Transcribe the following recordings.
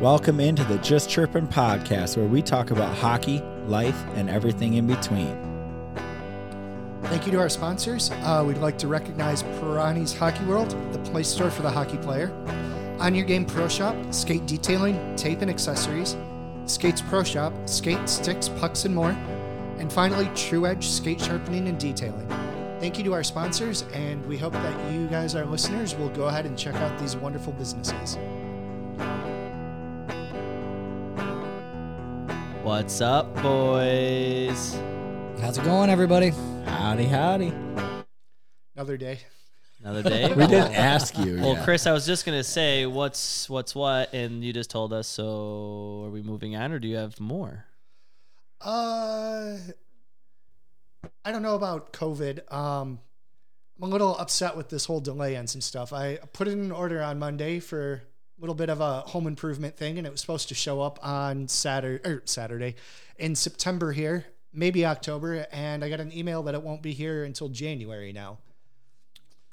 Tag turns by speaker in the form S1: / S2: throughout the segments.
S1: Welcome into the Just Chirpin podcast, where we talk about hockey, life, and everything in between.
S2: Thank you to our sponsors. Uh, we'd like to recognize Pirani's Hockey World, the play store for the hockey player, On Your Game Pro Shop, skate detailing, tape and accessories, Skates Pro Shop, skate, sticks, pucks, and more, and finally True Edge Skate Sharpening and Detailing. Thank you to our sponsors, and we hope that you guys, our listeners, will go ahead and check out these wonderful businesses.
S3: What's up, boys?
S4: How's it going, everybody?
S1: Howdy, howdy.
S2: Another day.
S3: Another day.
S1: We didn't ask you.
S3: Well,
S1: yet.
S3: Chris, I was just gonna say what's what's what, and you just told us. So, are we moving on, or do you have more?
S2: Uh, I don't know about COVID. Um, I'm a little upset with this whole delay on some stuff. I put in an order on Monday for a little bit of a home improvement thing, and it was supposed to show up on Saturday, or Saturday, in September here, maybe October. And I got an email that it won't be here until January now.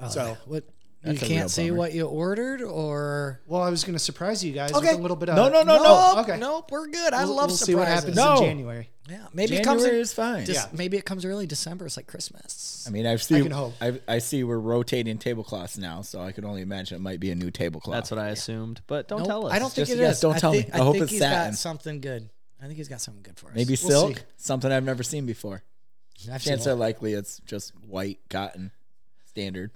S2: So-
S4: Oh, what? You
S1: That's a real
S4: can't see
S1: bummer.
S4: what you ordered, or
S2: Well, I was going to surprise you guys with
S4: Okay.
S2: a little bit of
S1: No, no, no,
S2: Oh,
S1: no.
S2: okay.
S4: Nope, we're good. I
S2: We'll-
S4: love
S2: we'll
S4: surprises.
S2: see what happens
S1: No.
S2: in January.
S4: Yeah, maybe it comes
S1: January
S4: in.
S1: is fine.
S4: Just,
S2: Yeah.
S4: Maybe it comes early December. It's like Christmas.
S1: I mean, I've seen. I,
S2: can hope.
S1: I see we're rotating tablecloths now, so I can only imagine it might be a new tablecloth.
S3: That's what I assumed, but don't
S4: Nope,
S3: tell us.
S4: I don't think
S1: Just
S4: it
S1: a
S4: is.
S1: guess. Don't
S4: I
S1: tell
S4: think,
S1: me. I hope
S4: think
S1: it's
S4: he's
S1: satin.
S4: got something good. I think he's got something good for us.
S1: Maybe
S2: We'll
S1: silk,
S2: see.
S1: something I've never seen before.
S4: I've seen
S1: Chance are
S4: one.
S1: likely it's just white cotton, standard.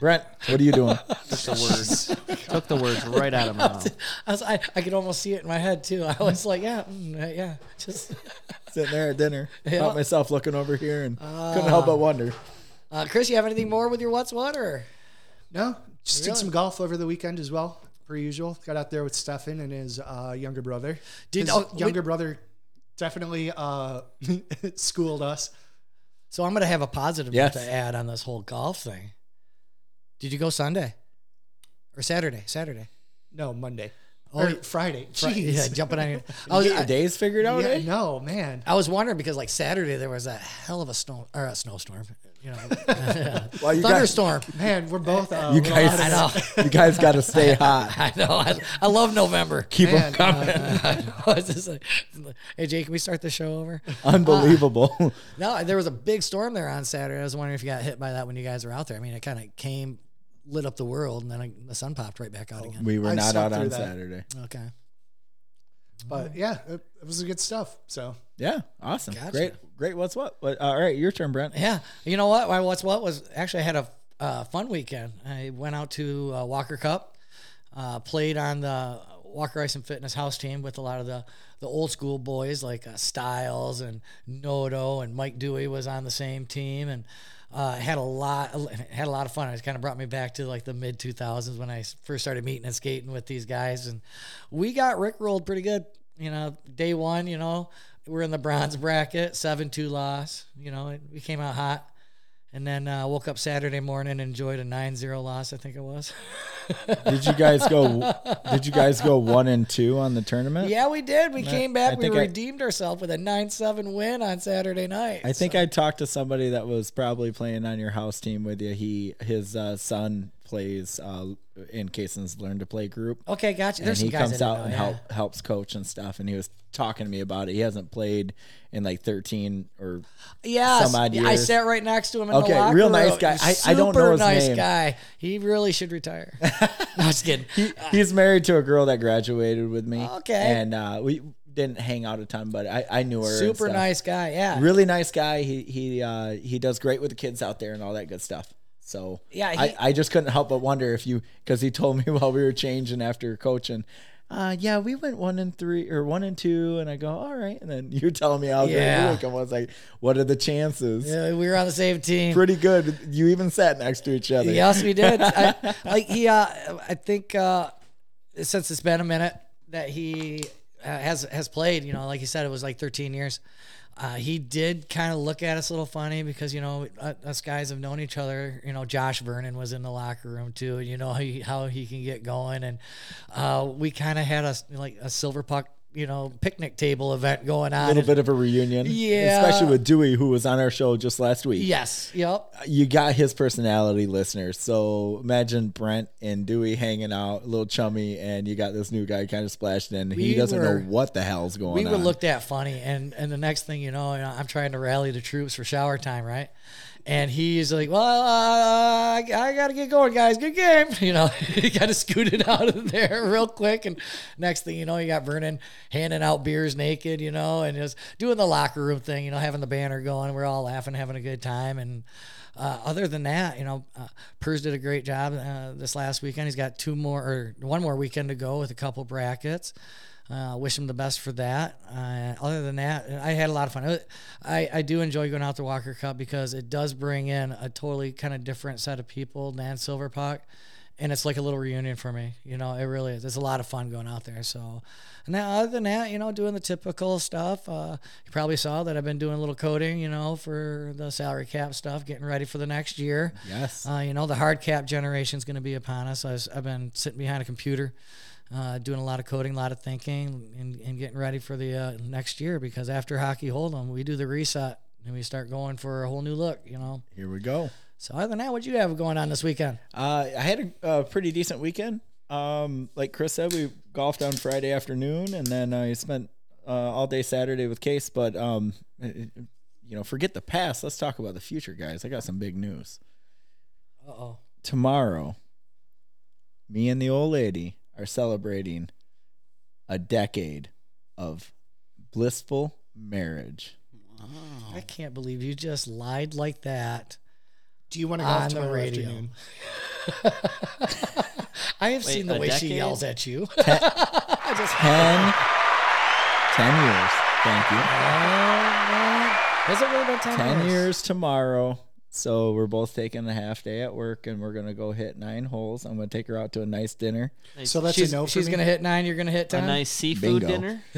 S1: Brent, what are you doing?
S3: took the words took the words right out of my mouth.
S4: I, was, I, I could almost see it in my head too. I was like, yeah, mm, uh, yeah, just
S1: Sitting there at dinner,
S4: Yeah.
S1: caught myself looking over here and couldn't help
S2: Ah.
S1: but wonder.
S4: uh, Chris. You have anything more with your what's what or?
S2: No, just did
S4: Really?
S2: some golf over the weekend as well, per usual. Got out there with Stefan and his uh, younger brother.
S4: Did-
S2: his
S4: oh,
S2: younger brother definitely uh, schooled us.
S4: So I'm gonna have a positive
S1: Yes.
S4: to add on this whole golf thing. Did you go Sunday or Saturday? Saturday.
S2: No, Monday
S4: Oh,
S2: or
S4: yeah.
S2: Friday.
S4: Fri-
S2: Jeez.
S4: Yeah, jumping on your. I
S1: Oh,
S4: was,
S1: you get your
S4: I,
S1: days figured out,
S2: Yeah,
S1: eh?
S2: no, man.
S4: I was wondering because like Saturday there was a hell of a storm or a snowstorm, you know,
S1: Well, you guys,
S4: thunderstorm.
S2: Man, we're both. Uh,
S1: you
S2: little
S1: guys,
S2: out
S4: I
S2: of-
S4: know,
S1: you guys got to stay hot.
S4: I know. I, I love November.
S1: Keep them
S2: Man,
S1: coming.
S4: I know. It's just like, hey Jay, can we start the show over?
S1: Unbelievable.
S2: Ah.
S4: No, there was a big storm there on Saturday. I was wondering if you got hit by that when you guys were out there. I mean, it kind of came, lit up the world, and then I, the sun popped right back out again.
S1: we were
S2: I
S1: not
S2: slept
S1: out on
S2: through that.
S1: Saturday.
S4: Okay.
S2: but yeah, it, it was good stuff. So
S1: Yeah, awesome.
S4: Gotcha.
S1: Great, great. What's what? But all right, your turn, Brent.
S4: Yeah, you know what? My what's what was actually I had a uh, fun weekend. I went out to uh, Walker Cup, uh, played on the Walker Ice and Fitness house team with a lot of the the old school boys like uh, Styles and Noto and Mike Dewey was on the same team and. Uh, had a lot had a lot of fun. It kind of brought me back to like the mid 2000s when I s- first started meeting and skating with these guys, and we got rickrolled pretty good. You know, day one, you know, we're in the bronze bracket, seven two loss. You know, it, we came out hot, and then uh, woke up Saturday morning and enjoyed a 9-0 loss. I think it was.
S1: Did you guys go? Did you guys go one and two on the tournament?
S4: yeah, we did. We came back.
S1: I
S4: we
S1: think I-
S4: redeemed ourselves with a nine seven win on Saturday night.
S1: I think I talked to somebody that was probably playing on your house team with you. He his uh, son plays uh, in Cason's Learn to Play group,
S4: Okay, gotcha.
S1: and
S4: There's
S1: he
S4: some guys
S1: comes
S4: I didn't
S1: out
S4: know,
S1: and
S4: yeah.
S1: help, helps coach and stuff. And he was talking to me about it. He hasn't played in like thirteen or
S4: Yes,
S1: some odd
S4: I
S1: years.
S4: sat right next to him. In
S1: Okay,
S4: the locker
S1: real nice
S4: room.
S1: guy. I-
S4: Super
S1: I don't know his
S4: nice
S1: name.
S4: guy. He really should retire. no, I'm just kidding.
S1: he's married to a girl that graduated with me.
S4: Okay.
S1: and uh, we didn't hang out a ton, but I, I knew her. and
S4: Super
S1: stuff.
S4: nice guy. Yeah.
S1: really nice guy. He he uh, he does great with the kids out there and all that good stuff. So
S4: Yeah,
S1: I,
S4: he-
S1: I just couldn't help but wonder if you because he told me while we were changing after coaching. Uh, yeah, we went one and three or one and two, and I go, all right. And then you're telling me how great
S4: Yeah.
S1: the weekend was. Like, what are the chances?
S4: Yeah, we were on the same team.
S1: Pretty good. You even sat next to each other.
S4: Yes, we did. I, like he, uh, I think uh, since it's been a minute that he uh, has has played. You know, like he said, it was like 13 years. Uh, he did kind of look at us a little funny because you know uh, us guys have known each other. You know, Josh Vernon was in the locker room too, and you know how he, how he can get going, and uh, we kind of had a s- like a silver puck you know picnic table event going on.
S1: A little
S4: It's-
S1: bit of a reunion.
S4: Yeah.
S1: Especially with Dewey, who was on our show just last week.
S4: Yes. Yep.
S1: You got his personality, listeners. So imagine Brent and Dewey hanging out, a little chummy, and you got this new guy kind of splashed in.
S4: We
S1: he doesn't know
S4: were-
S1: what the hell's going
S4: We
S1: on.
S4: were looked at funny, and and the next thing you know, you know, I'm trying to rally the troops for shower time, right? And he's like, "Well, uh, I, I gotta get going, guys. Good game." You know, he kind of scooted out of there real quick, and next thing you know, you got Vernon handing out beers naked, you know, and just doing the locker room thing, you know, having the banner going. We're all laughing, having a good time, and. Uh, other than that, you know, uh, Pers did a great job uh, this last weekend. He's got two more or one more weekend to go with a couple brackets. Uh, wish him the best for that. Uh, other than that, I had a lot of fun. Uh, I, I do enjoy going out to Walker Cup because it does bring in a totally kind of different set of people than Silver Puck. And it's like a little reunion for me. You know, it really is. It's a lot of fun going out there. So, now other than that, you know, doing the typical stuff. Uh, you probably saw that I've been doing a little coding, you know, for the salary cap stuff, getting ready for the next year.
S1: Yes.
S4: Uh, you know, the hard cap generation is going to be upon us. I was, I've been sitting behind a computer, uh, doing a lot of coding, a lot of thinking, and, and getting ready for the uh, next year because after hockey hold'em, we do the reset and we start going for a whole new look. You know.
S1: Here we go.
S4: So other than that, what you have going on this weekend?
S1: Uh, I had a, a pretty decent weekend. Um, like Chris said, we golfed on Friday afternoon, and then I spent uh, all day Saturday with Case. But um, it- it- you know, forget the past. Let's talk about the future, guys. I got some big news
S4: Uh oh.
S1: tomorrow. Me and the old lady are celebrating a decade of blissful marriage.
S4: I can't believe you just lied like that.
S2: Do you want to go
S4: On
S2: off
S4: the
S2: tomorrow
S4: radio.
S2: afternoon?
S4: I have seen the
S3: a
S4: way she
S3: decade?
S4: yells at you.
S1: Ten, ten years. Thank you.
S4: Has it really been 10,
S1: 10 years tomorrow. So we're both taking a half day at work and we're going to go hit nine holes. I'm going to take her out to a nice dinner.
S3: Nice-
S2: So that's
S4: She's,
S2: a no for
S4: she's
S2: me.
S4: going to hit nine. You're going to hit
S3: a
S4: 10.
S3: nice seafood
S1: Bingo.
S3: dinner.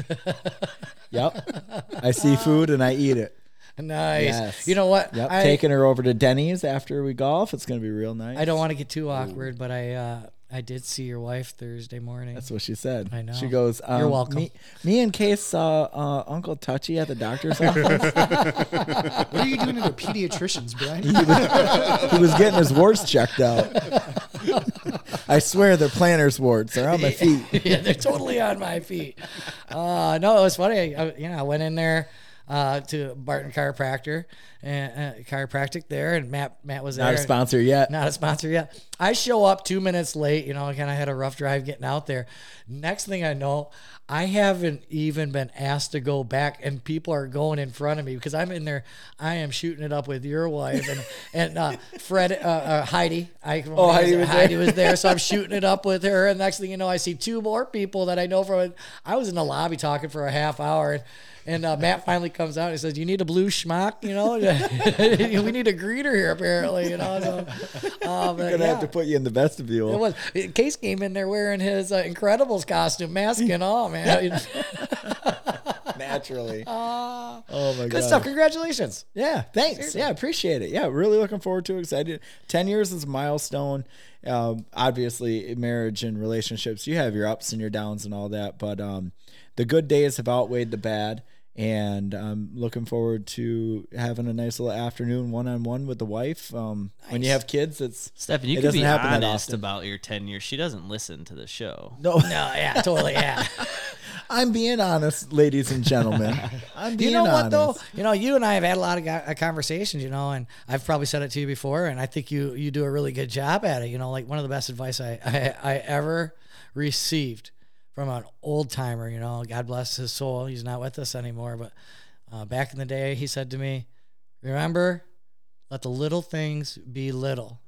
S1: Yep. I see food and I eat it.
S4: Nice.
S1: Yes.
S4: You know what?
S1: Yep.
S4: I,
S1: taking her over to Denny's after we golf. It's going to be real nice.
S4: I don't want to get
S1: Mm.
S4: too awkward, but I uh, I did see your wife Thursday morning.
S1: That's what she said.
S4: I know.
S1: She goes, um,
S4: You're welcome.
S1: Me, me and Case saw uh, Uncle Touchy at the doctor's office.
S2: What are you doing to the pediatricians, Brian?
S1: he was getting his warts checked out. I swear they're planner's warts. They're on my feet.
S4: yeah, they're totally on my feet. Uh, no, it was funny. I, I- you know, I went in there uh, to Barton Chiropractor and uh, chiropractic there, and Matt Matt was
S1: Not
S4: there.
S1: a sponsor yet.
S4: Not a sponsor yet. I show up two minutes late. You know, I kind of had a rough drive getting out there. Next thing I know, I haven't even been asked to go back, and people are going in front of me because I'm in there. I am shooting it up with your wife and and uh, Fred, uh, uh, Heidi. I, oh,
S1: Heidi was there.
S4: was there, so I'm shooting it up with her. And next thing you know, I see two more people that I know from. I was in the lobby talking for a half hour, and, and uh, Matt finally comes out and says, "You need a blue schmuck, you know? we need a greeter here, apparently, you know." So, uh,
S1: going
S4: but
S1: to
S4: yeah.
S1: have to put you in the vestibule.
S4: It was. Case came in there wearing his uh, Incredibles costume, mask and all, man.
S1: naturally. oh my god.
S4: Ah. Good stuff. Congratulations.
S1: Yeah, thanks. Yeah, appreciate it. Yeah, really looking forward to it. Excited. Ten years is a milestone. Um, obviously, in marriage and relationships, you have your ups and your downs and all that, but um, the good days have outweighed the bad. And I'm looking forward to having a nice little afternoon one on one with the wife. Um, When you have kids, it's
S3: Stefan, you
S1: It
S3: can
S1: doesn't
S3: be
S1: happen that
S3: honest
S1: often.
S3: about your tenure. She doesn't listen to the show.
S1: no.
S4: No, yeah, totally, yeah.
S1: I'm being honest, ladies and gentlemen. I'm being
S4: you know
S1: honest.
S4: what though you know you and i have had a lot of go- uh, conversations you know and i've probably said it to you before and i think you you do a really good job at it you know like one of the best advice i i, I ever received from an old timer you know god bless his soul he's not with us anymore but uh, back in the day he said to me remember let the little things be little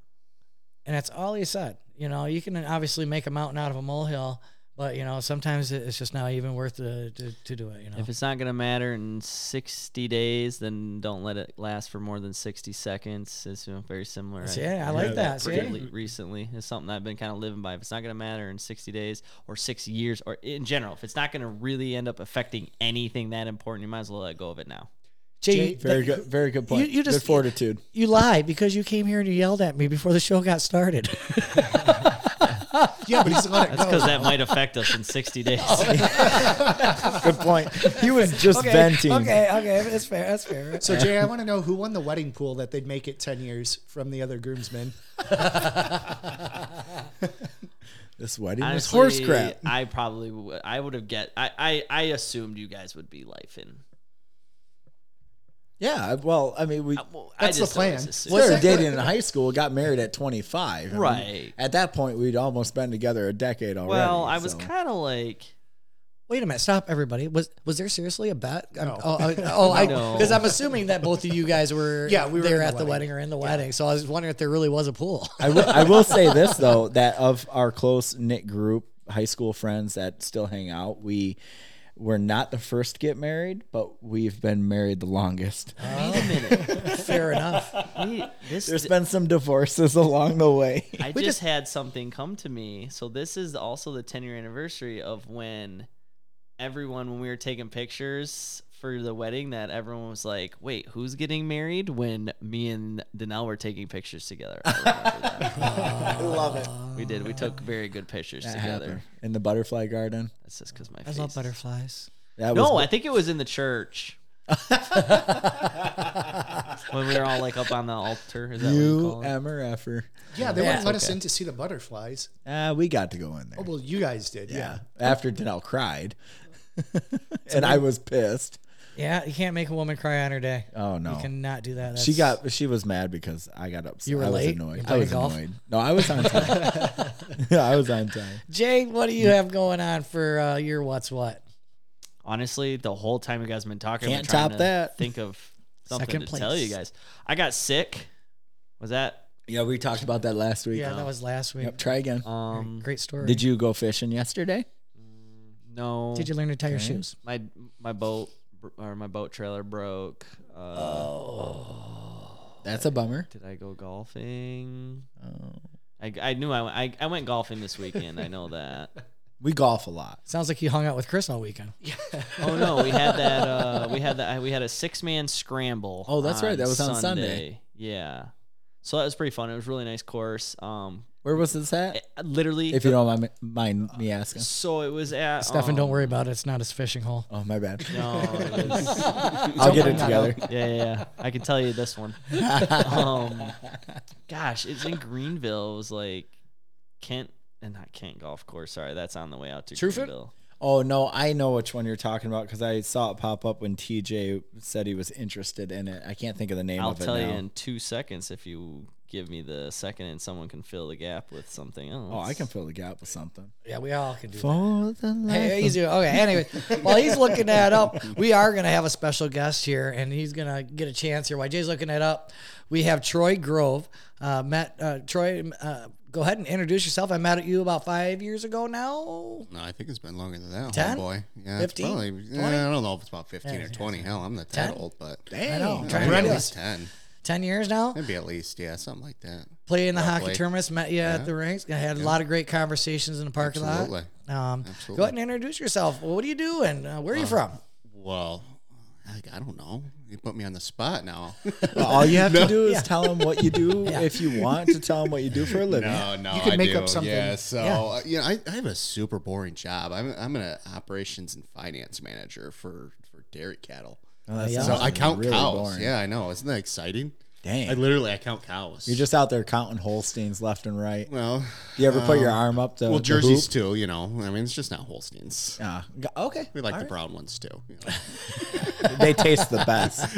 S4: and that's all he said you know you can obviously make a mountain out of a molehill but you know sometimes it- it's just not even worth to, to, to do it you know
S3: If it's not gonna matter in 60 days, then don't let it last for more than 60 seconds. It's you know, very similar.
S4: Yeah, I like
S3: heard
S4: that. See?
S3: pretty le- recently, it's something I've been kind of living by. If it's not gonna matter in 60 days or six years or in general, if it's not gonna really end up affecting anything that important, you might as well let go of it now.
S4: Jay,
S1: Very good. Very good point.
S4: You- you just-
S1: good fortitude.
S4: You lied because you came here and you yelled at me before the show got started.
S2: Yeah, but he's let it
S3: That's
S2: go.
S3: because that might affect us in 60 days.
S1: Good point. He was just
S4: okay,
S1: venting.
S4: Okay, okay, that's fair. That's fair.
S2: So Jay, I want to know who won the wedding pool that they'd make it ten years from the other groomsmen.
S1: This wedding was
S3: Honestly,
S1: horse crap.
S3: I probably would. I would have get. I, I I assumed you guys would be life in.
S1: Yeah. Well, I mean, we
S3: I- uh, well, I
S2: That's the
S3: just always
S2: plan.
S3: assumed.
S1: started
S2: that-
S1: dating in high school, got married at 25. I mean,
S3: Right.
S1: at that point, we'd almost been together a decade already.
S3: Well, I was
S1: so.
S3: kind of like.
S4: Wait a minute, stop everybody. Was was there seriously a bet? I'm-
S2: No.
S4: Oh, I- oh, I
S3: No.
S4: because I'm assuming that both of you guys were
S2: Yeah, we were
S4: there
S2: in the
S4: at the
S2: wedding.
S4: wedding. or in the wedding. So I was wondering if there really was a pool.
S1: I will, I will say this though that of our close knit group, high school friends that still hang out, we were not the first to get married, but we've been married the longest.
S3: Wait a minute.
S4: fair enough.
S3: Wait, this
S1: There's been some divorces along the way.
S3: I just, had something come to me. So this is also the 10 year anniversary of when everyone, when we were taking pictures for the wedding, that everyone was like, "Wait, who's getting married?" When me and Danelle were taking pictures together, I remember that.
S1: I love it.
S3: we did. We took very good pictures
S1: That
S3: together.
S1: happened in the butterfly garden.
S3: That's just because my
S4: I
S3: face.
S4: love
S3: is-
S4: butterflies.
S1: That
S3: No,
S1: was,
S3: I think it was in the church. when we were all like up on the altar, is that what you
S1: you,
S3: call it?
S1: Emmer, Effer.
S2: Yeah, they
S4: Yeah.
S2: wouldn't let us
S3: Okay.
S2: in to see the butterflies.
S1: Uh, we got to go in there.
S2: Oh well, you guys did. Yeah.
S1: yeah. After Danelle cried, and I was pissed.
S4: Yeah, you can't make a woman cry on her day.
S1: Oh no.
S4: You cannot do that.
S1: She
S4: That's-
S1: got she was mad because I got upset.
S4: You were
S1: I was
S4: late?
S1: annoyed.
S4: You
S1: I
S4: played
S1: was
S4: golf?
S1: annoyed. No, I was on time. yeah, I was on time.
S4: Jay. What do you have going on for uh, your what's what?
S3: Honestly, the whole time you guys have been talking, I've been
S1: Can't
S3: trying
S1: top
S3: to
S1: that.
S3: Think of something
S4: Second
S3: to tell
S4: place.
S3: you guys. I got sick. Was that?
S1: Yeah, we talked about that last week.
S4: Yeah, that was last week.
S1: Yep, try again.
S3: Um,
S4: Great story.
S1: Did you go fishing yesterday?
S3: no.
S4: Did you learn to tie your shoes?
S3: My my boat br- or my boat trailer broke. Uh,
S1: That's a bummer.
S3: Did I go golfing?
S1: Oh.
S3: I, I knew I, went- I I went golfing this weekend. I know that.
S1: We golf a lot.
S4: Sounds like you hung out with Chris all weekend.
S3: Oh no, we had that. Uh, we had that. We had a six man scramble.
S1: Oh, that's right, that was on Sunday.
S3: Yeah, so that was pretty fun. It was a really nice course. Um,
S1: Where was this at?
S3: it- literally,
S1: If you don't mind, mind me asking.
S4: Uh,
S3: so it was at
S4: Stefan,
S3: um,
S4: don't worry about it. It's not his fishing hole.
S1: Oh my bad.
S3: No, it was,
S1: I'll get it together.
S3: yeah, yeah, yeah. I can tell you this one. Um, gosh, it's in Greenville. It was like Kent and not Kent Golf Course. Sorry, that's on the way out to
S4: Truefit?
S3: Greenville.
S1: Oh no, I know which one you're talking about because I saw it pop up when TJ said he was interested in it. I can't think of the name
S3: I'll
S1: of it
S3: tell you
S1: now.
S3: in two seconds if you give me the second, and someone can fill the gap with something else.
S1: oh, I can fill the gap with something.
S4: Yeah, we all can do that.
S1: For the life
S4: Hey,
S1: of-
S4: easy. Okay. Anyway, while he's looking that up, we are going to have a special guest here, and he's going to get a chance here. While Jay's looking that up, we have Troy Grove. Uh, Matt, uh, Troy, uh, go ahead and introduce yourself. I met you about five years ago now.
S5: No, I think it's been longer than that.
S4: 10?
S5: Oh boy, yeah, it's
S4: 15?
S5: probably. yeah, I don't know if it's about fifteen or twenty. Hell, I'm not
S4: 10?
S5: that old, but
S1: Dang.
S4: know.
S5: Yeah, maybe at least ten.
S4: Ten years now.
S5: Maybe at least yeah, something like that.
S4: Played in the hockey
S5: Roughly.
S4: tournaments. Met you at the rinks. I had a lot of great conversations in the parking
S5: Absolutely.
S4: lot. Um, Go
S5: Absolutely.
S4: ahead and introduce yourself. What do you do, and uh, where are you from?
S5: Well, like, I don't know. You put me on the spot now.
S1: All you have to do is tell him what you do if you want to tell him what you do for a living.
S5: no, no,
S2: You could
S5: I
S2: make
S5: do.
S2: up something.
S5: Yeah, so uh, you know, I, I have a super boring job. I'm I'm an operations and finance manager for for dairy cattle.
S1: Oh, yeah.
S5: So I count cows. Yeah, I know. Isn't that exciting?
S1: Dang.
S5: I literally I count cows.
S1: You're just out there counting Holsteins left and right.
S5: well,
S1: You ever put your arm up to
S5: Uh, well,
S1: Uh, the
S5: jerseys
S1: hoop?
S5: too. You know, I mean, it's just not Holsteins.
S1: Ah, g- okay.
S5: We like
S1: All
S5: the
S1: right.
S5: brown ones too. you know.
S1: They taste the best.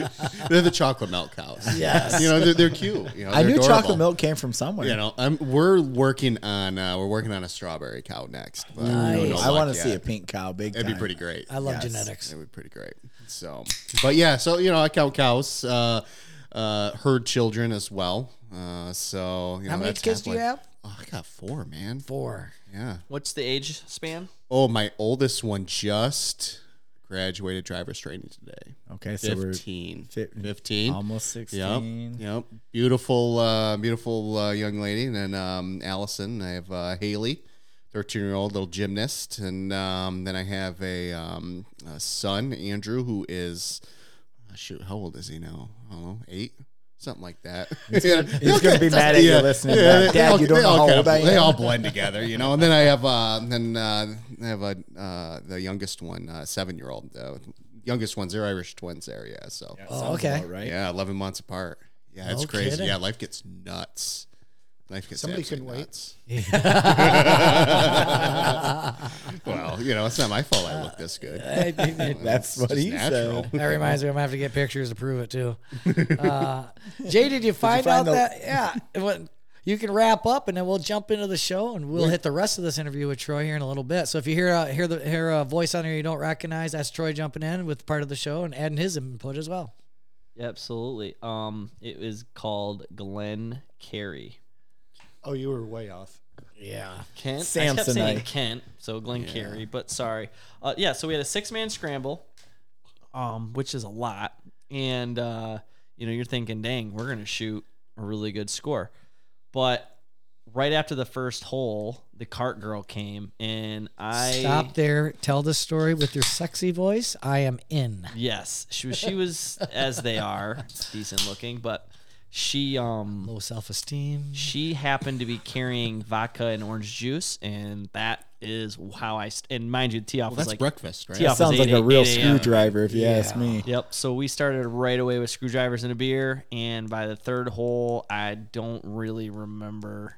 S5: They're the chocolate milk cows.
S4: Yes.
S5: you know they're, they're cute. You know,
S1: I
S5: they're
S1: knew
S5: adorable.
S1: chocolate milk came from somewhere.
S5: You know, I'm, we're working on uh, we're working on a strawberry cow next. But no, no
S1: I
S5: luck
S1: want to see a
S5: yet.
S1: pink cow. Big.
S5: That'd be
S1: time.
S5: pretty great.
S4: I love
S1: Yes.
S4: genetics.
S5: That'd be pretty great. So, but yeah, so you know, I count cows, uh, uh, herd children as well. Uh, so you
S4: How many
S5: know, that's
S4: kids do you
S5: halfway-
S4: have?
S5: Oh, I got four, man.
S4: Four.
S5: Yeah.
S3: What's the age span?
S5: Oh, my oldest one just graduated driver's training today.
S1: Okay, so we're
S5: 15.
S1: fi- mm,
S5: 15.
S1: almost sixteen.
S5: Yep. Yep. Beautiful, uh, beautiful uh, young lady. And then um, Allison. I have uh, Haley, 13 year old little gymnast. And um, then I have a, um, a son, Andrew, who is, uh, shoot, how old is he now? I don't know, eight, six something like that. Yeah.
S1: he's gonna be mad at you listening to that.
S5: they-
S1: Dad,
S5: they all-
S1: you don't
S5: they
S1: know
S5: all
S1: how
S5: kind
S1: old
S5: of-
S1: I am.
S5: They all blend together, you know. And then I have uh, then uh, I have a uh, the youngest one, uh, seven year old. Uh, youngest ones, they're Irish twins there, yeah. So yeah,
S4: Oh, okay.
S1: All right.
S5: eleven months apart. Yeah, it's
S4: No
S5: crazy.
S4: kidding.
S5: Yeah, life gets nuts. Life gets
S2: Somebody
S5: absolutely
S2: couldn't wait.
S5: nuts. well, you know, it's not my fault. I look this good.
S1: Uh, That's what
S5: just
S1: he
S5: natural.
S1: said.
S4: That reminds me, I'm gonna have to get pictures to prove it too. Uh, Jay, did you find, out
S1: find the-
S4: that? Yeah, it wa- you can wrap up, and then we'll jump into the show, and we'll hit the rest of this interview with Troy here in a little bit. So if you hear uh, hear the hear a voice on here you don't recognize, that's Troy jumping in with part of the show and adding his input as well.
S3: Yeah, absolutely. Um, it is called Glen Carey.
S2: Oh, you were way off.
S4: Yeah,
S3: Kent. I kept saying
S1: Samsonite.
S3: Kent, so Glen Carey, but sorry. Uh, yeah, so we had a six man scramble, um, which is a lot. And uh, you know, you're thinking, dang, we're gonna shoot a really good score. But right after the first hole, the cart girl came and I
S4: stop there. Tell the story with your sexy voice. I am in.
S3: Yes. She was she was as they are, decent looking, but she um
S4: Low self esteem.
S3: she happened to be carrying vodka and orange juice, and that is how I. St- and mind you, the tee off was
S5: That's
S3: like
S5: breakfast, right?
S3: tee off
S1: Sounds
S3: was
S1: like
S3: 8
S1: a real
S3: 8 a.m.
S1: screwdriver, if you ask me.
S3: Yep. So we started right away with screwdrivers and a beer, and by the third hole, I don't really remember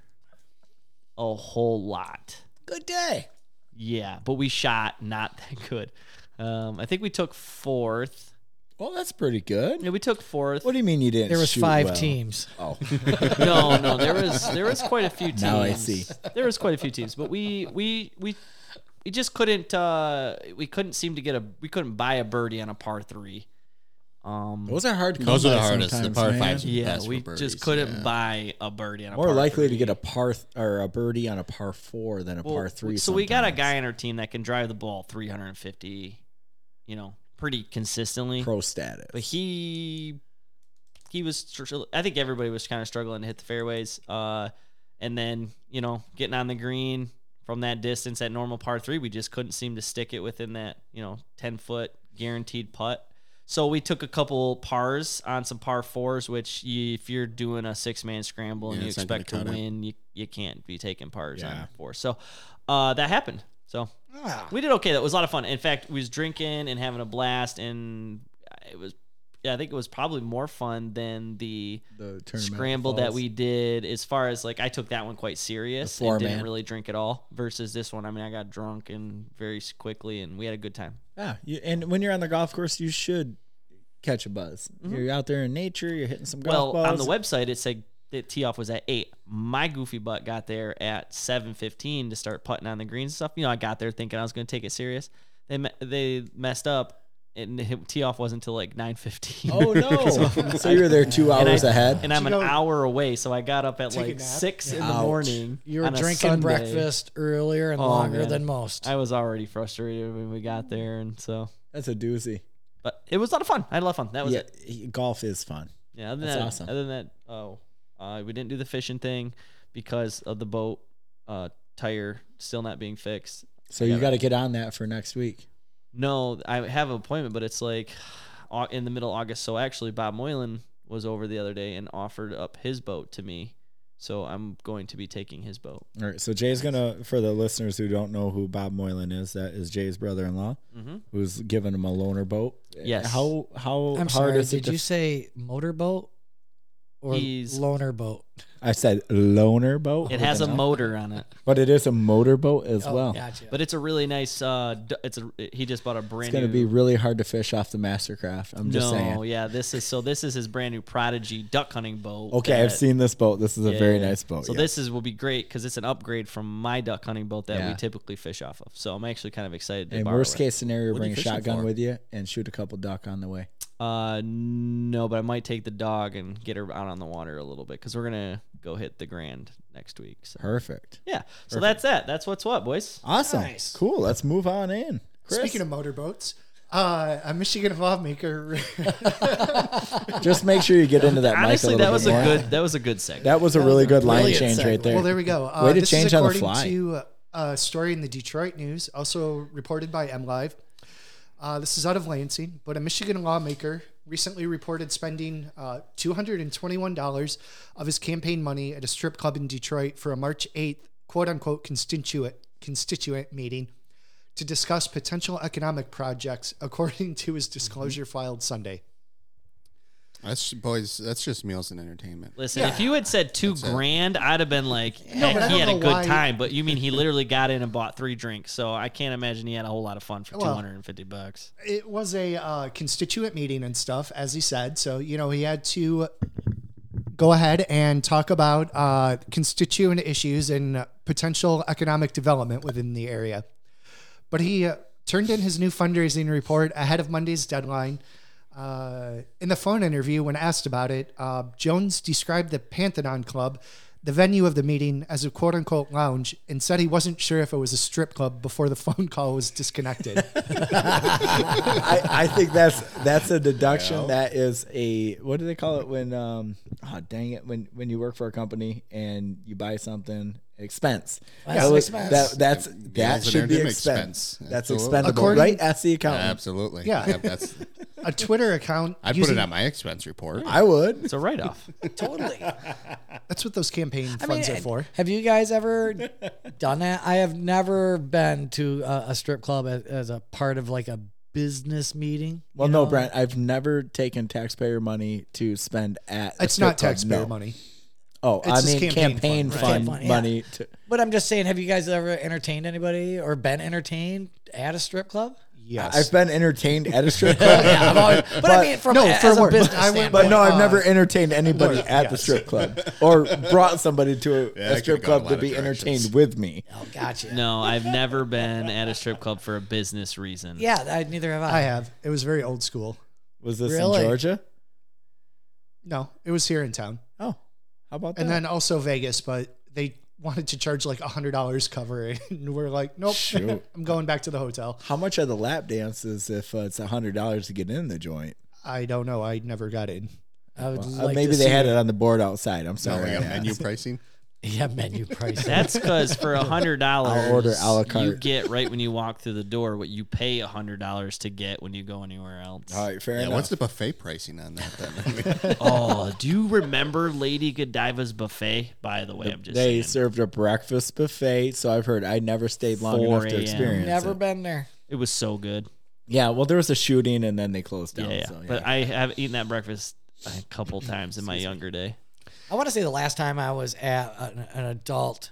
S3: a whole lot.
S4: Good day.
S3: Yeah, but we shot not that good. Um, I think we took fourth.
S1: Well, that's pretty good.
S3: Yeah, we took fourth.
S1: What do you mean you didn't?
S4: There was
S1: shoot
S4: five
S1: well?
S4: teams.
S1: Oh,
S3: no, no, there was there was quite a few teams.
S1: Now I see.
S3: There was quite a few teams, but we we we we just couldn't uh we couldn't seem to get a we couldn't buy a birdie on a par 3. Um
S1: those are hard. to
S5: Those
S1: come
S5: are the
S1: by
S5: hardest, the
S1: sometimes,
S5: par
S1: man.
S5: fives.
S3: yeah,
S5: That's for
S3: we
S5: birdies,
S3: just couldn't
S5: yeah.
S3: buy a birdie on a
S1: More
S3: par
S1: likely to
S3: three.
S1: get a par th- or a birdie on a par four than a
S3: Well,
S1: par three.
S3: So we got a
S1: sometimes.
S3: guy on our team that can drive the ball 350, you know, pretty consistently.
S1: pro status.
S3: but he he was str- str- i think everybody was kind of struggling to hit the fairways uh and then you know getting on the green from that distance at normal par three we just couldn't seem to stick it within that you know 10 foot guaranteed putt so we took a couple pars on some par fours which you, if you're doing a six man scramble and
S5: Yeah,
S3: you
S5: it's not gonna
S3: expect to
S5: cut it.
S3: win you, you can't be taking pars
S1: Yeah.
S3: on four so uh that happened so
S5: Ah.
S3: we did okay. That was a lot of fun. In fact, we was drinking and having a blast, and it was, yeah, I think it was probably more fun than the
S1: the tournament
S3: scramble that
S1: falls.
S3: we did. As far as like, I took that one quite serious and didn't
S1: four-man.
S3: really drink at all. Versus this one, I mean, I got drunk and very s- quickly, and we had a good time.
S1: yeah. You, and when you're on the golf course, you should catch a buzz. You're out there in nature. You're hitting some
S3: Mm-hmm. Well,
S1: golf
S3: on
S1: balls.
S3: the website, it said that tee off was at eight. My goofy butt got there at seven fifteen to start putting on the greens and stuff. You know, I got there thinking I was going to take it serious. They me- they messed up. And the tee off wasn't until like nine fifteen.
S1: Oh no! so you were there two
S3: And I-
S1: hours ahead.
S3: And I'm
S2: Did
S3: an
S2: you go-
S3: hour away, so I got up at
S2: Take a
S3: like
S2: nap?
S3: six in the
S1: Ouch.
S3: morning.
S4: You were
S3: on a
S4: drinking
S3: Sunday.
S4: breakfast earlier and
S3: Oh,
S4: longer
S3: man.
S4: than most.
S3: I was already frustrated when we got there, and so.
S1: That's a doozy.
S3: But it was a lot of fun. I had a lot of fun. That was
S1: Yeah,
S3: it.
S1: he- golf is fun.
S3: Yeah. Other than
S1: That's
S3: that,
S1: awesome.
S3: Other than that, oh, uh, we didn't do the fishing thing because of the boat uh, tire still not being fixed.
S1: So you got to get on that for next week.
S3: No, I have an appointment, but it's like au- in the middle of August. So actually, Bob Moylan was over the other day and offered up his boat to me. So I'm going to be taking his boat.
S1: All right. So Jay's gonna, for the listeners who don't know who Bob Moylan is, that is Jay's brother-in-law,
S3: Mm-hmm.
S1: who's giving him a loaner boat.
S3: Yes.
S1: How how
S4: I'm
S1: hard
S4: sorry.
S1: is it?
S4: Did
S1: to-
S4: you say motorboat or
S3: He's-
S4: loner boat?
S1: I said loaner boat.
S3: It has a
S1: motor,
S3: motor on it,
S1: but it is a motorboat as
S4: Oh,
S1: well.
S4: Gotcha.
S3: but it's a really nice. Uh, d- it's a. He just bought a
S1: It's
S3: brand
S1: gonna be
S3: new.
S1: really hard to fish off the Mastercraft. I'm just
S3: no,
S1: saying.
S3: yeah, this is so. This is his brand new Prodigy duck hunting boat.
S1: Okay, I've
S3: that-
S1: seen this boat. This is a
S3: yeah,
S1: very
S3: yeah.
S1: nice boat.
S3: So
S1: yeah.
S3: this is will be great because it's an upgrade from my duck hunting boat that
S1: Yeah.
S3: we typically fish off of. So I'm actually kind of excited. To
S1: And
S3: borrow
S1: worst
S3: it.
S1: case scenario,
S5: What are
S1: bring
S5: you
S1: a
S5: fishing
S1: shotgun
S5: for?
S1: with you and shoot a couple duck on the way.
S3: uh, no, but I might take the dog and get her out on the water a little bit because we're gonna go hit the Grand next week. So
S1: Perfect.
S3: yeah, so that's that. That's what's what, boys.
S1: Awesome.
S4: Nice.
S1: Cool. Let's move on in. Chris,
S2: Speaking of motorboats, uh, a Michigan lawmaker.
S1: just make sure you get into that.
S3: Honestly,
S1: mic a little
S3: that was
S1: bit
S3: a
S1: more.
S3: good. That was a good segment.
S1: That was a really good line
S4: brilliant
S1: change right
S4: segue.
S1: there.
S2: well, there we go. Uh,
S1: Way to
S2: this
S1: change
S2: is
S1: on the
S2: according
S1: fly.
S2: to uh, a story in the Detroit News, also reported by M Live. Uh, this is out of Lansing, but a Michigan lawmaker recently reported spending uh, $221 of his campaign money at a strip club in Detroit for a March 8th quote unquote constituent, constituent meeting to discuss potential economic projects, according to
S1: Mm-hmm.
S2: his disclosure filed Sunday.
S5: That's boys. That's just meals and entertainment.
S3: Listen, if you had said two grand, I'd have been like, heck,
S2: but I
S3: he
S2: don't
S3: had a
S2: know
S3: good
S2: why-
S3: time. But you mean he literally got in and bought three drinks? So I can't imagine he had a whole lot of fun for
S2: Well-
S3: 250 bucks.
S2: it was a uh, constituent meeting and stuff, as he said. So you know he had to go ahead and talk about uh, constituent issues and potential economic development within the area. But he uh, turned in his new fundraising report ahead of Monday's deadline. Uh, in the phone interview, when asked about it, uh, Jones described the Pantheon Club, the venue of the meeting, as a quote unquote lounge and said he wasn't sure if it was a strip club before the phone call was disconnected.
S1: I, I think that's that's a deduction. That is a what do they call it when um oh dang it when when you work for a company and you buy something expense.
S4: That's
S1: That
S4: an
S1: was-
S4: expense.
S1: That, that's that
S5: Meals and
S1: should be
S5: entertainment
S1: expense.
S5: expense.
S1: That's
S5: Absolutely.
S1: expendable,
S2: According-
S1: right? Ask the accountant.
S5: Absolutely.
S2: Yeah.
S5: Yep, that's.
S2: a Twitter account.
S5: I put
S2: using-
S5: it on my expense report.
S1: I would.
S3: It's a write off.
S4: Totally.
S2: That's what those campaign funds are for.
S4: Have you guys ever done that? I have never been to a, a strip club as, as a part of like a business meeting.
S1: Well,
S4: you
S1: no,
S4: know?
S1: Brent. I've never taken taxpayer money to spend at. a
S2: It's
S1: strip
S2: not
S1: club,
S2: taxpayer
S1: no.
S2: money.
S1: Oh, I mean
S2: just
S1: campaign,
S2: campaign
S1: fund,
S2: fund,
S4: right. Campaign fund, yeah.
S1: money. To,
S4: But I'm just saying, have you guys ever entertained anybody or been entertained at a strip club?
S2: Yes.
S1: I've been entertained at a strip club.
S4: Yeah, I've always, but, I mean, from
S2: No,
S4: a,
S2: for
S4: as a
S2: work.
S4: business
S2: I went-
S4: standpoint.
S1: But no, I've
S2: Uh,
S1: never entertained anybody at the
S2: yes.
S1: strip club or brought somebody to a,
S5: Yeah,
S1: a
S5: I
S1: strip
S5: could've gone a
S1: club
S5: lot
S1: to
S5: of
S1: be entertained
S5: directions.
S1: with me.
S4: oh, gotcha.
S3: No, I've never been at a strip club for a business reason.
S4: Yeah, I, neither have I.
S2: I have. It was very old school.
S1: Was this
S4: Really?
S1: in Georgia?
S2: No, it was here in town,
S1: Oh, how about
S2: and
S1: that?
S2: then also Vegas, but they wanted to charge like hundred dollars cover, it, and we're like, nope.
S1: Shoot.
S2: I'm going back to the hotel.
S1: how much are the lap dances if uh, it's a hundred dollars to get in the joint?
S2: I don't know. I never got in.
S4: I would
S1: Uh,
S4: like
S1: maybe
S4: to
S1: they
S4: see
S1: had
S4: it.
S1: it on the board outside. I'm sorry.
S5: Like
S1: I
S5: a menu
S1: asked.
S5: pricing.
S4: Yeah, menu price.
S3: That's because for a hundred dollars,
S1: I'll order a la carte.
S3: You get right when you walk through the door what you pay a hundred dollars to get when you go anywhere else.
S1: All right, fair
S5: Yeah,
S1: enough.
S5: what's the buffet pricing on that? Then?
S3: Oh, do you remember Lady Godiva's buffet? By the way, I'm just
S1: they
S3: saying.
S1: served a breakfast buffet, so I've heard. I never stayed long
S3: 4
S1: enough to
S3: a.m.
S1: experience
S4: Never
S1: it.
S4: been there.
S3: It was so good.
S1: Yeah, well, there was a shooting, and then they closed
S3: Yeah,
S1: down.
S3: yeah.
S1: so, yeah.
S3: But I have eaten that breakfast a couple times in my younger day.
S4: I want to say the last time I was at an, an adult,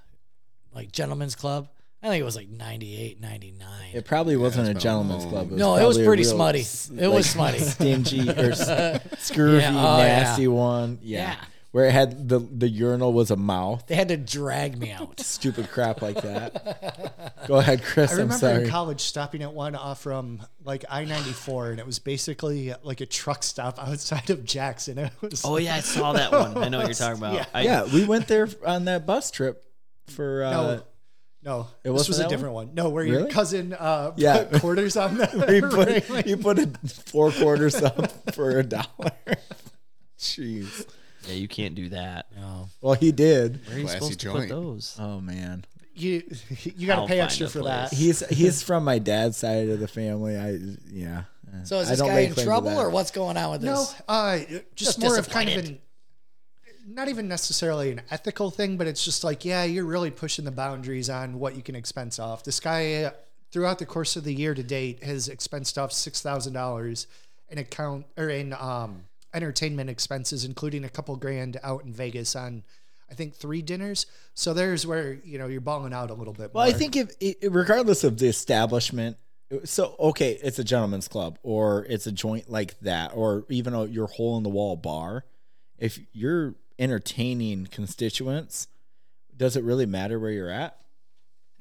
S4: like gentleman's club, I think it was like 98, 99.
S1: It probably wasn't a
S5: been a
S1: gentleman's
S5: long-
S1: club.
S4: No, it was
S1: probably a
S4: pretty
S1: real
S4: smutty.
S1: s-
S4: It was smutty.
S1: stingy or s- scurvy,
S4: Yeah, oh, yeah.
S1: nasty one. Yeah.
S4: Yeah.
S1: where it had the the urinal was a mouth.
S4: they had to drag me out.
S1: Stupid crap like that. Go ahead, Chris.
S2: I
S1: I'm
S2: remember in
S1: sorry.
S2: college stopping at one off from like I ninety four, and it was basically like a truck stop outside of Jackson. It was
S3: Oh yeah, I saw that one. I know what you're talking about.
S2: Yeah.
S3: I,
S1: yeah, we went there on that bus trip for. Uh,
S2: no, no,
S1: It
S2: this
S1: wasn't
S2: was a
S1: that
S2: different one. No, where your
S1: Really?
S2: cousin uh,
S1: Yeah.
S2: put quarters on the
S1: You put,
S2: railing.
S1: you put a four quarters up for a dollar. Jeez.
S3: yeah, you can't do that.
S4: No.
S1: Well, he did.
S3: Where are you
S5: Classy
S3: supposed to put
S5: joint.
S3: those?
S1: Oh man.
S2: you you got
S3: I'll
S2: to pay
S3: find
S2: extra
S3: a
S2: for
S3: place.
S2: that.
S1: He's he's from my dad's side of the family. I yeah.
S4: So is
S1: I
S4: this
S1: don't
S4: guy
S1: lay
S4: in
S1: claim to
S4: trouble
S1: that.
S4: or what's going on with
S2: No,
S4: this?
S2: uh, just,
S4: Just
S2: more of kind of an
S4: disappointed.
S2: not even necessarily an ethical thing, but it's just like yeah, you're really pushing the boundaries on what you can expense off. This guy uh, throughout the course of the year to date has expensed off six thousand dollars in account or in um, entertainment expenses, including a couple grand out in Vegas on. I think three dinners. So there's where you know you're balling out a little bit.
S1: Well, I
S2: more.
S1: think if it, regardless of the establishment, so okay, it's a gentleman's club or it's a joint like that, or even a, your hole in the wall bar. If you're entertaining constituents, does it really matter where you're at?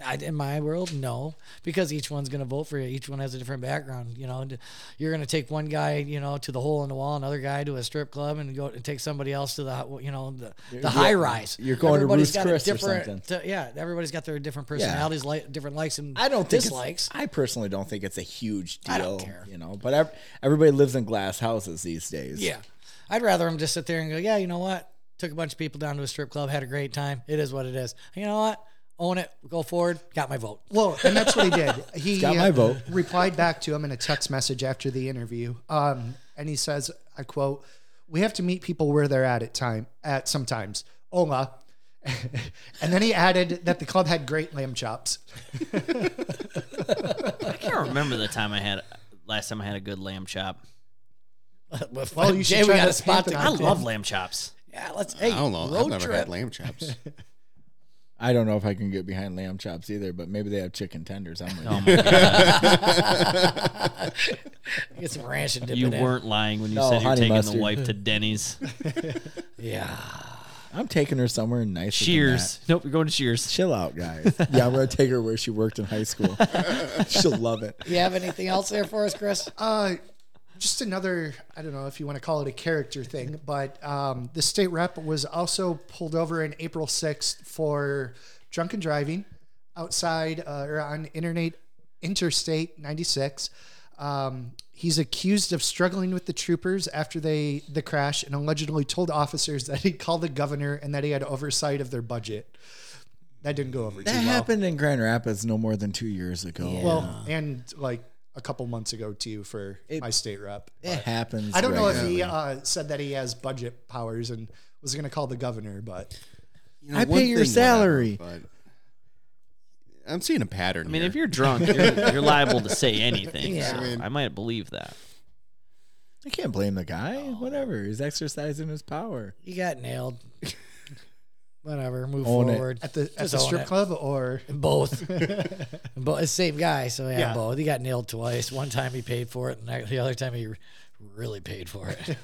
S4: I, in my world, no, because each one's going to vote for you. Each one has a different background. You know, and you're going to take one guy, you know, to the hole in the wall, another guy to a strip club, and go and take somebody else to the, you know, the, the high rise.
S1: you're going to Ruth's
S4: Everybody's got a
S1: Chris or
S4: different-
S1: something.
S4: t- yeah, everybody's got their different personalities, li- different likes and
S1: I don't think it's-
S4: dislikes.
S1: I personally don't think it's a huge deal.
S4: I don't care.
S1: you know. But ev- everybody lives in glass houses these days.
S4: Yeah. I'd rather them just sit there and go, yeah, you know what? Took a bunch of people down to a strip club, had a great time. It is what it is. You know what? Own it, go forward, got my vote.
S2: Well, and that's what he did. He uh,
S1: got my vote.
S2: replied back to him in a text message after the interview. Um, and he says, I quote, "We have to meet people where they're at at time at sometimes." Ola. and then he added that the club had great lamb chops.
S3: I can't remember the time I had last time I had a good lamb chop.
S2: Well, you should
S4: Jay, we
S2: try
S4: got
S2: the
S4: a spot to
S2: Panther
S3: I
S2: Option.
S3: love lamb chops.
S4: Yeah, let's. Hey,
S5: I don't know. I've
S4: road
S5: never
S4: trip.
S5: had lamb chops.
S1: I don't know if I can get behind lamb chops either, but maybe they have chicken tenders. I'm with you.
S4: Get some ranch and dip
S3: You
S4: it in.
S3: weren't lying when you
S1: No,
S3: said you're
S1: honey
S3: taking
S1: mustard.
S3: the wife to Denny's.
S4: Yeah.
S1: I'm taking her somewhere nice.
S3: Cheers. Nope, you're going to Cheers.
S1: Chill out, guys. Yeah, I'm gonna take her where she worked in high school. She'll love it.
S4: You have anything else there for us, Chris?
S2: Uh, just another, I don't know if you want to call it a character thing, but um, the state rep was also pulled over in April 6th for drunken driving outside uh, or on internet, Interstate 96. Um, he's accused of struggling with the troopers after they the crash and allegedly told officers that he called the governor and that he had oversight of their budget. That didn't go over too
S1: That
S2: well.
S1: happened in Grand Rapids no more than two years ago.
S2: Well, and like a couple months ago too for my state rep.
S1: it happens.
S2: I don't know if he
S1: regularly.
S2: uh, said that he has budget powers and was going to call the governor, but
S5: You know,
S1: I
S5: one
S1: pay your
S5: thing,
S1: salary.
S5: but I'm seeing a pattern.
S3: I mean, if you're drunk, you're, you're liable to say anything.
S4: Yeah.
S3: so
S5: I
S3: I,
S5: mean-
S3: might believe that.
S1: I can't blame the guy. Whatever, he's exercising his power.
S4: You got nailed. Whatever. Move
S1: Own it.
S4: forward.
S2: at the at
S4: Just
S2: the
S4: own
S2: strip
S4: it.
S2: club or
S4: Both. both. Same guy. So yeah,
S2: Yeah.
S4: both. He got nailed twice. One time he paid for it, and the other time he really paid for it.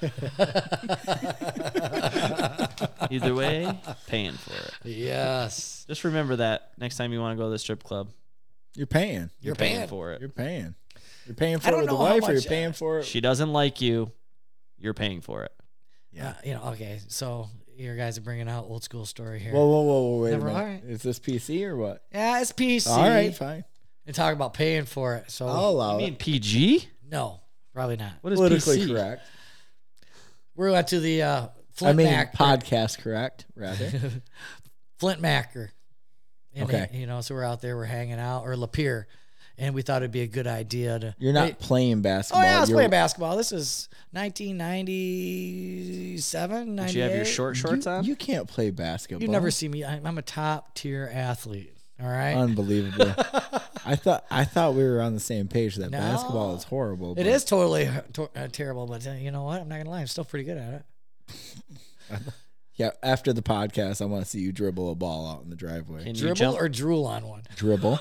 S3: Either way, paying for it.
S4: yes.
S3: Just remember that next time you want to go to the strip club,
S1: You're paying.
S3: you're,
S4: You're
S3: paying,
S4: paying.
S3: for it.
S1: You're paying. You're paying for
S4: I
S1: it
S4: don't
S1: with the
S4: know how
S1: wife, or
S4: much,
S1: you're
S4: uh,
S1: paying for it.
S3: She doesn't like you. You're paying for it.
S1: Yeah.
S4: Uh, you know. Okay. So your guys are bringing out old school story here.
S1: whoa, whoa, whoa, whoa, wait
S4: Never
S1: a minute.
S4: mind.
S1: Is this PC or what?
S4: yeah, it's PC.
S1: All right, Oh. fine.
S4: And talk about paying for it. So
S1: I'll allow
S3: I mean,
S1: it.
S3: PG?
S4: no, probably not.
S3: What is
S1: Uh, Politically
S3: PC?
S1: correct.
S4: We're going to the uh,
S1: I
S4: Flint
S1: mean,
S4: Mac.
S1: podcast correct, rather.
S4: Flint Macker. And
S1: Okay.
S4: it- you know, so we're out there, we're hanging out, or Lapeer, and we thought it'd be a good idea to.
S1: You're not playing
S4: Oh
S1: basketball.
S4: yeah, I was
S1: You're-
S4: playing basketball. This is 1997,
S3: Did you have your short shorts
S1: you,
S3: on?
S1: you can't play basketball.
S4: You never see me. I- I'm a top tier athlete. All right.
S1: Unbelievable. I thought I thought we were on the same page that
S4: No.
S1: basketball is horrible.
S4: it
S1: but
S4: is totally to- uh, terrible, but uh, you know what? I'm not gonna lie. I'm still pretty good at it.
S1: Yeah, after the podcast, I want to see you dribble a ball out in the driveway.
S3: Can you
S4: Dribble
S3: jump?
S4: or drool on one.
S1: dribble?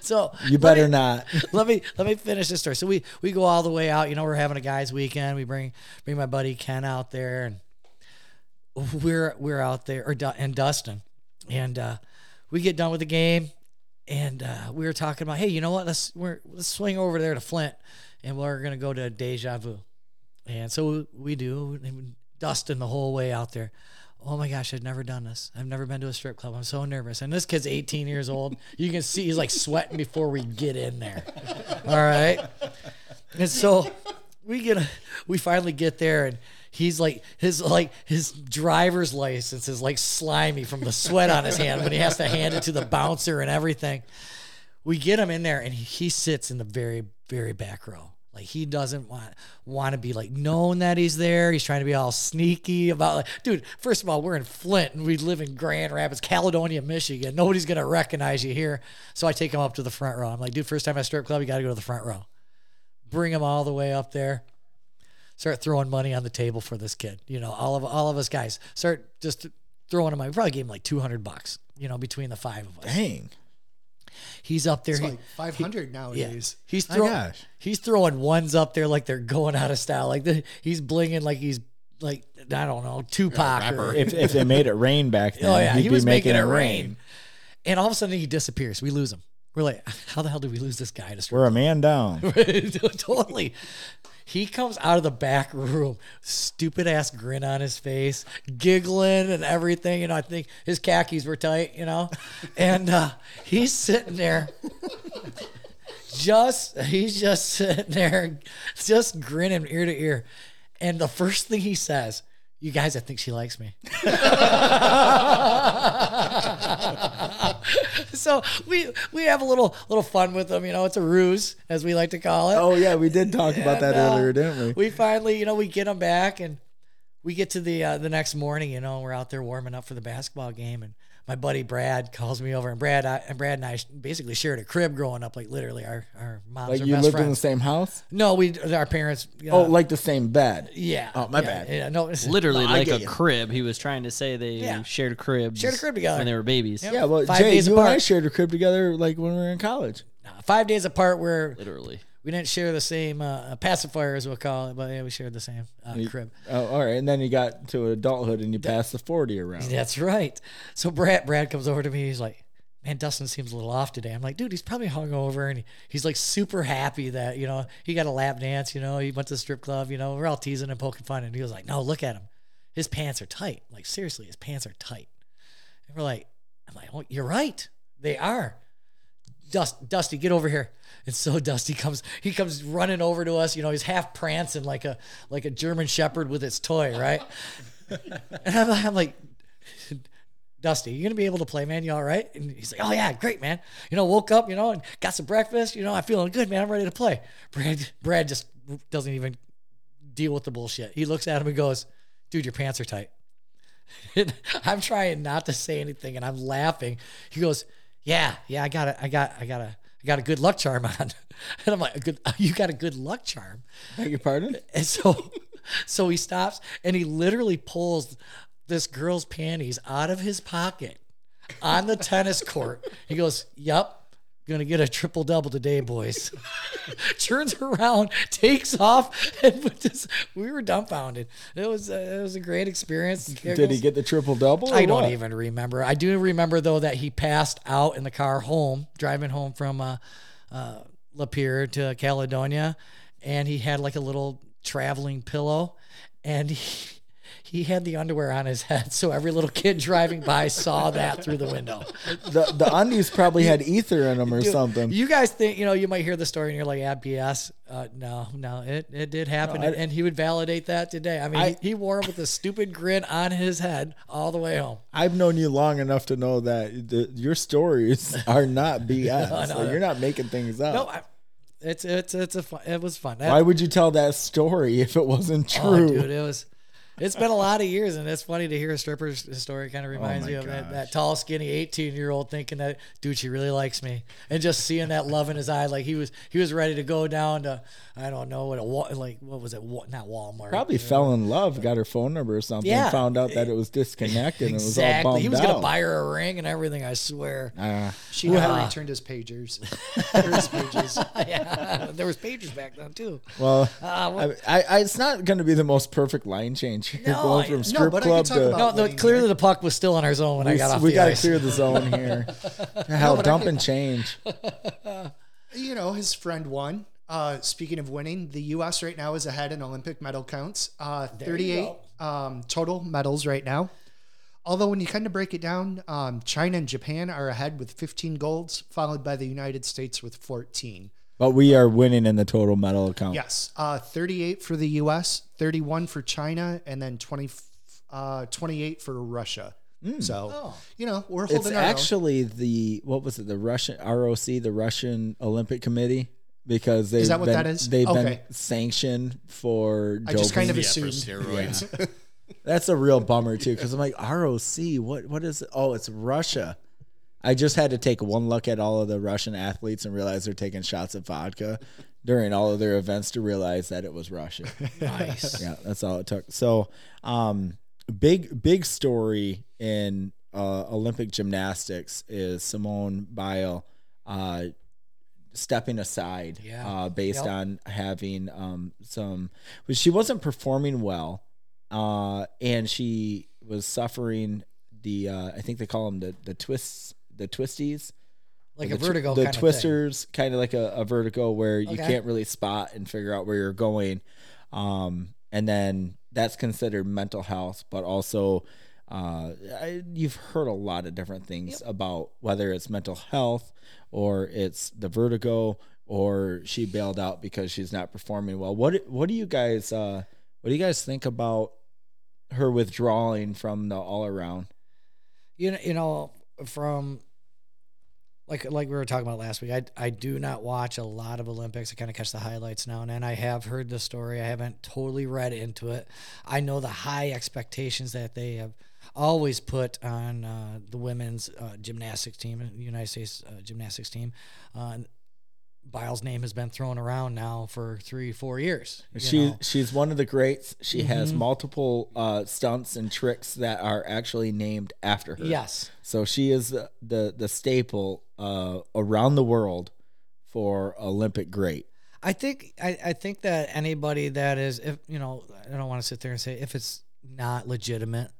S4: so
S1: You better not.
S4: let me let me finish this story. So we we go all the way out. You know, we're having a guys' weekend. We bring bring my buddy Ken out there, and we're we're out there, or Du- and Dustin, and uh, we get done with the game, and uh, we were talking about, hey, you know what? Let's we're let's swing over there to Flint, and we're gonna go to Deja Vu, and so we do. And Dustin the whole way out there. Oh my gosh, I've never done this. I've never been to a strip club. I'm so nervous. And this kid's 18 years old. You can see he's like sweating before we get in there. All right. And so we get we finally get there and he's like his like his driver's license is like slimy from the sweat on his hand when he has to hand it to the bouncer and everything. We get him in there and he sits in the very very back row. Like he doesn't want want to be like known that he's there. He's trying to be all sneaky about like, dude. First of all, we're in Flint and we live in Grand Rapids, Caledonia, Michigan. Nobody's gonna recognize you here. So I take him up to the front row. I'm like, dude, first time at strip club, you got to go to the front row bring him all the way up there. Start throwing money on the table for this kid. You know, all of all of us guys start just throwing him. I probably gave him like two hundred bucks. You know, between the five of us,
S1: Dang.
S4: he's up there.
S2: it's
S4: he-
S2: like 500
S4: yeah,
S2: nowadays.
S4: he's
S1: My
S4: throwing.
S1: gosh.
S4: He's throwing ones up there like they're going out of style. Like the, he's blinging like he's like I don't know Tupac or
S1: If, if they made it rain back then,
S4: Oh yeah,
S1: he'd
S4: he
S1: be
S4: was making,
S1: making
S4: it rain. And all of a sudden he disappears. We lose him. We're like, how the hell did we lose this guy? To strip
S1: We're a man down.
S4: totally. He comes out of the back room, stupid ass grin on his face, giggling and everything. You know, I think his khakis were tight, you know, and uh, he's sitting there, just he's just sitting there, just grinning ear to ear, and the first thing he says, you guys, I think she likes me. so we we have a little little fun with them. You know, it's a ruse, as we like to call it.
S1: Oh yeah, we did talk about that
S4: And, uh,
S1: earlier, didn't we?
S4: We finally, you know, we get them back, and we get to the uh, the next morning. You know, we're out there warming up for the basketball game, and my buddy Brad calls me over, and Brad I, and Brad and I basically shared a crib growing up, like literally our our moms
S1: Like
S4: are
S1: you
S4: best
S1: lived in the
S4: friends.
S1: same house?
S4: no, we our parents. Uh,
S1: Oh, like the same bed.
S4: yeah.
S1: Oh, my
S4: yeah,
S1: bad.
S4: Yeah, no,
S3: Literally like
S1: get
S3: a
S1: you.
S3: crib. He was trying to say they
S4: Yeah.
S3: shared cribs.
S4: Shared a crib together.
S3: when they were babies.
S1: Yeah, well,
S4: Five
S1: Jay,
S4: days
S1: you and I
S4: apart.
S1: shared a crib together like when we were in college.
S4: five days apart. Where
S3: Literally.
S4: we didn't share the same uh, pacifier, as we'll call it, but yeah, we shared the same uh, crib.
S1: Oh, all right. And then you got to adulthood and you passed the 40 around.
S4: That's right. So Brad Brad comes over to me. He's like, "Man, Dustin seems a little off today." I'm like, "Dude, he's probably hungover, and he, he's like super happy that you know he got a lap dance. You know, he went to the strip club. You know, we're all teasing and poking fun." And he was like, "No, look at him. His pants are tight. Like seriously, his pants are tight." And we're like, "I'm like, well, you're right. They are." Dust, Dusty, get over here. And so Dusty comes, he comes running over to us. You know, he's half prancing like a like a German Shepherd with its toy, right? and I'm, I'm like, Dusty, you gonna be able to play, man? You all right? And he's like, Oh yeah, great, man. You know, woke up, you know, and got some breakfast. You know, I'm feeling good, man. I'm ready to play. Brad, Brad just doesn't even deal with the bullshit. He looks at him and goes, Dude, your pants are tight. And I'm trying not to say anything, and I'm laughing. He goes, Yeah, yeah, I got it. I got, I got a, I got a good luck charm on. And I'm like, a good, you got a good luck charm.
S1: Beg your pardon?
S4: And so so he stops and he literally pulls this girl's panties out of his pocket on the tennis court. He goes, Yep, gonna get a triple double today, boys. Turns around, takes off, and we just we were dumbfounded. It was uh, it was a great experience.
S1: Did he get the triple double?
S4: I don't even remember. I do remember though that he passed out in the car home, driving home from uh, uh, Lapeer to Caledonia, and he had like a little traveling pillow, and he, he had the underwear on his head, so every little kid driving by saw that through the window.
S1: The, the undies probably had ether in them or something.
S4: You guys think you know? You might hear the story, and you're like, "Yeah, BS." Uh, no, no, it, it did happen,
S1: No, I-
S4: and he would validate that today. I mean,
S1: I-
S4: he, he wore it with a stupid grin on his head all the way home.
S1: I've known you long enough to know that the, your stories are not BS.
S4: no,
S1: Like,
S4: no.
S1: You're not making things up.
S4: No, I, it's it's it's a fun, it was fun. That-
S1: Why would you tell that story if it wasn't
S4: oh,
S1: true?
S4: dude, it was. It's been a lot of years, and it's funny to hear a stripper's story. Kind of reminds
S1: Oh my
S4: you of that,
S1: gosh.
S4: that tall, skinny, eighteen-year-old thinking that, dude, she really likes me, and just seeing that love in his eye, like he was he was ready to go down to, I don't know what a wa- like what was it, Wa- not Walmart,
S1: Probably fell in love, got her phone number or something,
S4: Yeah.
S1: found out that it was disconnected and it was all
S4: exactly.
S1: bummed
S4: He was
S1: out.
S4: gonna buy her a ring and everything. I swear,
S1: Ah.
S2: She never returned his pagers. Her his pagers.
S4: yeah, there was pagers back then too.
S1: well,
S4: Ah, well-
S1: I, I, it's not going to be the most perfect line change. You're
S4: No,
S1: going
S4: I-
S1: from
S4: no,
S1: strip
S2: but I can
S1: club
S2: talk
S1: to
S2: about-
S4: No, the,
S2: waiting
S4: clearly the puck was still on our zone when I
S1: we,
S4: got off. the
S1: got to
S4: ice.
S1: clear the zone here. Hell, dump and change.
S2: you know, his friend won. Uh, speaking of winning, the U.S. right now is ahead in Olympic medal counts. Uh, 38 um, total medals right now. Although, when you kind of break it down, um, China and Japan are ahead with 15 golds, followed by the United States with 14.
S1: But we are winning in the total medal account.
S2: Yes, uh, 38 for the U.S., 31 for China, and then 20, uh, 28 for Russia. So, you know, we're holding
S1: It's
S2: our own.
S1: actually the what was it? The Russian ROC, the Russian Olympic Committee, because they've
S2: that what
S1: been,
S2: that is?
S1: They've been
S2: Okay.
S1: sanctioned for.
S2: I just kind of
S1: doping.
S5: Yeah, for
S2: assumed.
S5: steroids.
S1: That's a real bummer too, because I'm like ROC. What what is? It? Oh, it's Russia. I just had to take one look at all of the Russian athletes and realize they're taking shots of vodka during all of their events to realize that it was Russia. Nice. yeah, that's all it took. So, um, big big story in uh, Olympic gymnastics is Simone Biles uh, stepping aside
S4: Yeah.
S1: uh, based
S4: Yep.
S1: on having um, some. But she wasn't performing well, uh, and she was suffering the. Uh, I think they call them the the twists, the twisties,
S4: like
S1: the
S4: a
S1: tw-
S4: vertigo,
S1: the
S4: kind Of thing.
S1: twisters, kind of like a, a vertigo where you
S4: Okay.
S1: can't really spot and figure out where you're going, um, and then that's considered mental health, but also. Uh, I, you've heard a lot of different things about whether it's mental health or it's the vertigo or she bailed out because she's not performing well. What what do you guys uh, what do you guys think about her withdrawing from the all around?
S4: you know, you know from like like we were talking about last week i i do not watch a lot of olympics i kind of catch the highlights now and then i have heard the story i haven't totally read into it i know the high expectations that they have always put on uh, the women's uh, gymnastics team the united states uh, gymnastics team uh, Biles' name has been thrown around now for three, four years. you
S1: She
S4: know. Mm-hmm.
S1: she's one of the greats. She has multiple uh, stunts and tricks that are actually named after her.
S4: yes,
S1: So she is the the, the staple uh, around the world for Olympic great.
S4: I think I, I think that anybody that is if you know I don't want to sit there and say if it's not legitimate,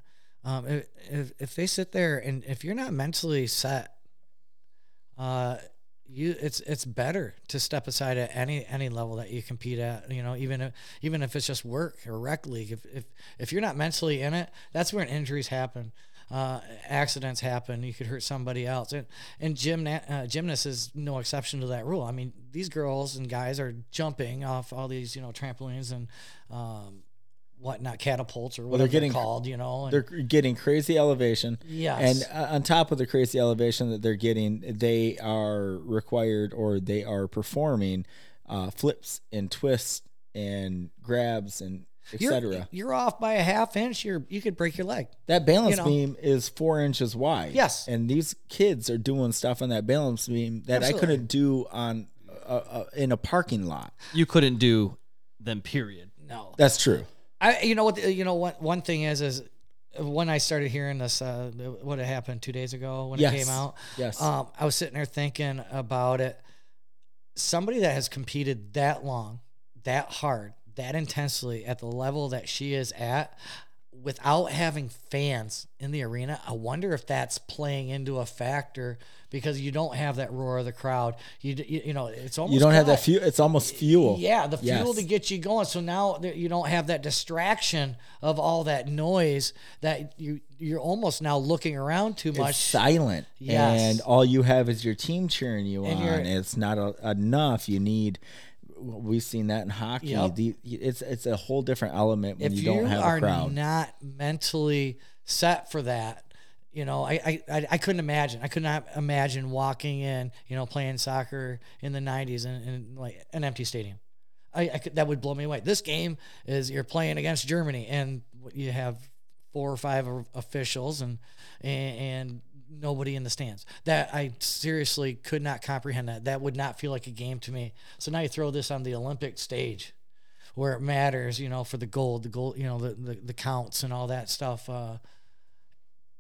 S4: um, if, if if they sit there and if you're not mentally set, uh, you it's it's better to step aside at any any level that you compete at. You know, even if even if it's just work or rec league. If if if you're not mentally in it, that's when injuries happen. Uh, accidents happen. You could hurt somebody else, and and gymna- uh, gymnasts is no exception to that rule. I mean, these girls and guys are jumping off all these you know trampolines and um, whatnot, catapults or whatever
S1: they're
S4: they're
S1: getting-
S4: called. You know, and
S1: They're getting crazy elevation.
S4: Yes.
S1: And uh, on top of the crazy elevation that they're getting, they are required or they are performing uh, flips and twists and grabs and
S4: you're,
S1: etc.
S4: you're off by a half inch. You're you could break your leg.
S1: That balance
S4: you know.
S1: beam is four inches wide.
S4: Yes.
S1: And these kids are doing stuff on that balance beam that I
S4: Absolutely.
S1: couldn't do on uh, uh, in a parking lot.
S3: You couldn't do them, period.
S4: No,
S1: That's true.
S4: I you know what you know what one thing is is when I started hearing this uh, what had happened two days ago when
S1: Yes.
S4: it came out.
S1: Yes.
S4: Um, I was sitting there thinking about it. Somebody that has competed that long, that hard, that intensely at the level that she is at, without having fans in the arena, I wonder if that's playing into a factor because you don't have that roar of the crowd. You d- you, you know it's almost
S1: you don't have
S4: kinda-
S1: that fuel. It's almost fuel.
S4: yeah, the fuel
S1: Yes.
S4: to get you going. So now that you don't have that distraction of all that noise that you you're almost now looking around too
S1: It's
S4: much.
S1: silent,
S4: Yes.
S1: and all you have is your team cheering you
S4: And
S1: on.
S4: you're-
S1: It's not a, enough. You need. We've seen that in hockey.
S4: Yep.
S1: The, it's it's a whole different element when
S4: if
S1: you
S4: you,
S1: don't have
S4: are
S1: a crowd.
S4: not mentally set for that you know I, I- I i couldn't imagine i could not imagine walking in you know playing soccer in the 90s in, in like an empty stadium I, I could, that would blow me away this game is you're playing against germany and you have four or five o- officials and and, and nobody in the stands that i seriously could not comprehend that that would not feel like a game to me so now you throw this on the olympic stage where it matters, you know, for the gold, the gold, you know, the the, the counts and all that stuff. Uh,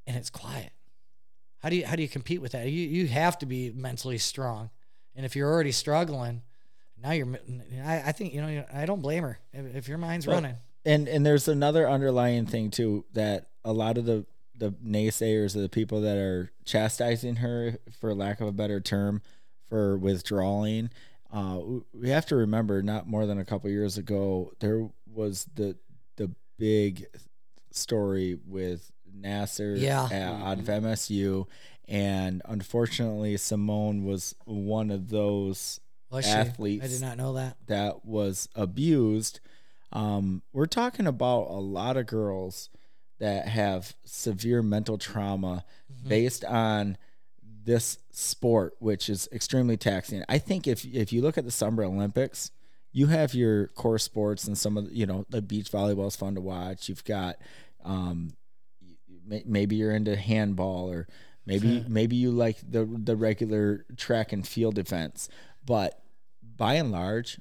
S4: and it's quiet. How do you how do you compete with that? You you have to be mentally strong, and if you're already struggling, now you're. I, I think you know I don't blame her if, if your mind's
S1: Well,
S4: running.
S1: and and there's another underlying thing too that a lot of the the naysayers or the people that are chastising her for lack of a better term for withdrawing uh w- we have to remember not more than a couple years ago there was the the big story with Nasser
S4: Yeah.
S1: at, out of MSU and unfortunately Simone was one of those
S4: Was
S1: athletes.
S4: I did not know that.
S1: that was abused. Um, we're talking about a lot of girls that have severe mental trauma
S4: Mm-hmm.
S1: based on this sport, which is extremely taxing. I think if if you look at the Summer Olympics, you have your core sports and some of the, you know the beach volleyball is fun to watch. You've got um, may- maybe you're into handball or maybe maybe you like the the regular track and field events, but by and large,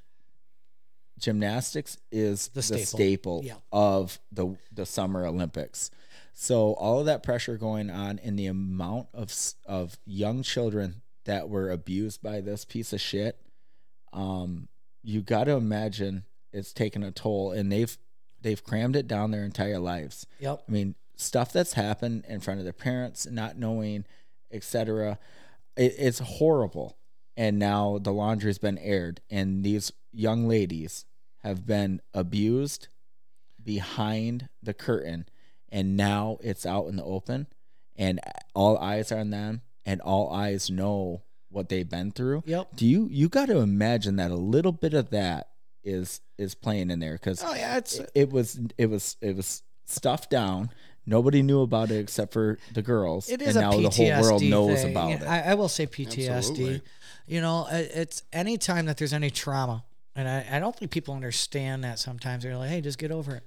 S1: gymnastics is the
S4: The
S1: staple,
S4: staple. Yeah.
S1: of the the Summer Olympics. So all of that pressure going on, and the amount of s- of young children that were abused by this piece of shit, um, you got to imagine it's taken a toll, and they've they've crammed it down their entire lives.
S4: Mm-hmm. Yep.
S1: I mean, stuff that's happened in front of their parents, not knowing, etc. It, it's horrible. And now the laundry's been aired, and these young ladies have been abused behind the curtain, and now it's out in the open, and all eyes are on them, and all eyes know what they've been through.
S4: Yep.
S1: Do you you got to imagine that a little bit of that is is playing in there because
S4: Oh yeah, it's
S1: it was it was it was stuff down. Nobody knew about it except for the girls.
S4: It is
S1: and
S4: a
S1: now
S4: PTSD
S1: the whole world knows
S4: thing.
S1: about it.
S4: I, I will say PTSD.
S5: Absolutely.
S4: You know, i- it's anytime that there's any trauma, and I, I don't think people understand that. Sometimes they're like, "Hey, just get over it."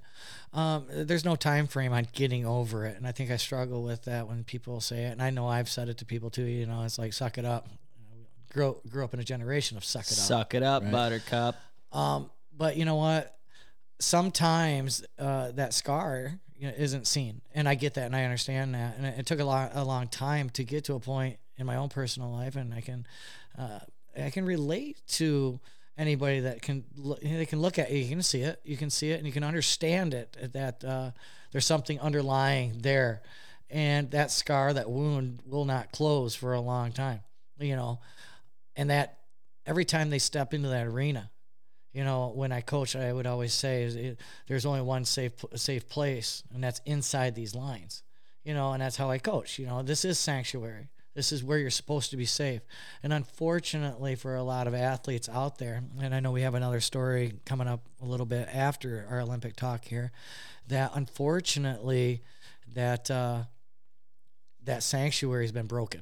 S4: Um, there's no time frame on getting over it, and I think I struggle with that when people say it, and I know I've said it to people too. You know, it's like, "Suck it up." Grow grew up in a generation of suck it up.
S3: Suck it up, Buttercup.
S4: Um, but you know what? Sometimes uh, that scar you know, isn't seen, and I get that, and I understand that, and it, it took a lot, a long time to get to a point in my own personal life, and I can, uh, I can relate to anybody that can look, they can look at you, you can see it, you can see it, and you can understand it that uh, there's something underlying there, and that scar, that wound, will not close for a long time, you know, and that every time they step into that arena you know, when I coach, I would always say is it, there's only one safe safe place, and that's inside these lines. You know, and that's how I coach. You know, this is sanctuary. This is where you're supposed to be safe. And unfortunately, for a lot of athletes out there, and I know we have another story coming up a little bit after our Olympic talk here, that unfortunately, that uh, that sanctuary has been broken.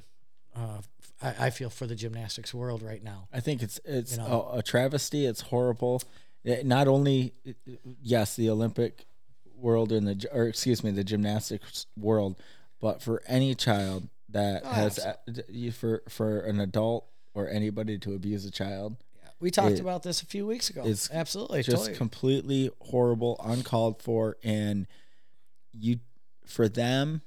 S4: Uh, I, I feel for the gymnastics world right now.
S1: I think it's it's
S4: You know?
S1: a, a travesty. It's horrible. It- not only yes, the Olympic world and the gy- or excuse me, the gymnastics world, but for any child
S4: Oh,
S1: that has you for for an adult or anybody to abuse a child,
S4: We talked
S1: It-
S4: about this a few weeks ago.
S1: it's
S4: Absolutely,
S1: just
S4: totally.
S1: completely horrible, uncalled for, and you for them,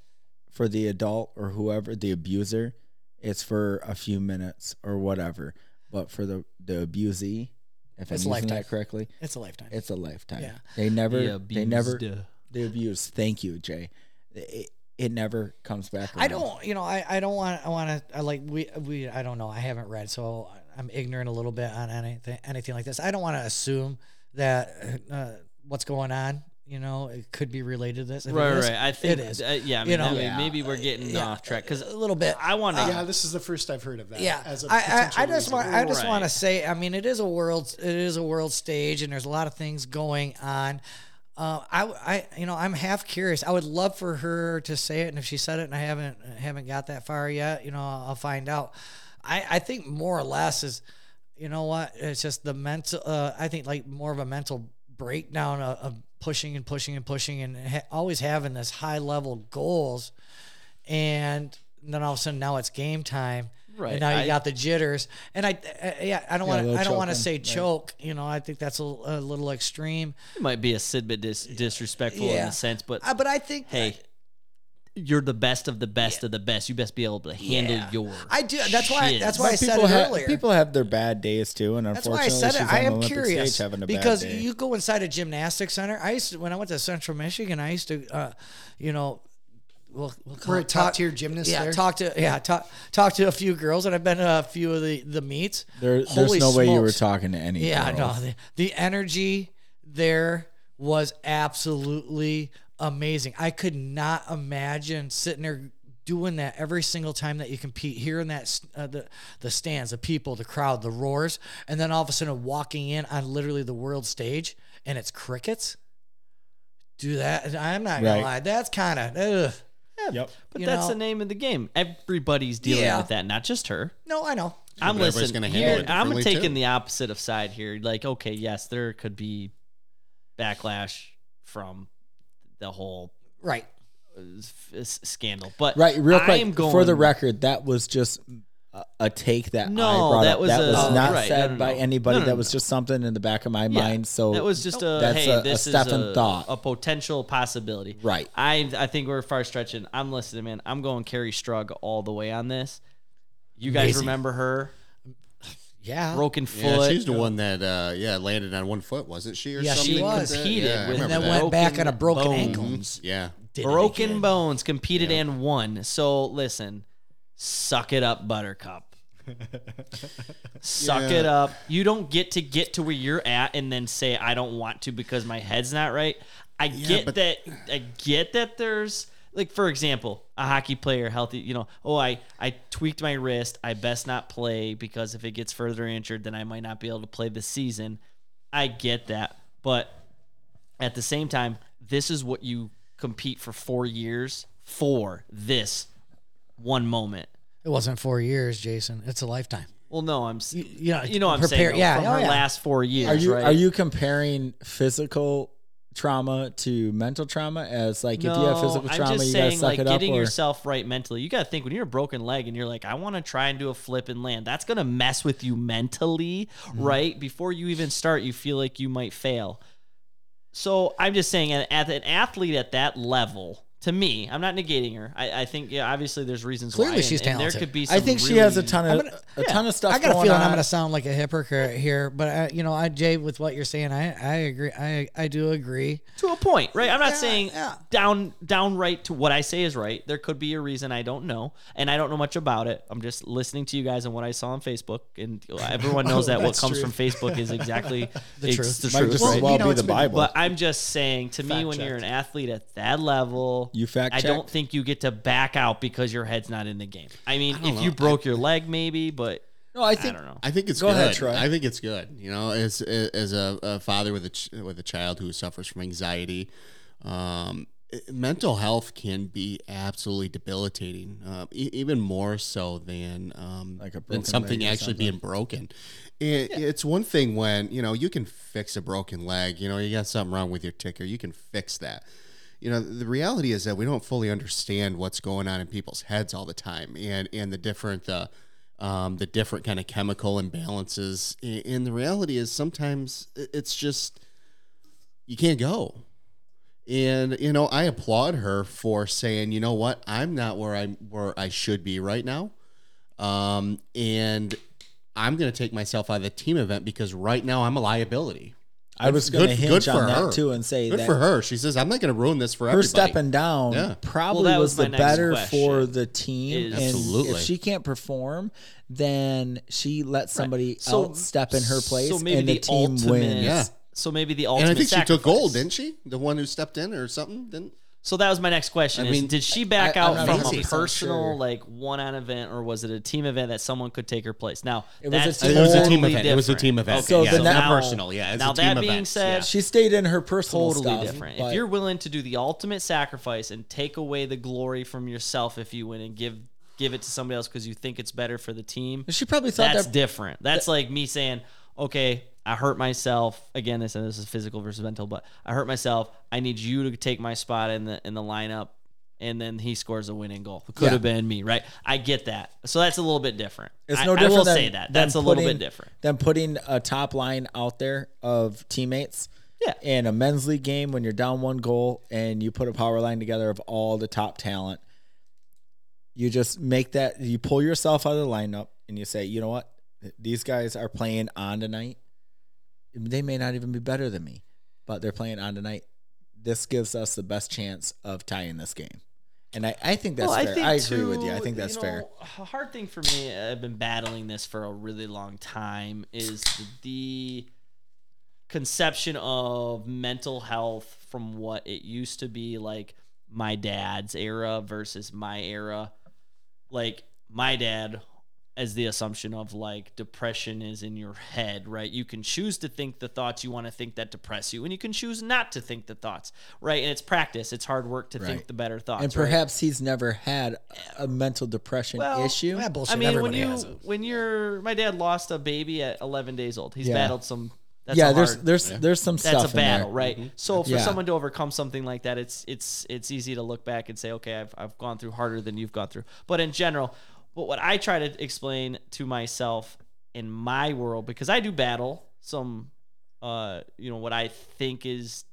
S1: for the adult or whoever the abuser, it's for a few minutes or whatever. But for the the abusee, if
S4: It's
S1: I'm using
S4: a lifetime.
S1: that correctly,
S4: It's a lifetime.
S1: it's a lifetime.
S4: Yeah.
S1: They never,
S3: The
S1: they never,
S3: abused.
S1: the abuse. Thank you, Jay. It, it never comes back.
S4: I
S1: around.
S4: don't, you know, I, I don't want, I want to, I like, we, we, I don't know. I haven't read, so I'm ignorant a little bit on anything, anything like this. I don't want to assume that uh, what's going on, you know, it could be related to this. If it
S3: Right,
S4: is,
S3: right. I think.
S4: it is.
S3: Uh, yeah, I mean,
S4: You know?
S3: that way
S4: Yeah. Uh,
S3: maybe we're getting
S4: Yeah, Uh,
S3: off track because
S4: a little bit.
S3: I want to.
S2: yeah, this is the first I've heard of that.
S4: yeah,
S2: as a
S4: I- I,
S2: potential
S4: I just
S2: reason.
S4: want I just
S3: Right.
S4: want to say I mean it is a world it is a world stage and there's a lot of things going on. Uh, I I you know I'm half curious. I would love for her to say it, and if she said it and I haven't haven't got that far yet, you know I'll, I'll find out. I I think more or less is, you know what? It's just the mental. Uh, I think like more of a mental breakdown of, of pushing and pushing and pushing and ha- always having this high level goals and then all of a sudden now it's game time.
S3: Right.
S4: And now you
S3: I-
S4: got the jitters. And I, uh, yeah, I don't
S1: Yeah, a
S4: want
S1: little
S4: to, I don't want to
S1: choking,
S4: say
S1: right.
S4: choke. You know, I think that's a, a little extreme.
S3: It might be a sid bit dis- disrespectful in
S4: Yeah.
S3: a sense, but
S4: Uh, but I think,
S3: hey, you're the best of the best of the best. You best be able to handle
S4: Yeah.
S3: your.
S4: I do. That's why-
S3: shit.
S4: that's why I
S1: But
S4: said
S1: people
S4: it
S1: ha-
S4: earlier.
S1: People have their bad days too, and
S4: that's why I
S1: unfortunately,
S4: said it.
S1: she's
S4: I
S1: on the
S4: am
S1: Olympic
S4: curious
S1: stage having a
S4: because
S1: bad day.
S4: you go inside a gymnastics center. I used to, when I went to Central Michigan, I used to, uh, you know, we'll, we'll call
S2: We're a
S4: it
S2: top
S4: talk-
S2: tier gymnast
S4: Yeah,
S2: there.
S4: talk to yeah, talk talk to a few girls, and I've been to a few of the the meets.
S1: There, there's
S4: Holy
S1: no way you were
S4: smokes.
S1: talking to any.
S4: Yeah,
S1: girls.
S4: no, the, the energy there was absolutely amazing. I could not imagine sitting there doing that every single time that you compete, hearing that s- uh, the the stands, the people, the crowd, the roars, and then all of a sudden walking in on literally the world stage and it's crickets. Do that? I'm not gonna
S1: Right.
S4: lie. That's kind of
S1: Yep.
S3: but
S4: you
S3: that's
S4: know-
S3: the name of the game. Everybody's dealing
S4: Yeah.
S3: with that, not just her.
S4: no. I know.
S3: I'm
S5: Everybody's gonna
S3: listening.
S5: handle
S3: Here,
S5: it
S3: I'm
S5: differently,
S3: taking
S5: too.
S3: the opposite of side here. Like, okay, yes, there could be backlash from the whole
S4: Right.
S3: uh, s- scandal, but
S1: Right, real quick.
S3: I am going
S1: for the record, that was just a, a take that
S3: No,
S1: I brought
S3: that
S1: up.
S3: was
S1: that
S3: a-
S1: was
S3: Oh,
S1: not
S3: right,
S1: said
S3: no, no,
S1: by
S3: no.
S1: anybody.
S3: No, no,
S1: that
S3: no,
S1: was
S3: no.
S1: just something in the back of my
S3: Yeah.
S1: mind. So
S3: that was just a
S1: that's
S3: hey,
S1: a- a
S3: this
S1: step
S3: is
S1: in
S3: a,
S1: thought.
S3: a potential possibility.
S1: Right.
S3: I I think we're far stretching. I'm listening, man. I'm going Carrie Strug all the way on this. You guys
S4: Amazing.
S3: remember her
S4: Yeah.
S3: broken foot?
S5: Yeah, she's the one that uh, yeah landed on one foot, wasn't she? Or
S4: Yeah, she
S5: something?
S4: was.
S3: Competed
S5: yeah, I
S3: with
S5: remember
S4: and then
S5: that.
S4: went back on a broken
S3: Broken
S4: ankle.
S5: Mhm. Yeah,
S4: Didn't make
S3: broken
S4: it.
S3: bones, competed and won. So listen, suck it up, Buttercup. suck
S5: Yeah.
S3: it up. You don't get to get to where you're at and then say I don't want to because my head's not right. I get
S5: but-
S3: that. I get that. There's like for example, a hockey player healthy. You know, oh I I tweaked my wrist. I best not play because if it gets further injured, then I might not be able to play this season. I get that, but at the same time, this is what you compete for four years for this one moment.
S4: It wasn't four years, Jason. It's a lifetime.
S3: Well, no, I'm s-
S4: you know,
S3: you know what I'm
S4: prepare-
S3: saying though,
S4: yeah,
S3: from
S4: oh,
S3: her
S4: yeah.
S3: last four years,
S1: Are you
S3: right?
S1: are you comparing physical trauma to mental trauma as like if you have physical trauma
S3: I'm just
S1: you
S3: saying,
S1: gotta suck
S3: like
S1: it up
S3: getting
S1: or
S3: yourself right mentally. You got to think when you're a broken leg and you're like, I want to try and do a flip and land. That's gonna mess with you mentally,
S1: Mm-hmm.
S3: right? Before you even start, you feel like you might fail. So I'm just saying, an- as an athlete at that level, to me, I'm not negating her. I, I think yeah, obviously there's reasons why,
S4: Clearly
S3: and-
S4: she's
S3: and
S4: talented.
S3: There could be. Some
S1: I think she has a
S3: really-
S1: ton of
S4: gonna-
S1: a ton of stuff.
S4: I got a
S1: going
S4: feeling
S1: on.
S4: I'm going to sound like a hypocrite here, but I, you know, I Jay, with what you're saying, I, I agree. I, I do agree.
S3: to a point, right? I'm not
S4: Yeah,
S3: saying
S4: yeah.
S3: down downright to what I say is right. There could be a reason I don't know, and I don't know much about it. I'm just listening to you guys and what I saw on Facebook, and everyone knows that what
S1: That's
S3: comes
S1: true.
S3: from Facebook is exactly
S4: The
S3: it's
S4: truth.
S3: The
S1: Might
S3: truth.
S1: just
S2: Well,
S1: as well
S2: you know,
S1: be
S2: it's
S1: the
S2: been-
S1: Bible.
S3: But I'm just saying, to me, when you're an athlete at that level,
S1: You fact
S3: I don't
S1: checked?
S3: think you get to back out because your head's not in the game. I mean, if you broke your leg, maybe, but
S1: no, I think
S3: I don't know.
S5: I think it's
S1: Go
S5: good.
S1: ahead, Troy.
S5: I think it's good. You know, as as a, a father with a ch- with a child who suffers from anxiety, um, it- mental health can be absolutely debilitating, uh, e- even more so than um,
S1: Like a
S5: than
S1: broken
S5: something
S1: leg or
S5: actually
S1: something.
S5: being broken. It, It's one thing when you know you can fix a broken leg. You know, you got something wrong with your ticker. You can fix that. You know, the reality is that we don't fully understand what's going on in people's heads all the time, and and the different. Uh, um, the different kind of chemical imbalances. A- And the reality is sometimes i- it's just you can't go. And you know, I applaud her for saying, you know what, I'm not where I'm where I should be right now. Um, and I'm gonna take myself out of the team event because right now I'm a liability.
S1: I was going to
S5: good-
S1: hinge
S5: good for
S1: on that
S5: her.
S1: too and say
S5: Good
S1: that
S5: for her. She says, I'm not gonna ruin this for
S1: her
S5: everybody.
S1: stepping down
S5: Yeah.
S1: probably
S3: Well, that
S1: was,
S3: was
S1: the
S3: my next
S1: better
S3: question,
S1: for the team.
S3: is-
S1: and if
S5: Absolutely.
S1: she can't perform, then she lets somebody
S3: So-
S1: else step in her place,
S3: so maybe
S1: and the,
S3: the
S1: team
S3: ultimate-
S1: wins.
S5: Yeah.
S3: so maybe the
S5: And
S3: ultimate.
S5: I think she took
S3: sacrifice.
S5: gold, didn't she? The one who stepped in or something, didn't
S3: So that was my next question.
S5: I
S3: is,
S5: mean,
S3: did she back
S1: I- I'm
S3: out
S1: not
S3: from a
S1: 100%
S3: personal,
S1: sure.
S3: like one-on event, or was it a team event that someone could take her place? Now
S1: It was a
S3: that's
S1: team-
S5: It was a team
S3: totally
S5: event. It was a
S3: different.
S5: team event.
S3: Okay,
S1: So then
S3: so
S1: that-
S3: now,
S5: personal, yeah, it's
S3: now
S5: a team
S3: that
S5: event,
S3: being said,
S5: yeah.
S1: She stayed in her personal
S3: totally
S1: stuff,
S3: different.
S1: but-
S3: If you're willing to do the ultimate sacrifice and take away the glory from yourself if you win and give give it to somebody else because you think it's better for the team,
S1: she probably thought
S3: that's
S1: that
S3: different. That's like me saying, okay, I hurt myself. Again, this and this is physical versus mental, but I hurt myself. I need you to take my spot in the in the lineup, and then he scores a winning goal. It could
S1: Yeah.
S3: have been me, right? I get that. So that's a little bit different.
S1: It's
S3: I-
S1: no
S3: I,
S1: different.
S3: will
S1: than-
S3: say
S1: than
S3: that that's a little bit
S1: putting-
S3: different.
S1: than putting a top line out there of teammates.
S3: Yeah.
S1: In a men's league game, when you're down one goal and you put a power line together of all the top talent, you just make that. You pull yourself out of the lineup and you say, you know what, these guys are playing on tonight. They may not even be better than me, but they're playing on tonight. This gives us the best chance of tying this game. And I, I think that's
S3: Well,
S1: fair. I, agree with you. I
S3: too,
S1: think that's
S3: know,
S1: fair.
S3: A hard thing for me, I've been battling this for a really long time, is the conception of mental health from what it used to be like my dad's era versus my era. Like, my dad as the assumption of like depression is in your head, right? You can choose to think the thoughts you want to think that depress you, and you can choose not to think the thoughts, right? And it's practice, it's hard work to think
S1: Right.
S3: the better thoughts.
S1: and
S3: right?
S1: perhaps he's never had a mental depression
S3: Well,
S1: issue.
S4: That bullshit.
S3: I mean, when
S4: Everybody
S3: you
S4: has it.
S3: when you're my dad lost a baby at 11 days old. He's
S1: Yeah.
S3: battled some. That's
S1: yeah,
S3: a
S1: there's
S3: hard-
S1: there's there's some
S3: that's
S1: stuff
S3: a battle,
S1: in there. Mm-hmm.
S3: right? So for
S1: Yeah.
S3: someone to overcome something like that, it's it's it's easy to look back and say, okay, I've I've gone through harder than you've gone through. But in general, what what I try to explain to myself in my world because I do battle some, uh, you know, what I think is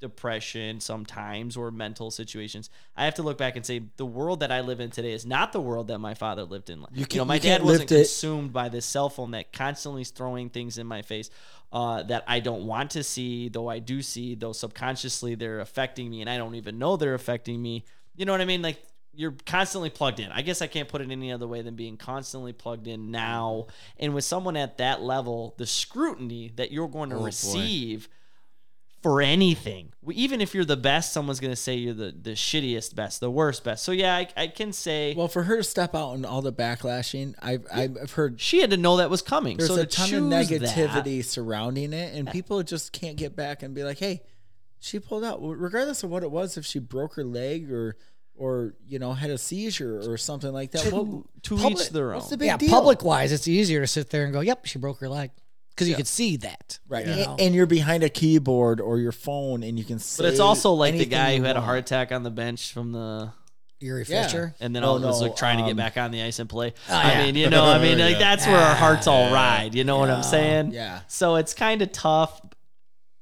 S3: depression sometimes or mental situations. I have to look back and say the world that I live in today is not the world that my father lived in. You,
S1: can't-
S3: know, my
S1: you
S3: dad
S1: can't
S3: wasn't
S1: lift it.
S3: consumed by this cell phone that constantly is throwing things in my face uh, that I don't want to see, though I do see, though subconsciously they're affecting me and I don't even know they're affecting me. You know what I mean? Like you're constantly plugged in. I guess I can't put it any other way than being constantly plugged in now. And with someone at that level, the scrutiny that you're going to
S1: Oh,
S3: receive for anything. Even if you're the best, someone's gonna say you're the the shittiest best, the worst best. So yeah, I, I can say
S1: Well, for her to step out and all the backlashing, I've I've heard
S3: she had to know that was coming.
S1: there's
S3: so
S1: a
S3: to
S1: ton of
S3: choose that-
S1: negativity surrounding it, and people just can't get back and be like, "Hey, she pulled out regardless of what it was if she broke her leg or or you know had a seizure or something like that what,
S3: to, to
S1: public-
S3: each their own.
S1: what's the big
S4: Yeah,
S1: deal?
S4: public wise, it's easier to sit there and go, "Yep, she broke her leg," because you could see that.
S1: right
S4: You know?
S1: and, and you're behind a keyboard or your phone and you can
S3: but it's
S1: say
S3: also like the
S1: anything
S3: guy
S1: you
S3: who had a
S1: want.
S3: heart attack on the bench from the
S4: Erie
S1: Yeah.
S4: Fisher.
S3: and then
S1: Oh,
S3: all of us
S1: no,
S3: like trying to
S1: um,
S3: get back on the ice and play.
S4: Oh, yeah.
S3: I mean, you know, I mean, like
S5: Yeah.
S3: that's where our hearts all ride. You know what
S4: Yeah.
S3: I'm saying?
S1: yeah
S3: So it's kind of tough.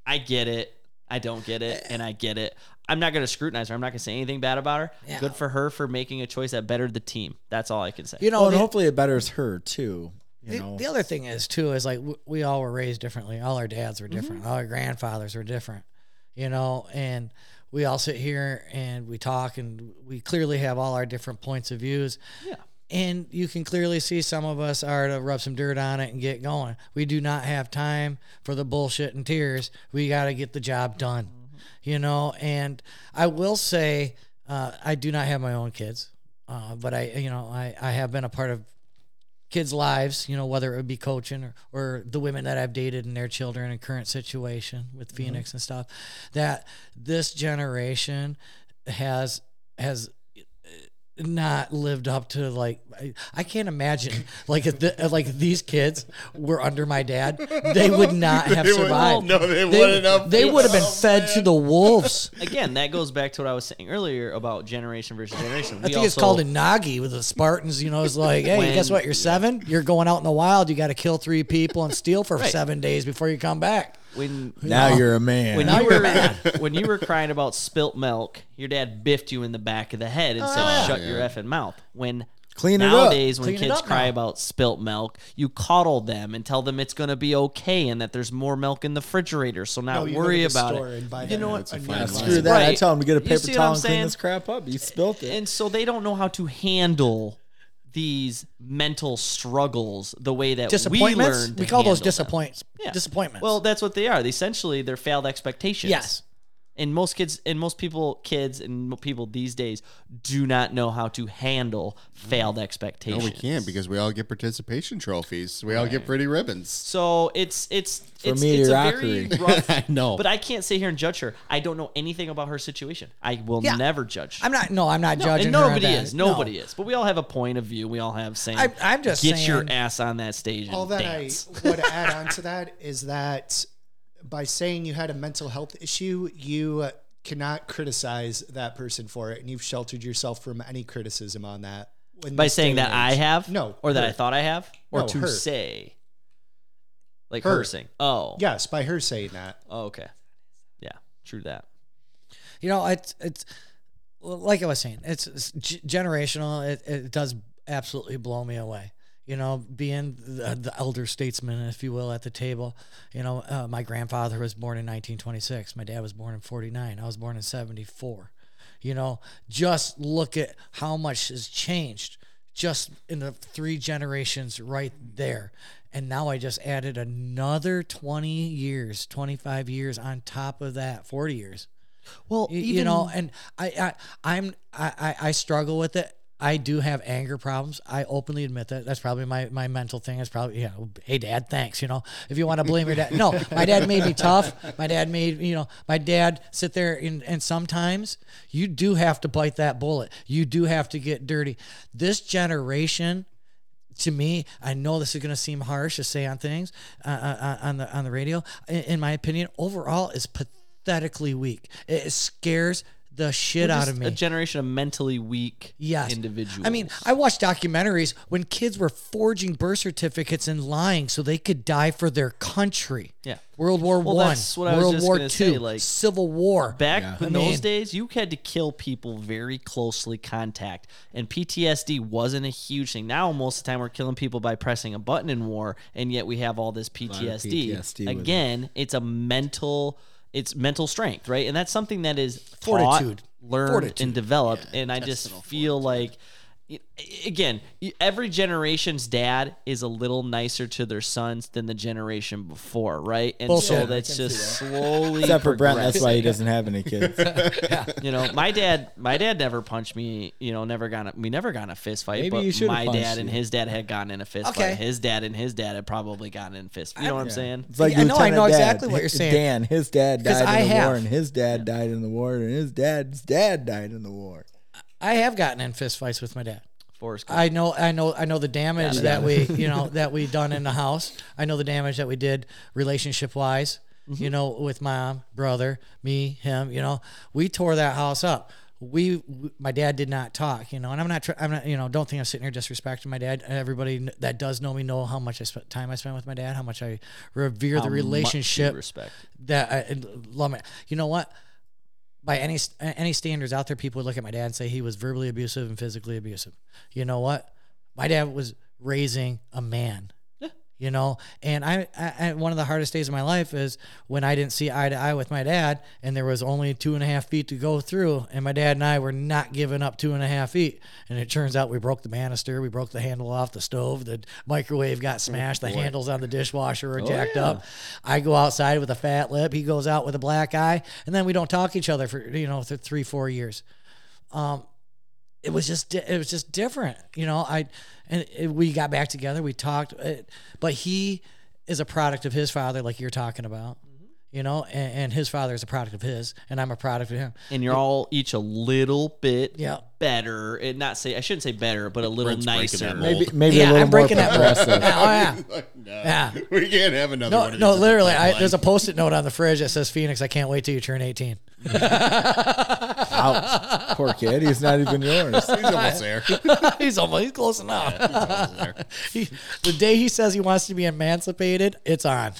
S3: I get it. I don't get it, and I get it. I'm not going to scrutinize her. I'm not going to say anything bad about her.
S4: Yeah.
S3: Good for her for making a choice that bettered the team. That's all I can say.
S4: You know,
S1: well, and
S4: the-
S1: hopefully it betters her too you
S4: the,
S1: know
S4: the other thing is too is like w- we all were raised differently. All our dads were different.
S1: Mm-hmm.
S4: All our grandfathers were different. You know, and we all sit here and we talk and we clearly have all our different points of views.
S3: Yeah.
S4: And you can clearly see some of us are to rub some dirt on it and get going. We do not have time for the bullshit and tears. We got to get the job done.
S1: Mm-hmm.
S4: You know, and I will say uh, I do not have my own kids, uh, but I, you know, I, I have been a part of kids' lives, you know, whether it would be coaching or, or the women that I've dated and their children and current situation
S5: Mm-hmm.
S4: with Phoenix and stuff, that this generation has has not lived up to like I, I can't imagine like if the, like if these kids were under my dad they would not have
S5: They would-
S4: survived
S5: no, they wouldn't have Oh,
S4: they would have been
S5: survived,
S4: fed to the wolves
S3: Again, that goes back to what I was saying earlier about generation versus generation.
S4: I think it's called a Nagi with the Spartans. You know, it's like, hey,
S3: When-
S4: guess what? You're seven. You're going out in the wild. You got to kill three people and steal for
S3: Right.
S4: seven days before you come back.
S3: when
S1: now you're a man
S3: when you were when you were crying about spilt milk, your dad biffed you in the back of the head and said, "Shut your effing mouth." When
S1: Clean it up.
S3: nowadays, when
S4: Oh, Clean it
S3: kids
S4: up
S3: cry
S4: now.
S3: about spilt milk, you coddle them and tell them it's going to be okay and that there's more milk in the refrigerator, so not worry about it.
S2: you know
S5: what? a fine line.
S1: screw that i
S3: Right.
S1: tell him to get a
S3: You
S1: paper
S3: see what
S1: towel
S3: I'm
S1: and clean
S3: saying?
S1: this crap up you spilt it
S3: And so they don't know how to handle these mental struggles the way that we
S4: Disappointments.
S3: learn.
S4: We, call those
S3: disappointments.
S4: disappointments. Disappointments.
S3: Well, that's what they are. They essentially they're failed expectations.
S4: Yes.
S3: And most kids and most people kids and mo- people these days do not know how to handle failed
S5: No,
S3: expectations.
S5: we can't because we all get participation trophies. We all get pretty ribbons.
S3: So it's it's it's,
S1: me,
S3: it's a
S1: Rocky.
S3: very rough
S5: know.
S3: but I can't sit here and judge her. I don't know anything about her situation. I will
S4: Yeah.
S3: never judge.
S4: I'm not. No, I'm not
S3: No,
S4: judging.
S3: and
S4: her on
S3: nobody
S4: that.
S3: is. Nobody is. But we all have a point of view. We all have saying.
S4: I- I'm just
S3: get your
S4: saying-
S3: ass on that stage. And
S2: All that
S3: dance.
S2: I would add on to that is that by saying you had a mental health issue, you cannot criticize that person for it, and you've sheltered yourself from any criticism on that. in
S3: By
S2: this
S3: saying
S2: day
S3: that
S2: and
S3: I
S2: age.
S3: have?
S2: No,
S3: Or that I
S2: her.
S3: thought I have? Or
S2: No,
S3: to
S2: her.
S3: say? Like
S2: Her.
S3: her, saying. Oh.
S2: Yes, by her saying that.
S3: Oh, okay. Yeah. True that.
S4: You know, it's it's well, like I was saying. It's, it's g- generational. It, it does absolutely blow me away. You know, being the, the elder statesman, if you will, at the table. You know, uh, my grandfather was born in 1926. My dad was born in 49. I was born in 74. You know, just look at how much has changed just in the three generations right there. And now I just added another 20 years, 25 years on top of that, 40 years
S3: Well,
S4: y- you know and i i i'm I, I i struggle with it i do have anger problems i openly admit that that's probably my my mental thing is probably yeah hey dad thanks you know if you want to blame your dad no my dad made me tough my dad made you know my dad sit there and, and sometimes you do have to bite that bullet you do have to get dirty this generation to me, I know this is going to seem harsh to say on things uh, uh, on the on the radio. In, in my opinion, overall is pathetically weak. It, it scares the shit out
S3: just
S4: of me.
S3: a generation of mentally weak
S4: yes,
S3: individuals.
S4: I mean, I watched documentaries when kids were forging birth certificates and lying so they could die for their country.
S3: Yeah.
S4: World War
S3: Well,
S4: One,
S3: that's what I was
S4: World
S3: just
S4: War Two,
S3: gonna say, like-
S4: Civil War.
S3: back in
S4: I mean-
S3: those days, you had to kill people very closely contact, and PTSD wasn't a huge thing. Now, most of the time, we're killing people by pressing a button in war, and yet we have all this PTSD.
S1: PTSD with it.
S3: Again, it's a mental, it's mental strength, right? And that's something that is taught,
S4: Fortitude.
S3: learned, and developed. and I just feel like y- again, y- every generation's dad is a little nicer to their sons than the generation before, right? And so
S4: Bullshit.
S3: that's just slowly.
S1: Except for Brent,
S3: progressing.
S1: that's why he doesn't have any kids.
S3: you know, my dad, my dad never punched me. You know, never got a, we never got in a fist fight.
S1: Maybe
S3: but
S1: you should've
S3: my
S1: punched
S3: dad and
S1: you.
S3: his dad had gotten in a fist
S4: Okay.
S3: fight. His dad and his dad had probably gotten in a fist. You know what I'm saying?
S1: It's like
S4: Yeah, no, I
S1: Lieutenant
S4: know
S1: Dan.
S4: exactly what you're saying.
S1: Dan, his dad
S4: 'Cause
S1: died in
S4: I
S1: the
S4: have.
S1: war, and his dad died in the war, and his dad's dad died in the war.
S4: I have gotten in fist fights with my dad.
S3: Forrest Gump.
S4: I know, I know, I know the damage that we, you know, that we done in the house. I know the damage that we did relationship wise.
S3: Mm-hmm.
S4: You know, with mom, brother, me, him. You know, we tore that house up. We, w my dad did not talk. You know, and I'm not, tr- I'm not, you know, don't think I'm sitting here disrespecting my dad. Everybody kn- that does know me know how much I spent time I spent with my dad, how much I revere
S3: How
S4: the
S3: much you
S4: relationship
S3: respect.
S4: that I and love my. You know what? By any st- any standards out there, people would look at my dad and say he was verbally abusive and physically abusive. You know what? My dad was raising a man. You know, and I, I, I- one of the hardest days of my life is when I didn't see eye to eye with my dad, and there was only two and a half feet to go through, and my dad and I were not giving up two and a half feet. And it turns out we broke the banister, we broke the handle off the stove, the microwave got smashed, the handles on the dishwasher were jacked up. I go outside with a fat lip, he goes out with a black eye, and then we don't talk to each other for you know th- three, four years it was just di- it was just different you know i and it, we got back together we talked it, but he is a product of his father like you're talking about
S1: Mm-hmm.
S4: you know and, and his father is a product of his and i'm a product of him
S3: and you're all each a little bit
S4: Yeah.
S3: better. And not say I shouldn't say better, but a little
S5: Brent's breaking
S3: nicer.
S5: that mold.
S1: Maybe, maybe
S4: yeah
S1: a little
S4: i'm breaking
S1: more
S4: that
S1: progressive.
S4: oh yeah
S5: Like, no,
S4: Yeah.
S5: we can't have another
S4: no
S5: one. of
S4: no
S5: these.
S4: literally I, there's a post-it note on the fridge that says phoenix i can't wait till you turn 18
S1: Ouch. Poor kid, he's not even yours.
S5: He's almost there.
S4: he's almost he's close enough
S5: Almost there.
S4: He- the day he says he wants to be emancipated it's on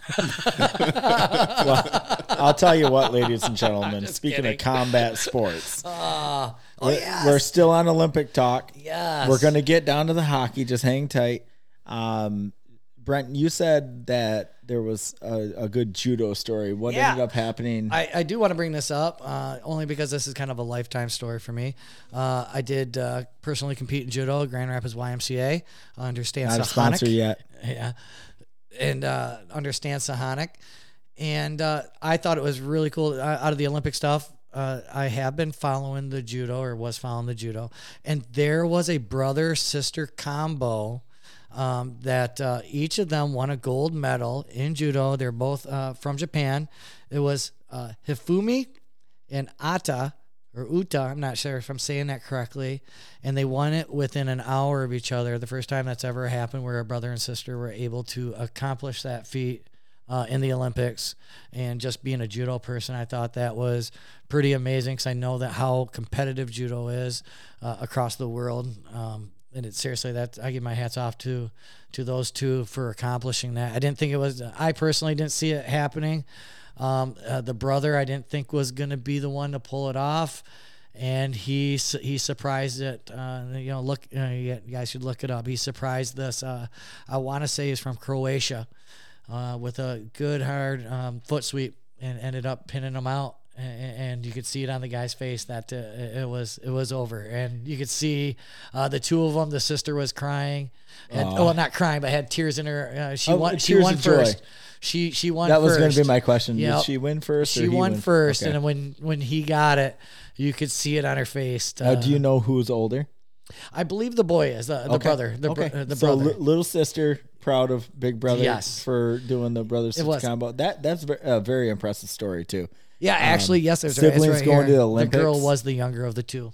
S1: Well, I'll tell you what, ladies and gentlemen. Speaking
S4: kidding. Uh,
S1: of combat sports,
S4: oh yeah
S1: we're still on Olympic talk.
S4: yes
S1: We're gonna get down to the hockey. Just hang tight. Um, Brent, you said that there was a, a good judo story. What
S4: Yeah.
S1: ended up happening?
S4: I, I do want to bring this up uh, only because this is kind of a lifetime story for me. Uh, I did uh, personally compete in judo, at Grand Rapids YMCA under Stan
S1: not a
S4: Sahonic.
S1: sponsor yet.
S4: Yeah, and uh, under Stan Sahonic, and uh, I thought it was really cool. Uh, out of the Olympic stuff, uh, I have been following the judo or was following the judo, and there was a brother sister combo um, that uh, each of them won a gold medal in judo. They're both uh, from Japan. It was uh, Hifumi and Ata or Uta. I'm not sure if I'm saying that correctly. And they won it within an hour of each other. The first time that's ever happened where a brother and sister were able to accomplish that feat. Uh, in the Olympics, and just being a judo person, I thought that was pretty amazing because I know that how competitive judo is uh, across the world. Um, and it seriously that I give my hats off to to those two for accomplishing that. I didn't think it was. I personally didn't see it happening. Um, uh, the brother I didn't think was going to be the one to pull it off, and he su- he surprised it. Uh, you know, look, uh, you guys should look it up. He surprised this. Uh, I want to say he's from Croatia, uh, with a good hard um, foot sweep and ended up pinning him out. A- a- And you could see it on the guy's face that uh, it it was it was over, and you could see uh, the two of them. The sister was crying, and, well, not crying, but had tears in her. Uh, she
S1: Oh,
S4: won. She
S1: tears
S4: won
S1: of joy.
S4: first. She she won.
S1: That was
S4: first.
S1: going to be my question.
S4: Yep.
S1: Did she win first? or he
S4: She won
S1: win-
S4: first,
S1: Okay.
S4: and when when he got it, you could see it on her face.
S1: now,
S4: Uh,
S1: do you know who's older?
S4: I believe the boy is uh, the, the
S1: Okay.
S4: brother. The, bro-
S1: Okay.
S4: uh, the
S1: so
S4: brother.
S1: li- little sister proud of big brother
S4: Yes.
S1: for doing the brother sister
S4: was.
S1: combo. That that's ve- a very impressive story too.
S4: yeah, actually, yes. There's
S1: um, siblings
S4: right
S1: going
S4: here.
S1: to the
S4: The girl
S1: Olympics.
S4: was the younger of the two.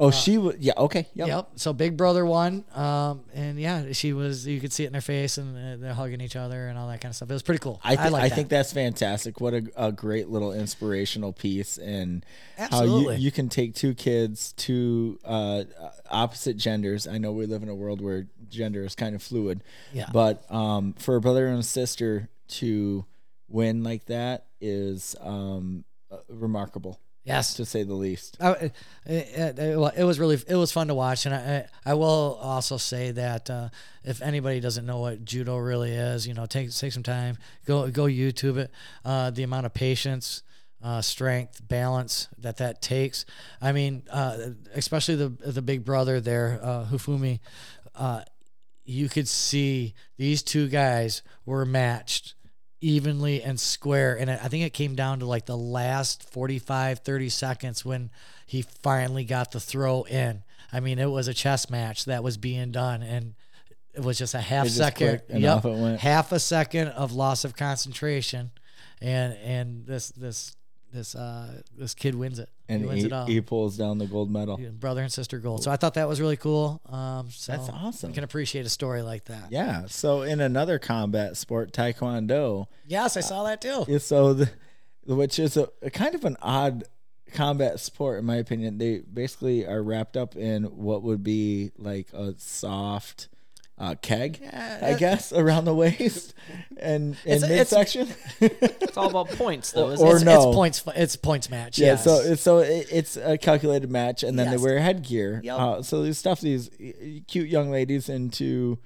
S1: Oh, she was yeah okay yep.
S4: Uh, Yep. So big brother won, um, and yeah, she was. You could see it in her face, and uh, they're hugging each other and all that kind of stuff. It was pretty cool.
S1: I, th- I,
S4: like that.
S1: think that's fantastic. What a, a great little inspirational piece, and how
S4: Absolutely.
S1: you, you can take two kids, two uh, opposite genders. I know we live in a world where gender is kind of fluid,
S4: Yeah.
S1: But um, for a brother and a sister to win like that is um, uh, remarkable,
S4: yes.
S1: to say the least.
S4: I, it, it, it wa- it was really it was fun to watch, and I I I will also say that uh, if anybody doesn't know what judo really is, you know, take take some time, go go YouTube it. Uh, the amount of patience, uh, strength, balance that that takes. I mean, uh, especially the the big brother there, uh, Hufumi. Uh, you could see these two guys were matched evenly and square and I I think it came down to like the last 45 30 seconds when he finally got the throw in. I mean, it was a chess match that was being done and it was just a half
S1: It just
S4: second
S1: clicked and
S4: yep,
S1: off it went.
S4: half a second of loss of concentration and and this this this uh this kid wins it. he
S1: and
S4: wins
S1: he,
S4: it all.
S1: he pulls down the gold medal.
S4: Yeah, brother and sister gold. So I thought that was really cool. Um so
S1: That's awesome.
S4: I can appreciate a story like that.
S1: Yeah. So in another combat sport, taekwondo,
S4: Yes,
S1: Uh,
S4: I saw that too.
S1: Yeah, so the, which is a, a kind of an odd combat sport in my opinion they basically are wrapped up in what would be like a soft uh, keg i guess around the waist and and
S4: It's a- it's-
S1: midsection
S3: It's all about points, though, isn't
S1: or
S4: it's,
S3: it?
S1: no.
S4: it's points. It's points match.
S1: yeah
S4: Yes.
S1: so it's so it, it's a calculated match and then
S4: Yes.
S1: they wear headgear
S4: Yup.
S1: uh, so they stuff these uh, cute young ladies into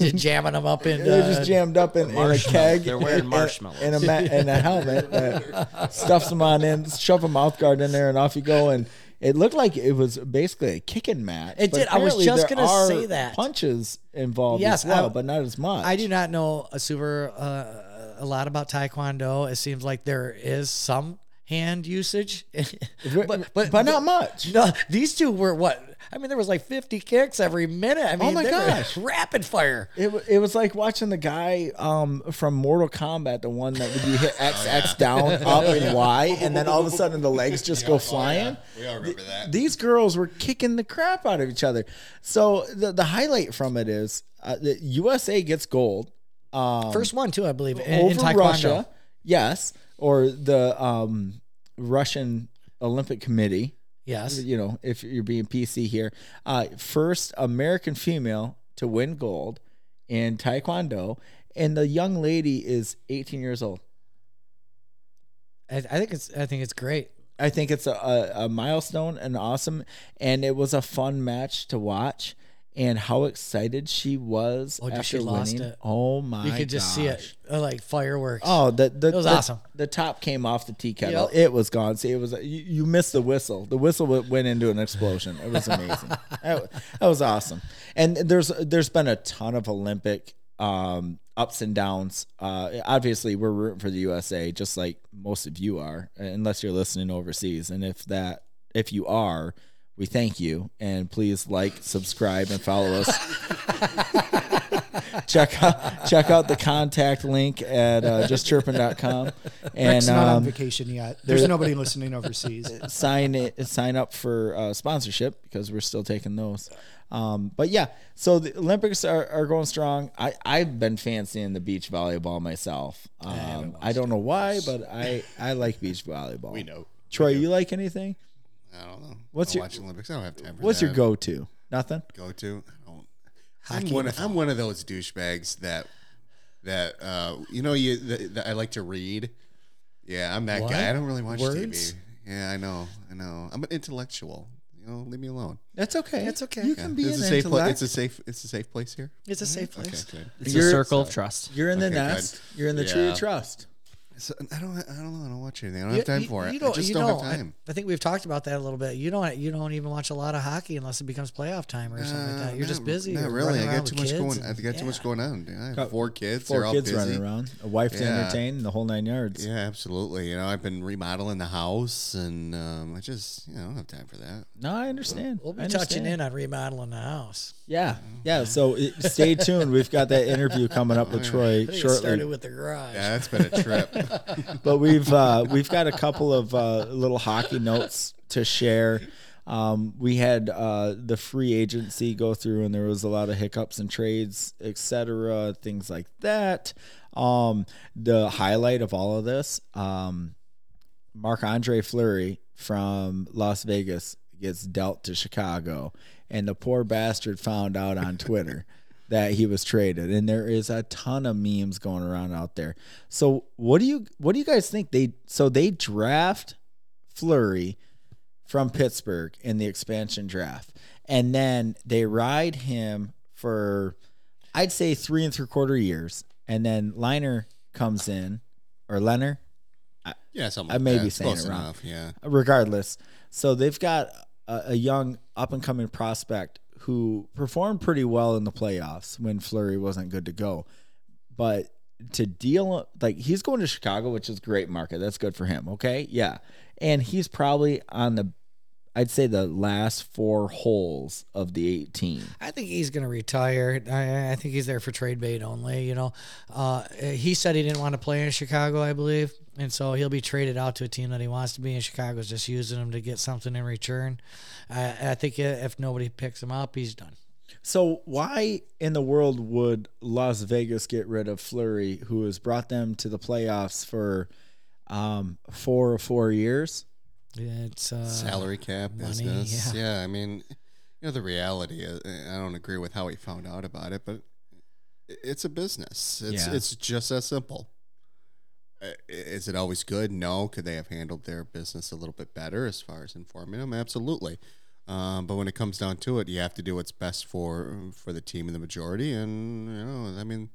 S4: just jamming them up in.
S1: They're
S4: uh,
S1: just jammed up in, in a
S3: marshmallow.
S1: keg.
S3: They're wearing
S1: and-
S3: marshmallows.
S1: And a, ma- and a helmet that stuffs them on in, shove a mouth guard in there, and off you go. And it looked like it was basically a kicking match.
S4: It
S1: but
S4: did. I was
S1: apparently
S4: just
S1: there
S4: gonna
S1: are
S4: say that.
S1: Punches involved
S4: Yes,
S1: as well,
S4: I-
S1: but not as much.
S4: I do not know a super uh, a lot about Taekwondo. It seems like there is some hand usage,
S1: But, but, not much.
S4: No, these two were what? I mean, there was like fifty kicks every minute. I mean,
S1: Oh my
S4: they were
S1: gosh.
S4: rapid fire.
S1: It, wa- it was like watching the guy um, from Mortal Kombat, the one that would you hit X, X down, up, and Y, and then all of a sudden the legs just go flying.
S5: Oh, We all remember that.
S1: these girls were kicking the crap out of each other. So the, the highlight from it is uh, the USA gets gold um,
S4: First one too, I believe, in, in
S1: over
S4: Taekwondo.
S1: Russia, yes, or the um, Russian Olympic Committee.
S4: Yes,
S1: You know, if you're being PC here, uh, first American female to win gold in Taekwondo, and the young lady is 18 years old.
S4: I, I think it's I think it's great.
S1: I think it's a, a, a milestone and awesome. And it was a fun match to watch. And how excited she was
S4: Oh, dude,
S1: after
S4: she lost
S1: winning.
S4: it.
S1: Oh my!
S4: You could just see
S1: gosh.
S4: it uh, like fireworks.
S1: Oh, the, the
S4: It was
S1: the-
S4: awesome.
S1: The top came off the tea kettle.
S4: Yep.
S1: It was gone. See, it was you, you missed the whistle. The whistle w- went into an explosion. It was amazing. that, wa- that was awesome. And there's there's been a ton of Olympic um, ups and downs. Uh, obviously, we're rooting for the USA, just like most of you are, unless you're listening overseas. And if that if you are. We thank you and please like, subscribe, and follow us check out check out the contact link at uh, justchirpin.com and
S2: Rick's not on
S1: um,
S2: vacation yet. There's nobody listening overseas.
S1: sign it, sign up for uh, sponsorship because we're still taking those. Um, but yeah, so the Olympics are, are going strong. I, I've been fancying the beach volleyball myself. Um, I, don't know why, but I, I like beach volleyball.
S5: We know.
S1: Troy, you like anything?
S5: I don't know.
S1: What's
S5: I
S1: your-
S5: watch Olympics? I don't have time for
S1: What's
S5: that.
S1: your go to? Nothing?
S5: go to? I don't. I'm one, of, I'm one of those douchebags that that uh, you know you the, the, I like to read. Yeah, I'm that
S4: What?
S5: guy. I don't really watch
S4: Words?
S5: TV. Yeah, I know. I know. I'm an intellectual. You know, leave me alone.
S1: That's okay. That's okay. You
S5: Yeah.
S1: can be
S5: it's
S1: an
S5: a safe. Pla-
S1: intellect.
S5: it's a safe. It's a safe place here.
S4: it's a safe place.
S5: Okay, good.
S3: It's
S1: You're-
S3: a circle of trust.
S1: You're in the
S5: Okay, good.
S1: nest. You're in the tree
S5: Yeah.
S1: of trust.
S5: So, I don't. I don't know. I don't watch anything. I don't have time for it. I just
S4: you
S5: don't, have
S4: I-
S5: time.
S4: I, think we've talked about that a little bit. You don't you don't even watch a lot of hockey unless it becomes playoff time or something like
S5: Uh,
S4: that. You're just
S5: not-
S4: busy.
S5: Not
S4: You're
S5: really.
S4: running
S5: I
S4: around
S5: got too
S4: with
S5: much
S4: kids
S5: going.
S4: and-
S5: I got too
S4: yeah.
S5: much going on. dude. I have
S1: Got
S5: four kids.
S1: Four
S5: They're all
S1: kids
S5: busy.
S1: running around, a wife to
S5: Yeah.
S1: entertain, the whole nine yards.
S5: Yeah, absolutely. You know, I've been remodeling the house, and um, I just, you know, I don't have time for that.
S1: No, I understand.
S4: We'll be
S1: I understand.
S4: touching in on remodeling the house.
S1: Yeah, yeah. So it- stay tuned. We've got that interview coming up with Troy
S4: I think it started
S1: shortly.
S4: with the garage.
S5: Yeah, that's been a trip.
S1: But we've uh, we've got a couple of uh, little hockey notes to share. Um, we had uh, the free agency go through, and there was a lot of hiccups and trades, etc., things like that. Um, the highlight of all of this, um, Marc Andre Fleury from Las Vegas gets dealt to Chicago, and the poor bastard found out on Twitter that he was traded. And there is a ton of memes going around out there. So what do you what do you guys think they so they draft Flurry from Pittsburgh in the expansion draft, and then they ride him for I'd say three and three quarter years, and then Liner comes in or Leonard. I,
S5: Yeah, something.
S1: I
S5: like
S1: may
S5: that.
S1: be
S5: It's
S1: saying
S5: close
S1: it wrong.
S5: enough, Yeah.
S1: regardless. So they've got a, a young up and coming prospect who performed pretty well in the playoffs when Flurry wasn't good to go. But to deal like he's going to Chicago, which is great market. That's good for him. Okay. Yeah. And he's probably on the I'd say the last four holes of the 18.
S4: I think he's going to retire. I, I think he's there for trade bait only. You know, uh, he said he didn't want to play in Chicago, I believe, and so he'll be traded out to a team that he wants to be in. Chicago's just using him to get something in return. I, I think if nobody picks him up, he's done.
S1: So why in the world would Las Vegas get rid of Flurry, who has brought them to the playoffs for um, four or four years?
S4: It's uh,
S5: Salary cap
S4: money,
S5: business. Yeah. I mean, you know, the reality. Is, I don't agree with how he found out about it, but it's a business. It's
S1: Yeah.
S5: it's just that simple. I- Is it always good? No. Could they have handled their business a little bit better as far as informing them? Absolutely. Um, but when it comes down to it, you have to do what's best for for the team and the majority. And you know, I mean,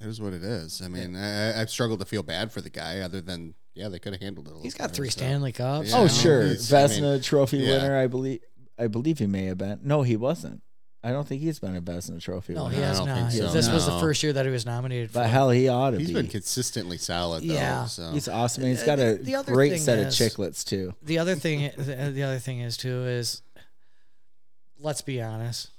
S5: it is what it is. I mean, I, I- I've struggled to feel bad for the guy, other than yeah, they could have handled it. a little
S4: He's got
S5: better,
S4: three
S5: so.
S4: Stanley Cups.
S5: Yeah.
S1: Oh
S4: you know?
S1: sure,
S5: It's- I
S1: Vesna
S5: mean,
S1: Trophy
S5: yeah.
S1: winner. I believe. I believe he may have been. No, he wasn't. I don't think he's been a Vesna Trophy
S4: No,
S1: winner.
S4: he
S5: I
S4: has
S5: don't
S4: not.
S5: think
S1: so.
S4: This was the
S5: No.
S4: first year that he was nominated. For.
S1: But hell, he ought to
S5: He's
S1: be.
S5: been consistently solid though.
S4: Yeah.
S5: So.
S1: he's awesome. and He's got
S4: Uh,
S1: a
S4: the- the other
S1: great
S4: thing
S1: set of
S4: is-
S1: chicklets too.
S4: the other thing, the, the other thing is too is, let's be honest.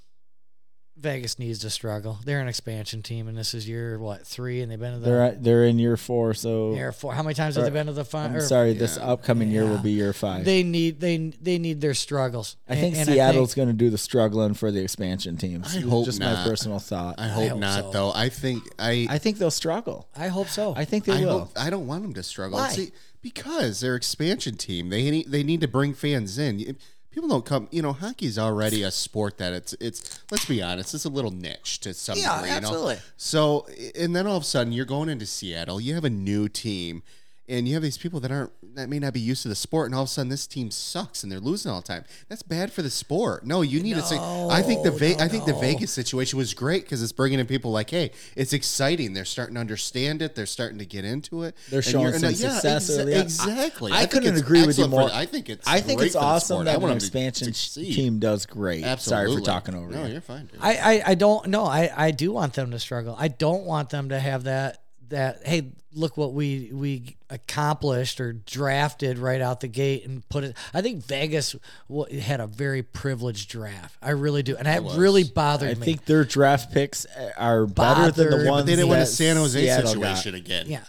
S4: Vegas needs to struggle. They're an expansion team, and this is year what three, and they've been to the
S1: They're at, they're in year four, so
S4: year four. How many times have they been to the final?
S1: I'm sorry. This
S5: Yeah.
S1: upcoming year will
S4: Yeah.
S1: be year five.
S4: They need they they need their struggles.
S1: I think
S4: And- and
S1: Seattle's going to do the struggling for the expansion teams.
S5: I hope
S1: just my
S5: not.
S1: personal thought.
S5: I hope,
S4: hope
S5: not
S4: so.
S5: though. I think I
S1: I think they'll struggle.
S4: I, think- I hope so.
S1: I think they
S5: I,
S1: will.
S5: hope, I don't want them to struggle.
S4: Why?
S5: See, because they're expansion team. They need, they need to bring fans in. You- People don't come. You know, hockey's already a sport that it's it's. Let's be honest, it's a little niche to some
S4: Yeah,
S5: degree. You know?
S4: absolutely.
S5: So, and then all of a sudden, you're going into Seattle. You have a new team, and you have these people that aren't that may not be used to the sport. And all of a sudden, this team sucks, and they're losing all the time. That's bad for the sport. No, you need to say. I think the Ve- I think the Vegas situation was great because it's bringing in people like, hey, it's exciting. They're starting to understand it. They're starting to get into it.
S1: They're
S5: And
S1: showing
S5: you're- and,
S1: some
S5: uh, yeah,
S1: success
S5: exa-
S1: early on.
S5: exactly.
S1: I
S5: think
S1: couldn't
S5: it's
S1: agree with you
S5: excellent for
S1: more.
S5: the- I think it's.
S1: I think
S5: great
S1: it's
S5: for the
S1: awesome
S5: sport. I
S1: that
S5: want
S1: an
S5: 'em to
S1: expansion
S5: succeed.
S1: team does great.
S5: Absolutely.
S1: Sorry for talking over
S5: No,
S1: you.
S5: you're fine. Dude.
S4: I, I, I don't know. I, I do want them to struggle. I don't want them to have that that hey look what we we accomplished or drafted right out the gate and put it. I think Vegas w- had a very privileged draft. I really do, and that really bothered
S1: I
S4: me.
S1: think their draft picks are better than
S4: Bothered.
S1: the
S4: Yeah,
S1: ones
S5: But they didn't want
S1: that
S5: a San Jose
S1: Seattle
S5: situation again.
S4: yeah.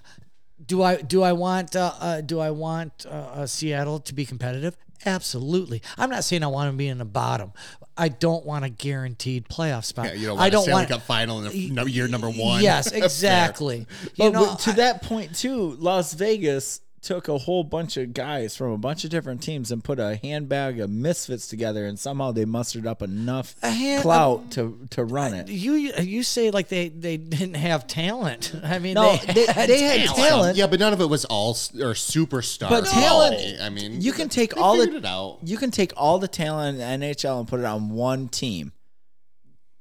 S4: Do I do I want uh, uh, do I want uh, uh, Seattle to be competitive? Absolutely. I'm not saying I want them to be in the bottom. I don't want a guaranteed playoff spot.
S5: Yeah, you don't want
S4: I
S5: a
S4: don't
S5: Stanley
S4: want
S5: Cup final in the, year number one.
S4: Yes,
S5: Fair.
S4: exactly.
S1: Got.
S4: you
S1: But
S4: know,
S1: wi- to that point too, Las Vegas took a whole bunch of guys from a bunch of different teams and put a handbag of misfits together, and somehow they mustered up enough
S4: hand-
S1: clout to to run it.
S4: you you say like they they didn't have talent. I mean,
S1: No,
S4: they,
S1: they, they had talent.
S5: Yeah, but none of it was all s- or superstar.
S1: But talent-
S5: quality. I mean,
S1: you can
S5: they
S1: take all the-
S5: figured it out.
S1: You can take all the talent in the NHL and put it on one team.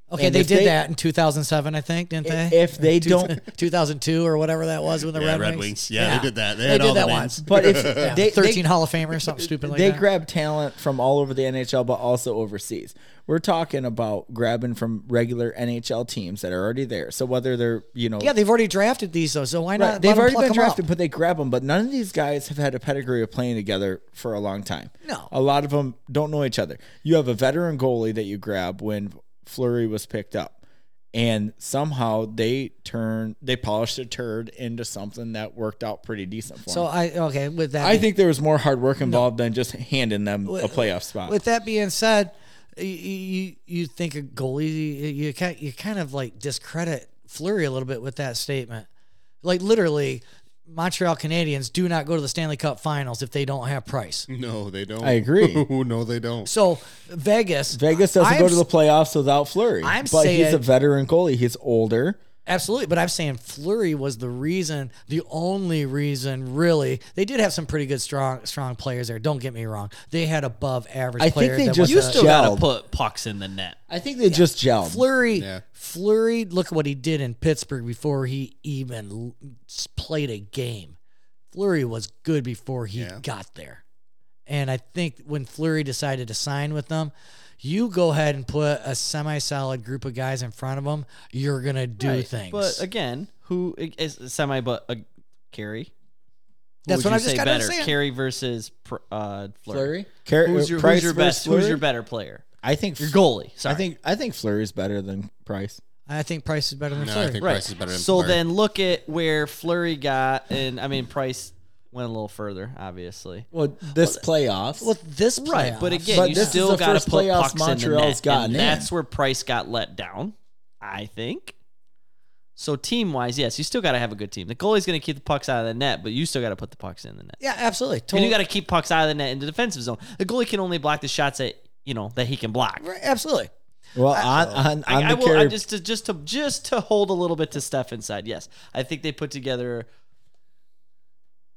S4: okay,
S1: and
S4: they
S1: if
S4: did
S1: they-
S4: that in 2007, I think, didn't
S1: I-
S4: they?
S1: if they
S4: Two-
S1: don't-
S4: 2002 or whatever that was when the
S5: Yeah,
S4: Red,
S5: Red
S4: Wings.
S5: Wings. Yeah, they did that. They had all
S4: did that
S5: the names.
S4: once.
S1: But if
S4: Yeah,
S1: they,
S4: 13
S1: they,
S4: Hall of Famer or something stupid like
S1: they
S4: that.
S1: grab talent from all over the NHL, but also overseas. We're talking about grabbing from regular NHL teams that are already there. So whether they're you know
S4: yeah, they've already drafted these though, so why
S1: Right,
S4: not?
S1: they've
S4: let 'em
S1: already
S4: pluck
S1: been
S4: 'em up?
S1: drafted, but they grab them. But none of these guys have had a pedigree of playing together for a long time.
S4: No.
S1: a lot of them don't know each other. You have a veteran goalie that you grab when Flurry was picked up, and somehow they turned they polished a turd into something that worked out pretty decent for
S4: So
S1: them.
S4: I okay with that.
S1: I think there was more hard work involved than just handing them a playoff spot.
S4: With that being said, you you, you think a goalie you you kind, you kind of like discredit Flurry a little bit with that statement. Like literally, Montreal Canadiens do not go to the Stanley Cup Finals if they don't have Price.
S5: No, they don't.
S1: I agree.
S5: no, they don't.
S4: So Vegas,
S1: Vegas doesn't
S4: I'm
S1: go to the
S4: s-
S1: playoffs without Flurry,
S4: I'm
S1: but he's
S4: saying-
S1: a veteran goalie. He's older.
S4: absolutely, but I'm saying Flurry was the reason, the only reason, really. They did have some pretty good strong strong players there. Don't get me wrong; they had above average.
S1: I think
S4: player
S1: they
S4: that
S1: just
S4: was
S3: You
S4: a-
S1: Uh,
S3: still got
S1: gelled.
S3: to put pucks in the net.
S1: I think they just gelled.
S4: Flurry,
S5: Yeah.
S4: Flurry, look at what he did in Pittsburgh before he even l- played a game. Flurry was good before he
S5: Yeah.
S4: got there. And I think when Flurry decided to sign with them, you go ahead and put a semi solid group of guys in front of them, you're going to do
S3: Right,
S4: things.
S3: But again, who is semi but uh, Carrie? Who
S4: That's
S3: would
S4: what
S3: you
S4: I just
S3: say
S4: got done
S3: better.
S4: saying.
S3: Carrie versus Pr- uh, Flurry.
S4: Flurry?
S1: Car-
S3: Who's your,
S1: Price
S3: who's your
S1: versus
S3: best? Who's
S1: Fleury?
S3: your better player?
S1: I think
S3: Your goalie. Sorry.
S1: I think I think Flurry's better than Price.
S4: I think Price is better than
S5: No,
S4: Flurry.
S5: I think
S3: right.
S5: Price is better than
S3: so
S5: Fleury.
S3: then look at where Flurry got, and I mean Price went a little further, obviously.
S1: Well, this playoffs.
S4: Well, this playoffs,
S3: Right, but again,
S1: But
S3: you
S1: this is
S3: still
S1: the
S3: got
S1: first
S3: to put
S1: playoffs
S3: pucks in the
S1: Montreal's
S3: net,
S1: gotten
S3: and
S1: in.
S3: that's where Price got let down, I think. So team wise, yes, you still got to have a good team. The goalie's going to keep the pucks out of the net, but you still got to put the pucks in the net.
S4: yeah, absolutely.
S3: And you
S4: Totally-
S3: got to keep pucks out of the net in the defensive zone. The goalie can only block the shots that you know that he can block.
S4: Right, absolutely.
S1: well, on on,
S3: I,
S1: on
S3: I
S1: the
S3: will. I
S1: Carey,
S3: just to just to just to hold a little bit to Stefan's side. Yes, I think they put together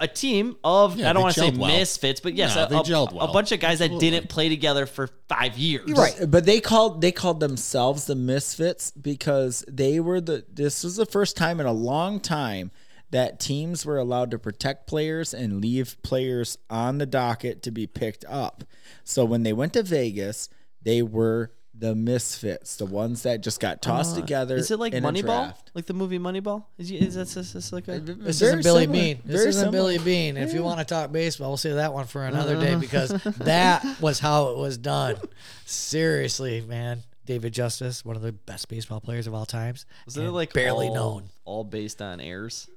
S3: a team of
S5: Yeah,
S3: I don't
S5: they
S3: want to say
S5: gelled well.
S3: misfits, but yes,
S5: No,
S3: a,
S5: they
S3: a-
S5: gelled
S3: a
S5: well.
S3: bunch of guys that didn't play together for five years.
S4: You're right.
S1: but they called they called themselves the misfits because they were the this was the first time in a long time that teams were allowed to protect players and leave players on the docket to be picked up. So when they went to Vegas, they were the misfits, the ones that just got tossed together.
S3: Oh. Is it like
S1: in a
S3: Moneyball,
S1: draft.
S3: like the movie Moneyball? Is, you, is that is this like a
S4: This
S1: Very
S4: isn't Billy
S1: similar.
S4: Bean. This
S1: Very
S4: isn't
S1: similar.
S4: Billy Bean. If you want to talk baseball, we'll save that one for another
S3: Uh-huh.
S4: day because that was how it was done. Seriously, man. David Justice, one of the best baseball players of all times.
S3: was it
S4: and
S3: like
S4: barely
S3: all-
S4: known?
S3: all based on errors?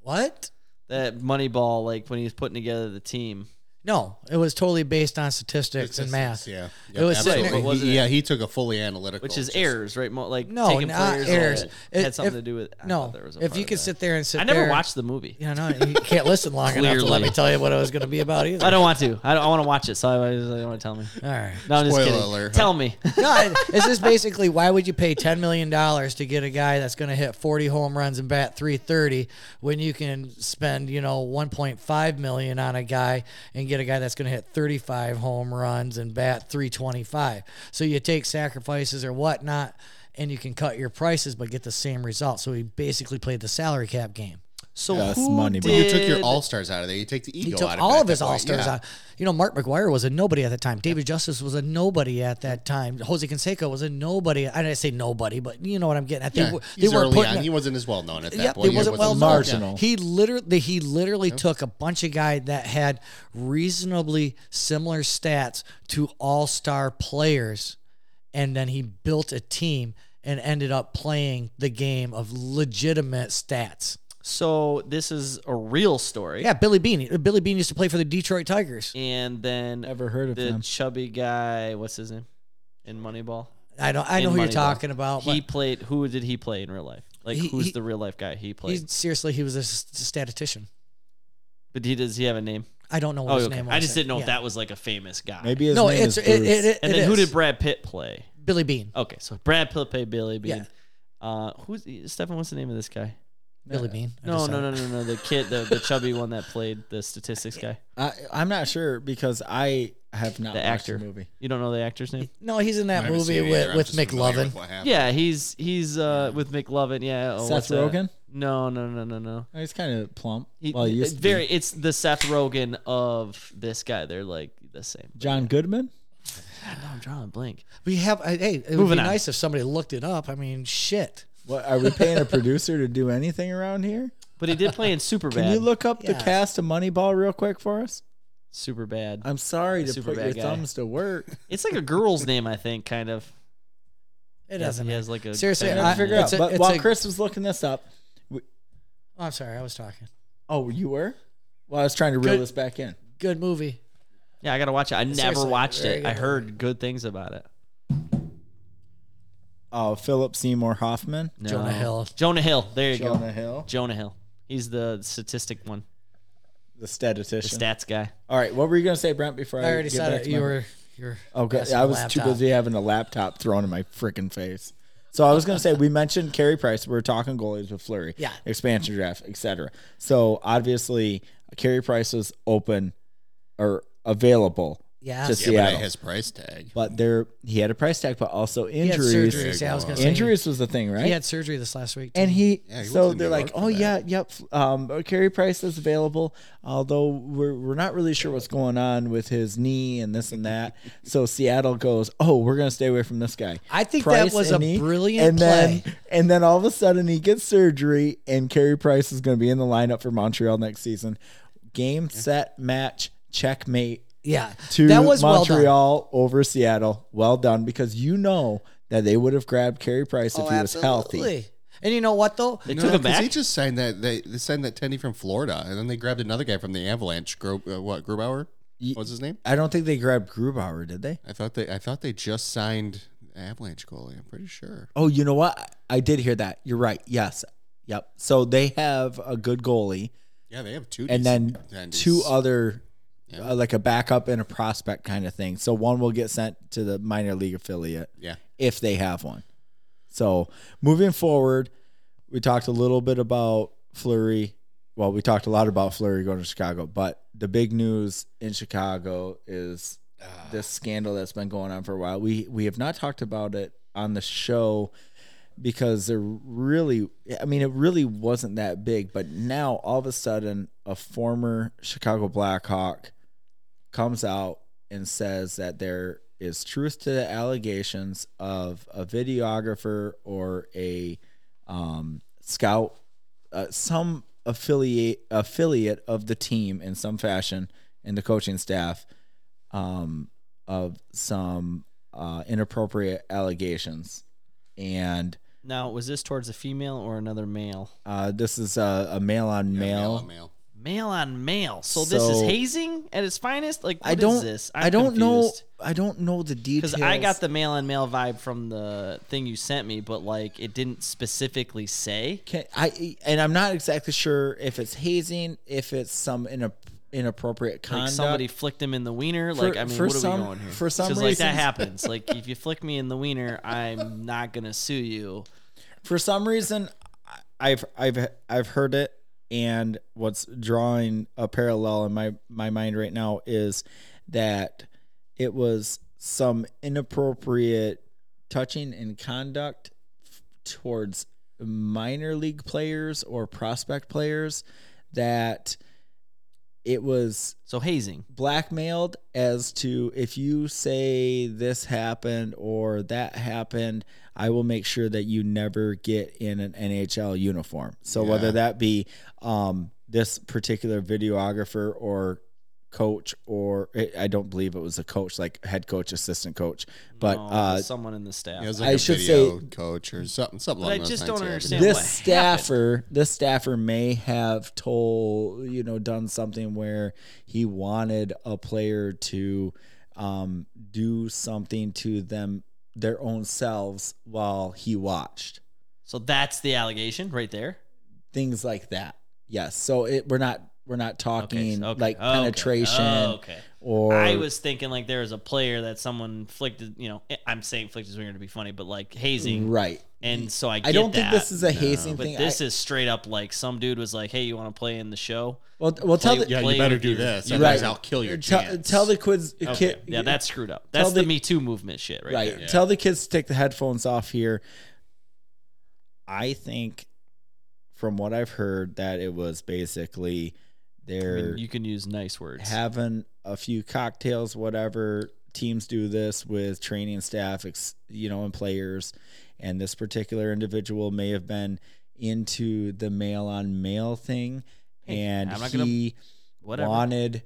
S4: What?
S3: That Moneyball, like when he was putting together the team,
S4: No, it was totally based on statistics, and math.
S5: Yeah.
S4: It was sitting
S5: absolutely.
S3: there- But wasn't
S5: He- yeah, he took a fully analytical.
S3: which is
S5: just-
S3: errors, right? Mo- like
S4: No,
S3: taking
S4: not
S3: players
S4: errors.
S3: that
S4: If-
S3: had something
S4: if-
S3: to do with. I
S4: No,
S3: thought there was a
S4: if
S3: part
S4: you
S3: of
S4: could
S3: that.
S4: sit there and sit
S3: I never
S4: there-
S3: watched the movie.
S4: Yeah, no, you can't listen long enough to let me
S3: Clearly.
S4: tell you what it was going to be about either.
S3: I don't want to. I don't. I want to watch it. So I, I just- I don't want to tell me.
S4: All right.
S3: No, I'm just
S5: Spoiler
S3: kidding.
S5: alert.
S3: Tell me.
S4: No, it- it's just basically why would you pay ten million dollars to get a guy that's going to hit forty home runs and bat three thirty when you can spend you know one point five million on a guy and get a guy that's going to hit thirty five home runs and bat three twenty five. So you take sacrifices or whatnot, and you can cut your prices but get the same result. So he basically played the salary cap game.
S3: So
S1: Yes,
S3: who
S1: money, but
S3: did?
S5: You took your all stars out of there. You take the ego
S4: He took
S5: out of
S4: all
S5: it
S4: of his
S5: at that
S4: all
S5: point.
S4: stars
S5: Yeah.
S4: out. You know, Mark McGuire was a nobody at the time. David Justice was a nobody at that time. Jose Canseco was a nobody. I didn't say nobody, but you know what I'm getting at. They,
S5: Yeah,
S4: were they
S5: he's
S4: weren't
S5: early
S4: putting.
S5: on. He wasn't as well known at that
S4: Yep,
S5: point.
S4: it wasn't
S5: He
S4: well
S5: as
S4: known.
S1: marginal.
S4: He literally he literally took a bunch of guy that had reasonably similar stats to all star players, and then he built a team and ended up playing the game of legitimate stats.
S3: So this is a real story.
S4: Yeah, Billy Bean. Billy Bean used to play for the Detroit Tigers.
S3: And then
S1: Never heard of
S3: the
S1: him.
S3: chubby guy. What's his name? In Moneyball.
S4: I know I know
S3: In
S4: who you're
S3: Moneyball.
S4: talking about.
S3: He
S4: but-
S3: played. Who did he play in real life? Like
S4: Oh, He-
S3: who's
S4: he-
S3: the real life guy he
S4: He
S3: played?
S4: seriously, he was a s- statistician.
S3: but he does he have a name?
S4: I don't know what
S3: Oh,
S4: his
S3: okay.
S4: name was.
S3: I just didn't know if
S4: Yeah.
S3: that was like a famous guy.
S1: Maybe his
S4: no,
S1: name
S4: it's
S1: is
S4: it, it,
S1: Bruce.
S4: it,
S3: And
S4: it
S3: then who
S4: is.
S3: did Brad Pitt play?
S4: Billy Bean?
S3: Okay, so Brad Pitt played Billy Bean.
S4: Yeah.
S3: Uh, who's Stefan? What's the name of this guy?
S4: Billy Bean. I
S3: No,
S4: just
S3: no,
S4: said
S3: no, no,
S4: it.
S3: no. The kid, the, the chubby one that played the statistics guy,
S1: I, I'm not sure because I have not
S3: the
S1: watched
S3: actor.
S1: the movie.
S3: You don't know the actor's name?
S4: No, he's in that
S5: I haven't
S4: movie
S5: seen it either.
S4: with,
S5: I'm
S4: with
S5: just familiar
S4: McLovin.
S5: with what happened.
S3: Yeah, he's he's uh with McLovin. Yeah, oh,
S1: Seth
S3: what's that?
S1: Rogen?
S3: No, no, no, no, no.
S1: He's kind of plump.
S3: He,
S1: well, he
S3: it's
S1: used to be.
S3: very. It's the Seth Rogen of this guy. They're like the same.
S1: John Goodman.
S3: God, no, I'm drawing a blank.
S4: We have. I- Hey, it would
S3: Moving
S4: be
S3: on.
S4: nice if somebody looked it up. I mean, shit.
S1: What are we paying a producer to do anything around here?
S3: But he did play in Superbad.
S1: Can you look up the
S4: Yeah.
S1: cast of Moneyball real quick for us?
S3: Superbad.
S1: I'm sorry to
S3: Super
S1: put your
S3: bad guy.
S1: thumbs to work.
S3: it's like a girl's name, I think, kind of.
S4: It doesn't.
S3: He
S4: matter.
S3: has like a
S4: Seriously,
S1: I
S3: thing.
S1: gotta
S4: I-
S1: figure
S4: it's
S1: out.
S4: a-
S1: but
S4: it's
S1: while
S4: a-
S1: Chris was looking this up,
S4: Oh, I'm sorry, I was talking.
S1: oh, you were? Well, I was trying to reel
S4: Good.
S1: this back in.
S4: Good movie.
S3: yeah, I gotta watch it. I never
S4: Seriously,
S3: watched
S4: very
S3: it.
S4: good
S3: I heard good things about it.
S1: Oh, Philip Seymour Hoffman,
S3: No.
S4: Jonah Hill.
S3: Jonah Hill. There you go.
S1: Jonah Hill,
S3: Jonah Hill. He's the statistic one,
S1: the
S3: the
S1: statistician.
S3: stats guy.
S1: All right, what were you gonna say, Brent? Before I,
S4: I already
S1: get
S4: said
S1: back
S4: it.
S1: to
S4: You
S1: my-
S4: were. You're.
S1: Okay,
S4: that's
S1: I
S4: the
S1: was too
S4: laptop.
S1: busy having a laptop thrown in my freaking face. So I was going to say we mentioned Carey Price. We were talking goalies with Flurry,
S4: Yeah.
S1: expansion draft, etc. So obviously Carey Price was open or available
S4: Yeah.
S1: Just-
S5: Yeah, but
S1: Seattle.
S5: at his price tag.
S1: But there, he had a price tag, but also
S4: he had
S1: injuries.
S4: surgery. Yeah, I was gonna say
S1: Injuries was the thing, right?
S4: He had surgery this last week.
S1: And
S4: too.
S1: he,
S5: Yeah, he was
S1: so
S5: in
S1: they're
S5: New
S1: like,
S5: York for
S1: oh
S5: that.
S1: yeah, yep. Um, Carey Price is available, although we're we're not really sure what's going on with his knee and this and that. so Seattle goes, oh, we're gonna stay away from this guy.
S4: I think that was
S1: and
S4: a
S1: knee,
S4: brilliant
S1: and Then,
S4: play.
S1: and then all of a sudden he gets surgery, and Carey Price is gonna be in the lineup for Montreal next season. Game, set, match, checkmate
S4: yeah,
S1: to
S4: that was well done.
S1: Montreal over Seattle. Well done, because you know that they would have grabbed Carey Price if he was healthy.
S4: Oh, Absolutely. And you know what though?
S3: They
S5: No,
S3: took him
S5: 'cause
S3: back.
S5: He just signed that they, they signed that Tendy from Florida, and then they grabbed another guy from the Avalanche. Gro, uh, what Grubauer?
S1: Ye-
S5: What's his name?
S1: I don't think they grabbed Grubauer, did they?
S5: I thought they I thought they just signed Avalanche goalie. I'm pretty sure.
S1: Oh, you know what? I did hear that. You're right. Yes. Yep. So they have a good goalie
S5: Yeah, they have two.
S1: and then
S5: decent goalies.
S1: two other, uh, like a backup and a prospect kind of thing. So one will get sent to the minor league affiliate
S5: Yeah,
S1: if they have one. So moving forward, we talked a little bit about Flurry. Well, we talked a lot about Flurry going to Chicago, but the big news in Chicago is uh, this scandal that's been going on for a while. We we have not talked about it on the show because there really I mean it really wasn't that big, but now all of a sudden a former Chicago Blackhawk comes out and says that there is truth to the allegations of a videographer or a um, scout, uh, some affiliate affiliate of the team in some fashion, and the coaching staff um, of some uh, inappropriate allegations. And
S3: Now, was this towards a female or another male?
S1: uh, this is a, a male on
S5: Yeah,
S1: male.
S5: on male.
S3: Male on male. So, this is
S1: So-
S3: hazing at its finest. Like what
S1: I
S3: is
S1: don't.
S3: this? I'm
S1: I don't know.
S3: confused.
S1: I don't know the details.
S3: Because I got the male on male vibe from the thing you sent me, but like it didn't specifically say.
S1: Can, I and I'm not exactly sure if it's hazing, if it's some inap- inappropriate
S3: Like
S1: conduct.
S3: somebody flicked him in the wiener.
S1: For-
S3: Like I mean,
S1: for
S3: what are
S1: some-
S3: we going here?
S1: for some
S3: like that
S1: reasons-
S3: happens. like if you flick me in the wiener, I'm not gonna sue you.
S1: For some reason, I- I've I've I've heard it, and what's drawing a parallel in my my mind right now is that it was some inappropriate touching and conduct f- towards minor league players or prospect players that it was
S3: So hazing.
S1: blackmailed as to if you say this happened or that happened, I will make sure that you never get in an NHL uniform. So
S5: Yeah.
S1: whether that be um, this particular videographer or coach or I- I don't believe it was a coach, like head coach, assistant coach, but
S3: No,
S1: uh,
S3: someone in the staff.
S5: Yeah, it was
S1: I
S5: like a
S1: should
S5: video
S1: say-
S5: coach or something. Something.
S3: But
S5: along
S3: I
S5: those
S3: just
S5: lines,
S3: don't
S5: yeah,
S3: understand
S5: video.
S1: this
S3: what happened.
S1: staffer this staffer may have told you know done something where he wanted a player to um, do something to them their own selves while he watched
S3: so that's the allegation right there.
S1: things like that yes so it we're not we're not talking
S3: so- okay,
S1: like
S3: okay,
S1: penetration
S3: oh, okay.
S1: or
S3: I was thinking like there was a player that someone flicked. You know, eh, I'm saying flicked his winger to be funny, but like hazing.
S1: right
S3: And so I. Get
S1: i don't
S3: that.
S1: think this is a hazing
S3: But
S1: thing
S3: this
S1: I,
S3: is straight up like some dude was like, "Hey, you want to play in the show?"
S1: well, well tell
S3: play-
S1: the
S5: Yeah,
S3: Play
S5: you better
S3: with
S5: do
S3: your-
S5: this.
S1: Right.
S5: Otherwise, I'll kill your
S1: tell,
S5: chance.
S1: tell the kids
S3: Okay.
S1: kid,
S3: yeah, that's screwed up.
S1: tell
S3: That's the,
S1: the-
S3: Me Too movement shit, right?
S1: right.
S3: there.
S5: there.
S1: Tell the kids to take the headphones off here. I think, from what I've heard, that it was basically
S3: I
S1: they're
S3: mean, you can use nice words.
S1: having a few cocktails, whatever. Teams do this with training staff, ex, you know, and players. And this particular individual may have been into the male on male thing,
S3: Hey,
S1: and
S3: I'm not gonna-
S1: he
S3: Whatever.
S1: wanted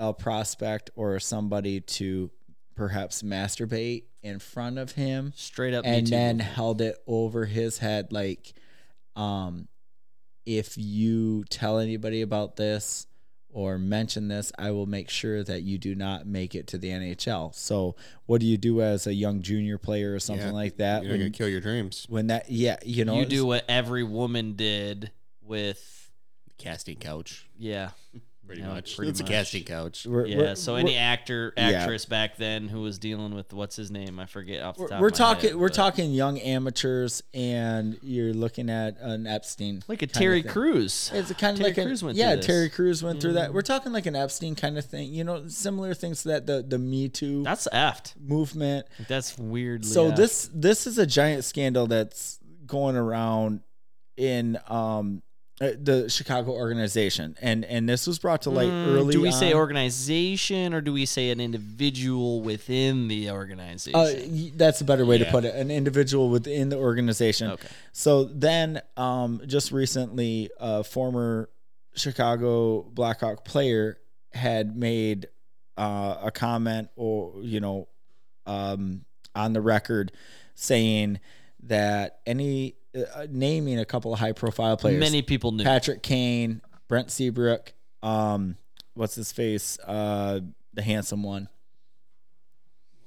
S1: a prospect or somebody to perhaps masturbate in front of him
S3: straight up. me
S1: and
S3: Too
S1: then
S3: movement.
S1: held it over his head like um if you tell anybody about this or mention this i will make sure that you do not make it to the nhl so what do you do as a young junior player or something
S5: Yeah,
S1: like that Mm.
S5: You're not gonna
S1: when,
S5: kill your dreams.
S1: when that yeah you know
S3: you
S1: it's-
S3: do what every woman did with
S5: Casting couch.
S3: yeah
S5: pretty
S3: Yeah,
S5: much.
S3: pretty
S5: it's
S3: much.
S5: a casting couch.
S1: We're,
S3: yeah.
S1: we're-
S3: so
S1: we're-
S3: any actor,
S1: yeah.
S3: actress back then who was dealing with what's his name, I forget off the top.
S1: we're,
S3: of
S1: we're
S3: my
S1: talking
S3: head,
S1: we're
S3: but-
S1: talking young amateurs and you're looking at an Epstein
S3: like a
S1: kinda
S3: Terry
S1: thing.
S3: Crews.
S1: It's a kind of
S3: Terry
S1: like a,
S3: Crews went
S1: yeah,
S3: through this. Mm-hmm.
S1: Terry Crews went through that. We're talking like an Epstein kind of thing, you know, similar things to that the the Me Too
S3: That's effed.
S1: movement.
S3: That's weirdly.
S1: So
S3: effed.
S1: this this is a giant scandal that's going around in um uh, the Chicago organization, and and this was brought to light
S3: Mm,
S1: early.
S3: Do we say
S1: on.
S3: organization or do we say an individual within the organization?
S1: Uh, y- that's a better way to
S5: Yeah.
S1: put it. An individual within the organization.
S3: Okay.
S1: So then, um, just recently, a former Chicago Blackhawk player had made uh, a comment, or you know, um, on the record, saying that any uh, uh, naming a couple of high-profile players,
S3: Many people knew.
S1: Patrick Kane, Brent Seabrook, um, what's his face, uh, the handsome one.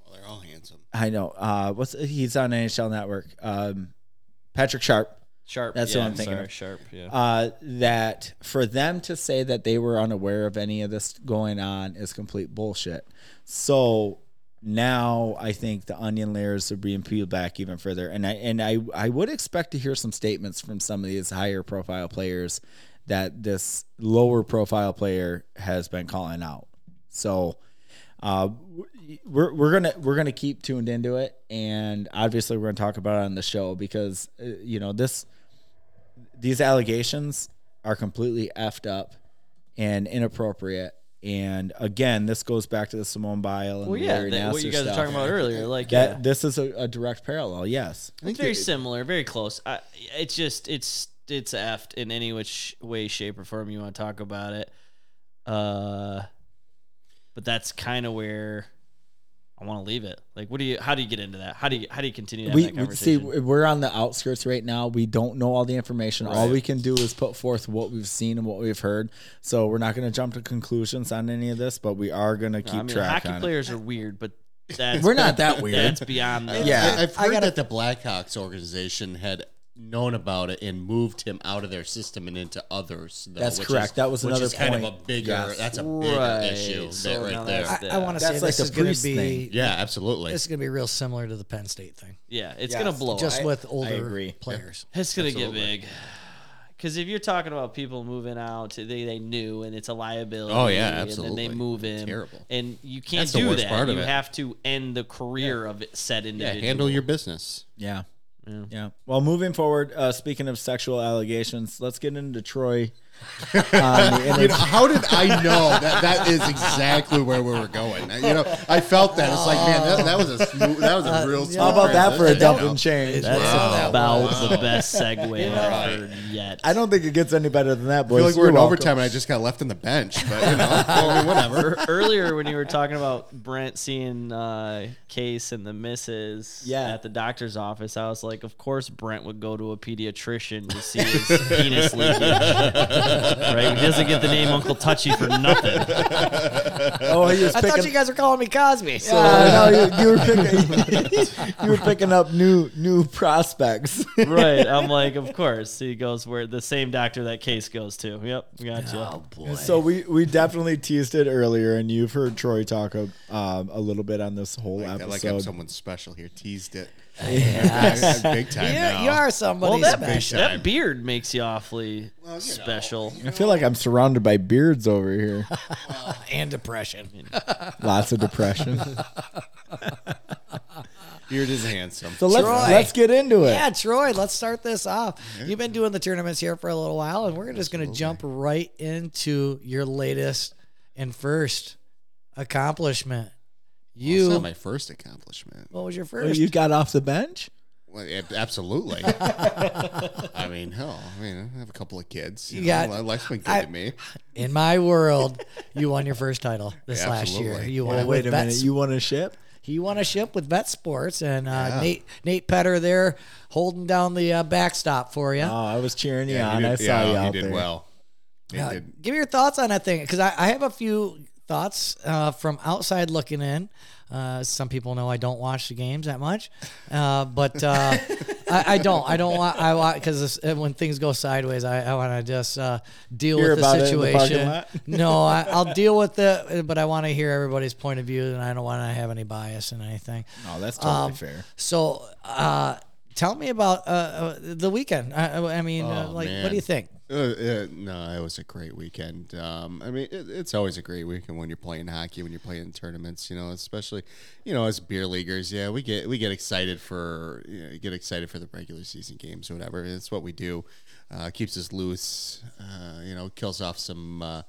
S5: Well, they're all handsome.
S1: I know. Uh, what's he's on NHL Network? Um, Patrick Sharp.
S3: Sharp.
S1: That's
S3: yeah,
S1: what I'm
S3: I'm
S1: thinking
S3: sorry,
S1: of.
S3: Sharp. Yeah.
S1: Uh, that for them to say that they were unaware of any of this going on is complete bullshit. So now I think the onion layers are being peeled back even further, and I and I I would expect to hear some statements from some of these higher profile players that this lower profile player has been calling out. So. Uh, we're we're gonna we're gonna keep tuned into it, and obviously we're gonna talk about it on the show because uh, you know this these allegations are completely effed up and inappropriate. And again, this goes back to the Simone Biles and
S3: well,
S1: the
S3: yeah.
S1: Larry
S3: That, what
S1: Nassar
S3: you guys were
S1: stuff.
S3: talking about earlier, like
S1: That
S3: yeah.
S1: this is a, a direct parallel. Yes,
S5: I think
S3: very
S5: they-
S3: similar, very close. I, it's just it's it's effed in any which way, shape, or form you want to talk about it. Uh, but that's kind of where I want to leave it. Like, what do you? How do you get into that? How do you? How do you continue to have
S1: we,
S3: that
S1: we see
S3: conversation?
S1: we're on the outskirts right now. We don't know all the information. All
S3: Right.
S1: we can do is put forth what we've seen and what we've heard. So we're not going to jump to conclusions on any of this, but we are going to keep
S3: I mean,
S1: track
S3: hockey
S1: on it.
S3: players are weird, but that's
S1: We're not that weird.
S3: that's beyond that.
S1: Yeah.
S5: I, I've
S4: I
S5: heard
S4: gotta-
S5: that the Blackhawks organization had known about it and moved him out of their system and into others. Though,
S1: That's
S5: which
S1: correct.
S5: Is,
S1: That was
S5: which
S1: another
S5: is kind of a
S1: point.
S5: bigger.
S1: Yes.
S5: That's a bigger
S3: Right.
S5: issue
S3: So
S5: that
S3: now
S5: right there.
S3: that's-
S4: I, I want to say
S1: That's
S4: this
S1: like the
S4: is going
S1: priest
S4: to be
S1: thing.
S5: yeah, absolutely.
S4: this is going to be real similar to the Penn State thing,
S3: yeah, it's
S1: Yes.
S3: gonna blow. up.
S4: just
S1: I-
S4: with
S1: I
S4: older
S1: agree.
S4: players.
S3: It's gonna
S5: Absolutely.
S3: get big. Because if you're talking about people moving out, they they knew, and it's a liability.
S5: Oh, yeah,
S3: And then
S5: absolutely.
S3: they move in,
S5: Terrible.
S3: and you can't
S5: That's the
S3: do
S5: worst
S3: that.
S5: part of
S3: you
S5: it.
S3: have to end the career of it, said
S5: yeah,
S3: individual.
S5: handle your business.
S1: Yeah.
S3: Yeah.
S1: Yeah. Well, moving forward, uh, speaking of sexual allegations, let's get into Troy. on the
S5: You
S1: internet.
S5: know, how did I know that that is exactly where we were going? You know, I felt that. It's like, man, that, that was a smooth, that was a real.
S1: Uh, How about that for a
S5: transition,
S1: dump
S5: you know?
S1: and change?
S3: That's
S5: Wow.
S3: about
S5: Wow.
S3: the best segue I've heard yet.
S1: I don't think it gets any better than that,
S5: I
S1: boys.
S5: feel like we're
S1: You're
S5: in
S1: welcome.
S5: overtime and I just got left on the bench, but you know, I mean, whatever.
S3: Earlier, when you were talking about Brent seeing uh, Case and the missus
S1: Yeah.
S3: at the doctor's office, I was like, of course Brent would go to a pediatrician to see his penis leakage. right? He doesn't get the name Uncle Touchy for nothing.
S1: Oh, he was
S4: I thought you
S1: picking.
S4: guys were calling me Cosby. So
S1: Uh, no, you, you were picking. you were picking up new new prospects.
S3: right. I'm like, of course. He goes where the same doctor that case goes to. Yep. Gotcha.
S5: Oh, boy.
S1: so we we definitely teased it earlier, and you've heard Troy talk a, um, a little bit on this whole
S5: Like, that, like
S1: episode.
S5: I'm someone special here. Teased it. Yes. big time now.
S4: you, you are somebody
S3: Well, that,
S4: special.
S5: big
S3: that
S5: time.
S3: beard makes you awfully
S5: know.
S3: special.
S1: I feel like I'm surrounded by beards over here.
S4: and depression.
S1: Lots of depression.
S5: You're just handsome.
S1: So let's
S4: Troy.
S1: let's get into it.
S4: Yeah, Troy, let's start this off. You've been doing the tournaments here for a little while, and we're just going to jump right into your latest and first accomplishment.
S5: It's
S4: You,
S5: not my first accomplishment.
S4: what was your
S1: Oh,
S4: first?
S1: you got off the bench.
S5: Well, ab- absolutely. I mean, hell, I mean, I have a couple of kids. You,
S4: You
S5: know,
S4: got-
S5: li- life's been good
S4: I-
S5: to me.
S4: In my world, you won your first title this
S5: Yeah,
S4: last year.
S5: absolutely.
S4: You won
S1: Oh,
S4: with
S1: wait a
S4: Vet
S1: minute. You want to ship?
S4: He won a ship with Vet Sports, and uh,
S5: Yeah.
S4: Nate Nate Petter there holding down the uh, backstop for you.
S1: Oh, I was cheering you
S5: Yeah,
S1: on.
S5: he did-
S1: I saw
S5: yeah,
S1: you
S5: he
S1: out
S5: did
S1: there.
S5: well. He
S4: Uh,
S5: did.
S4: give me your thoughts on that thing because I, I have a few thoughts uh, from outside looking in. Uh, some people know I don't watch the games that much, uh, but uh, I, I don't. I don't want. I want because uh, when things go sideways, I, I want to just uh, deal
S1: Hear
S4: with the
S1: about it in the parking
S4: situation.
S1: lot?
S4: no, I, I'll deal with it, but I want to hear everybody's point of view, and I don't want to have any bias in anything.
S1: No, that's totally
S4: Um,
S1: fair.
S4: So, uh, tell me about uh, uh, the weekend. I, I- I mean, uh,
S5: Oh,
S4: like, what
S5: man.
S4: do you think?
S5: Uh, uh, no, it was a great weekend. Um, I mean, it, it's always a great weekend when you're playing hockey, when you're playing in tournaments. You know, especially, you know, as beer leaguers, yeah, we get we get excited for you know, get excited for the regular season games or whatever. It's what we do. Uh, keeps us loose. Uh, you know, kills off some. Uh,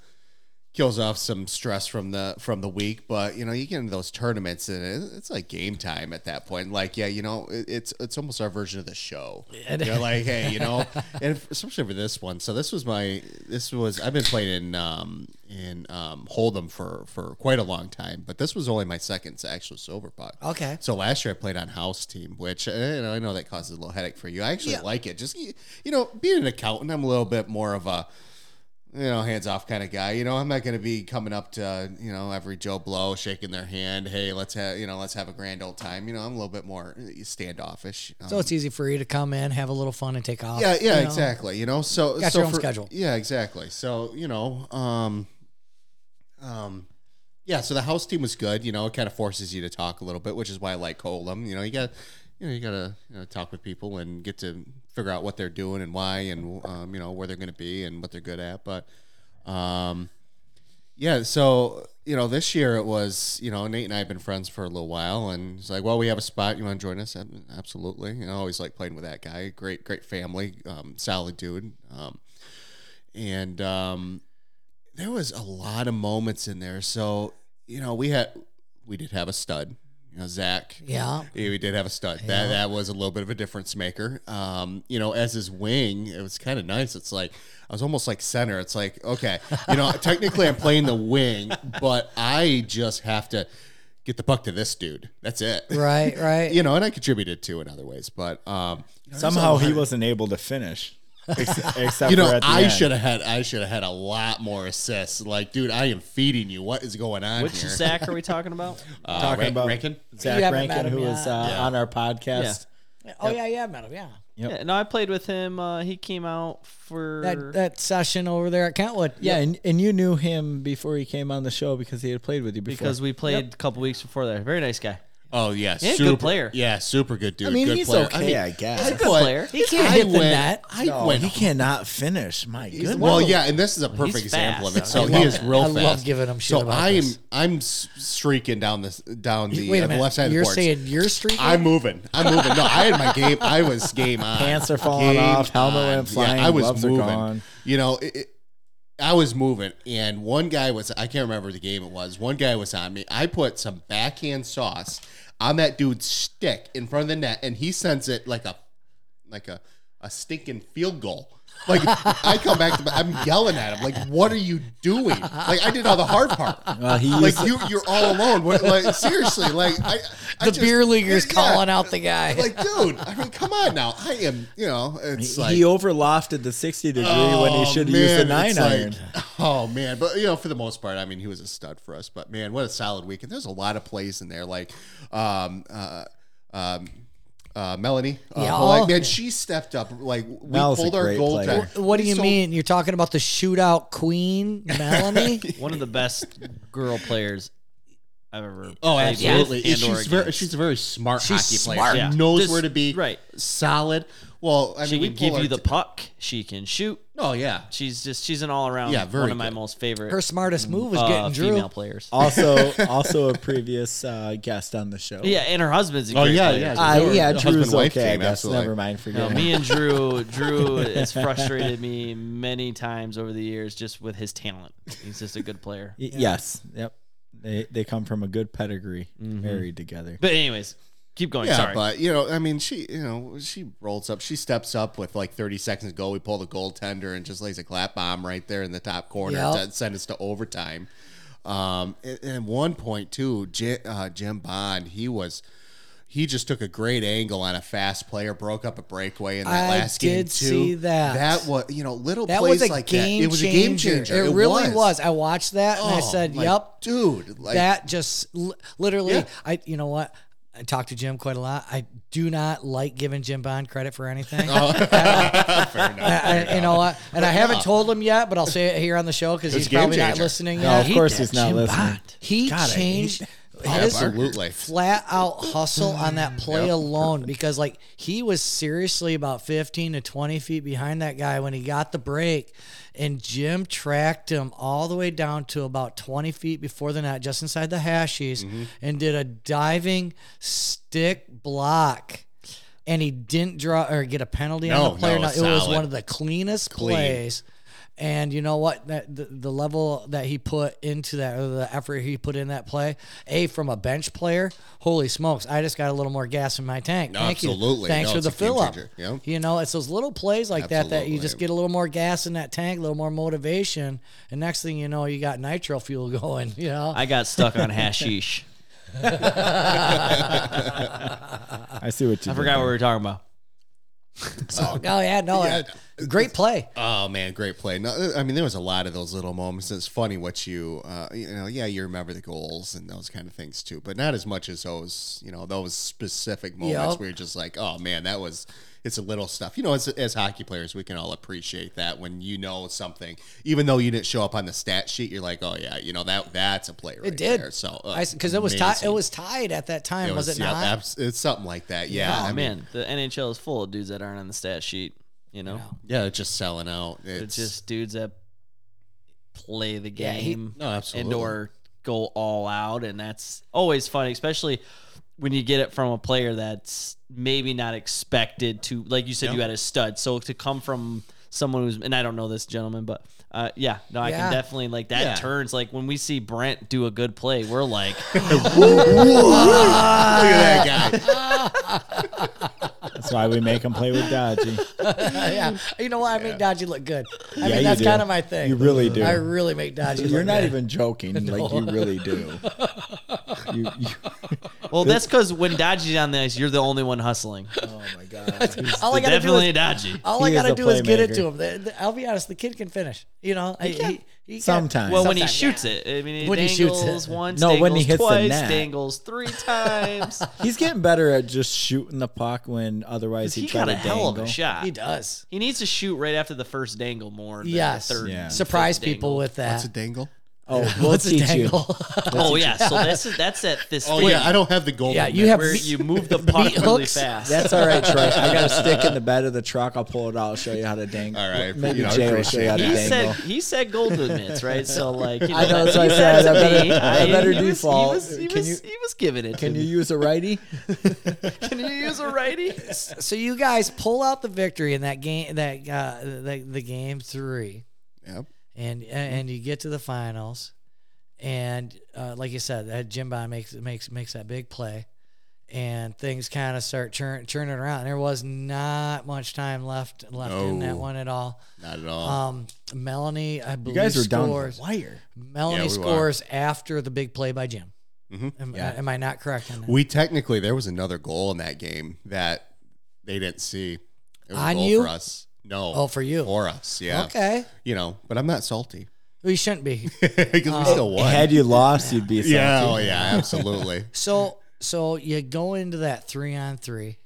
S5: kills off some stress from the from the week but you know you get into those tournaments and it, it's like game time at that point like yeah you know it, it's it's almost our version of the show you're like hey you know and f- especially for this one so this was my this was i've been playing in um in um hold'em for for quite a long time but this was only my second actual sober puck
S4: Okay.
S5: so last year I played on house team, which uh, you know, I know that causes a little headache for you. I actually like it. Just you you know, being an accountant, I'm a little bit more of a you know hands off kind of guy. You know, I'm not going to be coming up to you know every Joe Blow shaking their hand. Hey, let's have you know let's have a grand old time. You know, I'm a little bit more eh, standoffish. um,
S4: So it's easy for you to come in, have a little fun, and take off.
S5: Yeah, yeah,
S4: you know?
S5: exactly. You know, so
S4: Got
S5: so
S4: your own schedule.
S5: Yeah, exactly. So you know, um, um, yeah. So the house team was good. You know, it kind of forces you to talk a little bit, which is why I like Colum. You know, you got. You know, you gotta you know, talk with people and get to figure out what they're doing and why, and um, you know where they're gonna be and what they're good at. But um, yeah, so you know, this year it was you know Nate and I have been friends for a little while, and it's like, well, we have a spot. You want to join us? Ab- Absolutely. You know, I always like playing with that guy. Great, great family, um, solid dude. Um, and um, there was a lot of moments in there. So you know, we had we did have a stud. You know, Zach.
S4: Yeah.
S5: Yeah, we did have a stud. That that was a little bit of a difference maker. Um, you know, as his wing, it was kind of nice. It's like I was almost like center. It's like okay, you know, technically I'm playing the wing, but I just have to get the puck to this dude. That's it.
S4: Right, right.
S5: You know, and I contributed to in other ways, but um,
S1: Somehow he wasn't able to finish, except, except
S5: you
S1: for
S5: know,
S1: at the
S5: I
S1: end.
S5: should have had I should have had a lot more assists. Like, dude, I am feeding you. What is going on
S3: Which
S5: here?
S3: Zach are we talking about?
S5: Uh,
S1: talking
S5: Ra-
S1: about
S5: Rankin?
S4: You
S1: Zach
S4: haven't met
S1: Rankin,
S4: him
S1: who
S4: yet.
S1: was uh,
S5: Yeah.
S1: on our podcast.
S4: Oh yeah, yeah, madam, yeah.
S1: Yep.
S3: Yeah, no, I played with him. Uh, he came out for
S4: That that session over there at Kentwood.
S1: Yeah, and, and you knew him before he came on the show because he had played with you before.
S3: because we played a couple weeks before that. Very nice guy.
S5: Oh yeah,
S3: Yeah, good player.
S5: Yeah, super good dude.
S1: I mean,
S5: good
S1: he's
S5: player.
S1: okay,
S5: mean,
S1: I guess. He's a
S5: I
S1: good
S5: put-
S3: player. He
S4: can't
S5: I
S4: hit the
S5: went-
S4: net.
S5: I
S1: no,
S5: went.
S1: he cannot finish. My goodness.
S5: well, yeah, and this is a perfect
S3: He's
S5: example of it.
S3: fast.
S5: So
S3: I
S5: he
S4: love
S5: is
S4: it.
S5: real
S4: I
S5: fast.
S4: love giving him shit
S5: So
S4: about
S5: I'm
S4: this.
S5: I'm s- streaking down this down the,
S4: Wait a
S5: uh, the
S4: minute.
S5: left side
S4: You're
S5: of the boards.
S4: saying you're streaking?
S5: I'm moving. I'm moving. No, I had my game. I was game on.
S1: Pants are falling
S5: Game
S1: off, helmet
S5: on.
S1: went flying,
S5: I was
S1: gloves are
S5: moving.
S1: gone.
S5: You know, it, it, I was moving, and one guy was. I can't remember the game it was. One guy was on me. I put some backhand sauce on that dude's stick in front of the net, and he sends it like a like a a stinking field goal. Like I come back, to, I'm yelling at him. Like, what are you doing? Like I did all the hard part.
S1: Well, Uh, he
S5: like
S1: used-
S5: you, you're all alone. What, like seriously, like I, I
S4: the
S5: just-
S4: beer leaguer's
S5: Yeah.
S4: calling out the guy.
S5: Like, dude, I mean, come on now. I am, you know, it's like
S1: he overlofted the 60 degree when he
S5: oh,
S1: should have used the
S5: man,
S1: 9
S5: it's
S1: iron.
S5: like- oh man, but you know, for the most part, I mean, he was a stud for us. But man, what a solid weekend! There's a lot of plays in there, like, um, uh, um. Uh, Melanie, uh,
S4: Yeah.
S5: Polak, man, she stepped up. Like we
S1: Mel's a
S5: pulled our
S1: great
S5: goaltender.
S1: player.
S4: what do you
S5: So-
S4: mean? You're talking about the shootout queen, Melanie?
S3: One of the best girl players I've ever.
S5: Oh,
S3: played
S5: absolutely.
S3: with
S5: And
S3: and or
S5: She's very,
S3: against.
S5: she's a very smart
S4: She's
S5: hockey
S4: smart.
S5: player.
S3: Yeah.
S5: She knows
S3: Just-
S5: where to be.
S3: right.
S5: Solid. Well, I
S3: she
S5: mean, we
S3: can give
S5: pull
S3: you
S5: our
S3: the
S5: t-
S3: puck. She can shoot.
S5: oh yeah.
S3: She's just she's an all around.
S5: Yeah, very
S3: one of my
S5: good.
S3: most favorite
S4: Her smartest move was
S3: uh,
S4: getting Drew.
S3: female players.
S5: Oh.
S1: Also, also a previous uh, guest on the show.
S3: yeah, and her husband's a
S5: Oh
S3: great
S5: yeah,
S3: player.
S5: yeah.
S1: Uh, yeah,
S5: Husband,
S1: Drew's
S5: wife
S1: okay, I
S5: team,
S1: guess.
S5: absolutely.
S1: Never mind. Forget
S3: No,
S1: him.
S3: me and Drew. Drew has frustrated me many times over the years just with his talent. He's just a good player.
S1: Y- Yes. Yep. They they come from a good pedigree,
S3: Mm-hmm.
S1: married together.
S3: But anyways, keep going.
S5: Yeah,
S3: Sorry.
S5: but you know, I mean, she, you know, she rolls up, she steps up with like 30 seconds to go. We pull the goaltender and just lays a clap bomb right there in the top corner
S4: Yep.
S5: to send us to overtime. Um, and, and at one point too, Jim, uh, Jim Bond, he was, He just took a great angle on a fast player, broke up a breakaway in that
S4: I
S5: last game
S4: did
S5: too.
S4: see that.
S5: That was you know little
S4: That
S5: plays
S4: was a
S5: like
S4: game.
S5: that. It was a
S4: changer.
S5: game changer.
S4: It, really was. I watched that and I
S5: Oh,
S4: said,
S5: my
S4: "Yep,
S5: dude." Like
S4: that just l- literally
S5: Yeah.
S4: i you know what i talk to jim quite a lot i do not like giving jim bond credit for anything
S5: Oh. fair enough.
S4: I, I- you know what and i haven't told him yet but i'll say it here on the show because he's
S5: game
S4: probably not
S5: changer.
S4: listening
S1: No,
S4: yet
S1: of course he's not
S4: Jim
S1: listening.
S4: Bond. he
S5: God, I
S4: changed his
S5: Absolutely.
S4: flat out hustle on that play
S5: Yep.
S4: alone because like he was seriously about 15 to 20 feet behind that guy when he got the break and jim tracked him all the way down to about 20 feet before the net just inside the hashies
S5: Mm-hmm.
S4: and did a diving stick block and he didn't draw or get a penalty on
S5: No,
S4: the player
S5: no,
S4: no, it was
S5: solid.
S4: one of the cleanest plays and you know what? That the, the level that he put into that, or the effort he put in that play, a from a bench player. Holy smokes! I just got a little more gas in my tank.
S5: No,
S4: Thank You.
S5: absolutely.
S4: Thanks
S5: No,
S4: for
S5: it's
S4: the
S5: a game
S4: fill up.
S5: changer. Yep.
S4: You know, it's those little plays like that that you just
S5: Absolutely.
S4: get a little more gas in that tank, a little more motivation, and next thing you know, you got nitro fuel going. You know,
S3: I got stuck on hashish.
S1: I see what you
S3: I forgot what
S1: where.
S3: we were talking about.
S4: oh yeah, no,
S5: Yeah.
S4: uh, great play.
S5: Oh man, great play! No, I mean, there was a lot of those little moments. It's funny what you, uh, you know, yeah, you remember the goals and those kind of things too, but not as much as those, you know, those specific moments
S4: Yep.
S5: where you're just like, oh man, that was. It's a little stuff, you know. As, as hockey players, we can all appreciate that when you know something, even though you didn't show up on the stat sheet, you're like, oh yeah, you know that that's a play right
S4: It did.
S5: there. So uh,
S4: because it was tied. It
S5: amazing.
S4: was tied at that time, was, it
S5: yeah,
S4: not?
S5: abs- it's something like that. Yeah,
S3: oh
S5: I mean,
S3: man, the NHL is full of dudes that aren't on the stat sheet. You know,
S5: yeah, it's just selling out.
S3: they're
S5: It's
S3: just dudes that play the
S4: Yeah, he-
S3: game
S5: no, absolutely.
S3: and or go all out, and that's always fun, especially when you get it from a player that's maybe not expected to. Like you said, you had a stud, so to come from someone who's and I don't know this gentleman, but uh, yeah, no, I
S4: Yeah.
S3: can definitely like that
S5: Yeah.
S3: turns like when we see Brent do a good play, we're like,
S5: Look at that guy.
S1: That's why we make him play with Dodgy.
S4: yeah. You know what? I make Dodgy look good. I
S1: Yeah,
S4: mean,
S1: you
S4: that's
S1: do.
S4: kind of my thing.
S1: You really do.
S4: I really make Dodgy
S1: You're
S4: look
S1: not
S4: good.
S1: even joking. Like you really do. You, you,
S5: Oh
S3: well, that's because when Dodgy's on the ice, you're the only one hustling.
S1: oh my god.
S4: All I gotta
S3: definitely
S4: do is,
S3: Dodgy.
S4: all I
S1: He is
S4: gotta
S1: a
S4: do is get it
S1: playmaker.
S4: to him. The- the- I'll be honest, the kid can finish. You know, he,
S1: can.
S4: he- he can.
S1: Sometimes.
S3: Well, when he
S4: Sometimes,
S3: shoots it, I mean, he
S4: When he shoots
S3: dangles
S4: it.
S3: once,
S1: No,
S3: dangles
S1: when he hits the
S3: twice,
S1: net.
S3: dangles three times.
S1: He's getting better at just shooting the puck when otherwise
S3: he
S1: he try
S3: got
S1: to
S3: a hell of
S1: dangle.
S3: a shot.
S4: he
S3: He,
S4: does.
S3: needs to shoot right after the first dangle more. Than
S4: Yes,
S3: The third
S1: Yeah.
S3: and
S4: surprise
S3: fifth
S4: people
S3: dangle.
S4: with
S5: That's a
S4: that.
S5: dangle.
S1: Oh, we'll
S4: What's a
S1: teach you.
S4: dangle?
S3: Oh yeah, so that's that's at this.
S5: Oh
S3: thing
S5: yeah, I don't have the goal.
S4: yeah,
S5: from
S4: you
S5: that.
S4: have
S3: where
S4: me-
S3: you move the puck really
S4: hooks.
S3: fast.
S1: That's all right, Troy. I got a stick in the bed of the truck. I'll pull it out. I'll show you how to dangle.
S5: All right,
S1: Maybe
S5: you know, I
S1: Jay will show you how to
S5: appreciate
S3: he
S5: that.
S1: dangle.
S3: said he said gold limits, right? So like, you know,
S1: I know, that's
S3: he
S1: what I
S3: said
S1: said. I
S3: it to
S1: better-
S3: me.
S1: I better
S3: he was-
S1: default.
S3: He was, he
S1: Can
S3: was,
S1: you-
S3: he was giving it.
S1: Can
S3: to
S1: you
S3: me.
S1: use a righty?
S3: Can you use a righty?
S4: so you guys pull out the victory in that game. That uh, the, the game three.
S5: Yep.
S4: and uh,
S1: Mm-hmm.
S4: and you get to the finals, and uh, like you said, that Jim Bond makes makes makes that big play, and things kind of start turn, turning around. There was not much time left left in that
S5: No.
S4: one at all.
S5: Not at all.
S4: Um, Melanie, I
S1: You
S4: believe
S1: guys are down to
S4: scores.
S1: the wire.
S4: Melanie
S5: Yeah, we were.
S4: scores after the big play by Jim. Am,
S1: Mm-hmm. Yeah.
S4: am I not correct on that?
S5: we technically there was another goal in that game that they didn't see. It was
S4: On
S5: a goal
S4: you?
S5: for us. No.
S4: Oh, for you.
S5: For us. Yeah.
S4: Okay,
S5: You know, but I'm not salty
S4: we shouldn't be.
S5: because
S4: Uh,
S5: we still won.
S1: Had you lost, you'd be
S5: yeah.
S1: salty.
S5: Oh yeah. Absolutely.
S4: So so you go into that three on three,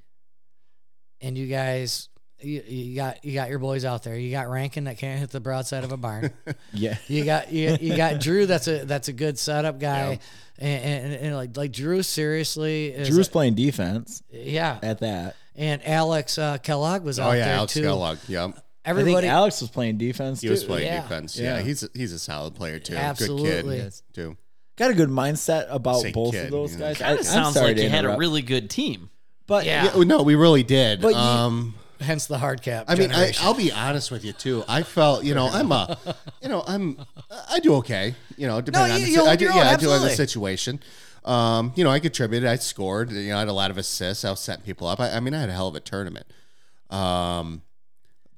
S4: and you guys. You, you got you got your boys out there. You got Rankin that can't hit the broadside of a barn.
S1: yeah.
S4: You got you, you got Drew. That's a that's a good setup guy. And, and, and like like Drew seriously is
S1: Drew's playing defense
S4: yeah.
S1: at that.
S4: And Alex uh, Kellogg was
S5: Oh
S4: out
S5: yeah.
S4: there
S5: Alex
S4: too.
S5: Kellogg. Yep.
S1: I
S4: Everybody
S1: think Alex was playing defense.
S5: He was
S1: too.
S5: playing
S4: Yeah.
S5: defense. Yeah.
S1: Yeah.
S5: He's a, he's a solid player too. Good
S4: Absolutely.
S5: kid
S4: Yes.
S5: too.
S1: Got a good mindset about
S5: Say
S1: both
S5: kid,
S1: of those
S5: you know.
S1: guys. I,
S3: Kind
S1: I'm
S3: of sounds
S1: sorry
S3: like
S1: to
S3: you had a
S1: interrupt.
S3: really good team.
S1: but
S4: Yeah.
S5: Yeah, no, we really did.
S1: But you-
S5: um,
S4: hence the hard cap.
S5: I mean, I,
S4: generation.
S5: I'll be honest with you too. I felt, you know, I'm a, you know, I'm, I do okay. You know, depending on
S4: you-
S5: the,
S4: you
S5: si- I
S4: hold
S5: do,
S4: your
S5: yeah,
S4: own,
S5: I do have the
S4: absolutely.
S5: situation. Um, you know, I contributed. I scored. You know, I had a lot of assists. I was setting people up. I, I mean, I had a hell of a tournament. Um,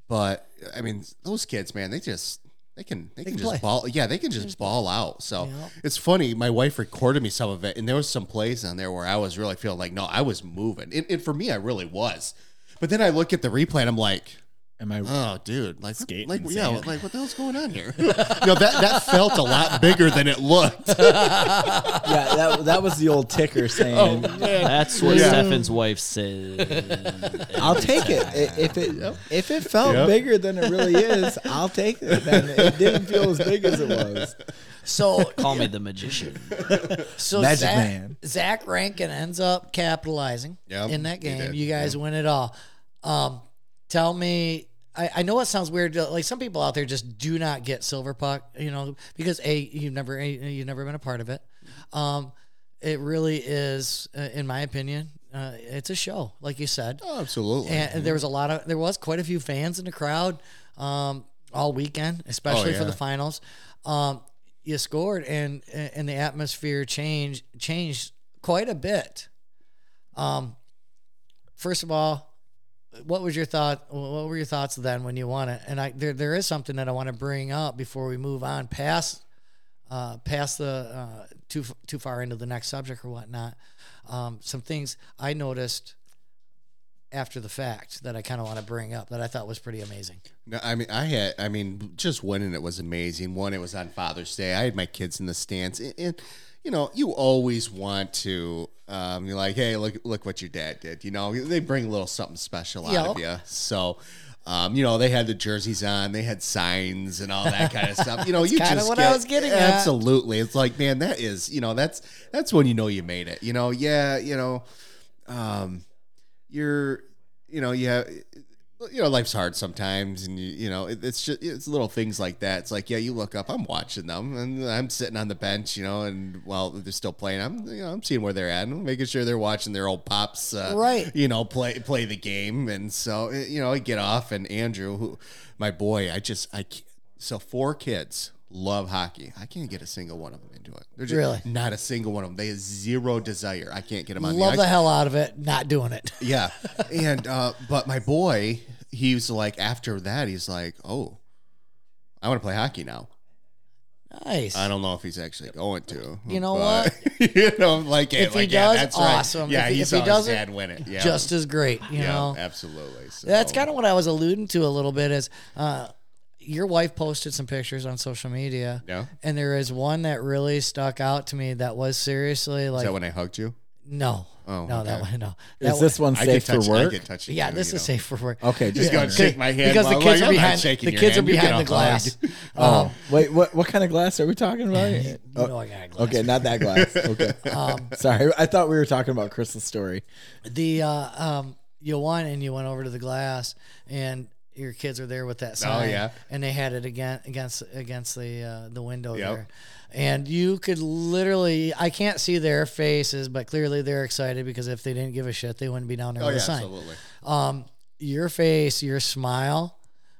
S5: but I mean, those kids, man, they just They can they,
S4: They
S5: can,
S4: can
S5: just
S4: play.
S5: ball yeah they can just ball out so
S4: Yeah.
S5: it's funny my wife recorded me some of it and there was some plays on there where I was really feeling like no I was moving and, and for me I really was but then I look at the replay and I'm like
S1: Am I?
S5: Oh, dude! Like,
S1: Skating
S5: like, yeah,
S1: sand.
S5: like, what the hell's going on here? you know, that that felt a lot bigger than it looked.
S1: yeah, that, that was the old ticker saying.
S3: That's what
S5: Yeah.
S3: Stefan's wife said.
S1: I'll take it I- if it if it felt
S5: Yep.
S1: bigger than it really is. I'll take it. Then it didn't feel as big as it was.
S4: So
S3: Call me the magician.
S4: so
S1: Magic
S4: Zach,
S1: Man.
S4: Zach Rankin ends up capitalizing
S5: Yep,
S4: in that
S5: he
S4: game.
S5: did,
S4: You guys win it all. Um, tell me, I, I know it sounds weird. to- Like some people out there just do not get silver puck, you know, because a you've never a, you've never been a part of it. Um, it really is, uh, in my opinion, uh, it's a show, like you said.
S5: Oh, absolutely.
S4: and and there was a lot of there was quite a few fans in the crowd um, all weekend, especially
S5: Oh, yeah.
S4: for the finals. Um, you scored, and and the atmosphere changed changed quite a bit. Um, first of all, what was your thought? What were your thoughts then when you won it? And I there there is something that I want to bring up before we move on past uh, past the uh, too f- too far into the next subject or whatnot. Um, some things I noticed after the fact that I kind of want to bring up that I thought was pretty amazing.
S5: No, I mean, I had, I mean, just winning it was amazing. One, it was on Father's Day. I had my kids in the stands, and, and, you know, you always want to, um, you're like, hey, look, look what your dad did. You know, they bring a little something special out of you. So, um, you know, they had the jerseys on, they had signs and all that kind of stuff. You know, you
S4: kinda
S5: just
S4: what I
S5: get,
S4: was getting at.
S5: absolutely. It's like, man, that is, you know, that's that's when you know you made it. You know, yeah, you know, um, you're, you know, yeah you know life's hard sometimes and you, you know it, it's just it's little things like that it's like yeah you look up i'm watching them and i'm sitting on the bench you know and while they're still playing i'm you know i'm seeing where they're at and making sure they're watching their old pops uh,
S4: Right.
S5: you know play play the game and so eh, you know i get off and andrew who my boy i just i can't- so four kids love hockey i can't get a single one of them into it they're just
S4: Really?
S5: not a single one of them they have zero desire i can't get them on
S4: Love
S5: the ice
S4: the hell out of it, not doing it.
S5: yeah and uh but my boy he was like after that he's like oh i want to play hockey now
S4: Nice.
S5: i don't know if he's actually going to
S4: You know
S5: but- you know like,
S4: If he
S5: like, yeah,
S4: does,
S5: that's right.
S4: awesome.
S5: yeah
S4: If he-
S5: he's
S4: if he
S5: on his
S4: doesn't,
S5: dad win it yeah
S4: Just as great, you
S5: yeah
S4: know.
S5: absolutely so,
S4: That's kind of what I was alluding to a little bit. Is uh, your wife posted some pictures on social media?
S5: yeah
S4: And there is one that really stuck out to me. That was seriously
S5: is
S4: like
S5: that when i hugged you
S4: no,
S5: Oh,
S4: no, that
S5: okay.
S4: one, no. That
S1: Is this one
S5: i get
S1: safe for
S5: touched i
S1: work?
S5: get touched
S4: Yeah, this is safe for work.
S1: Okay, just
S5: just go and shake my hand
S4: because the
S5: while-
S4: kids are
S5: like, I'm not
S4: behind. The
S5: shaking your
S4: kids are
S5: hand. You get
S4: behind the
S5: a hug.
S4: glass.
S1: Oh, wait, what what kind of glass are we talking about? Oh,
S4: You know I
S5: Oh,
S4: got a glass.
S1: Okay, not that glass. Okay, sorry, I thought we were talking about Crystal's story.
S4: the uh, um, you won and you went over to the glass and your kids were there with that sign.
S5: Oh, yeah.
S4: And they had it again against against the uh, the window
S5: Yep.
S4: there, and you could literally I can't see their faces, but clearly they're excited because if they didn't give a shit, they wouldn't be down there
S5: oh
S4: with
S5: yeah
S4: the sign.
S5: absolutely
S4: Um, your face, your smile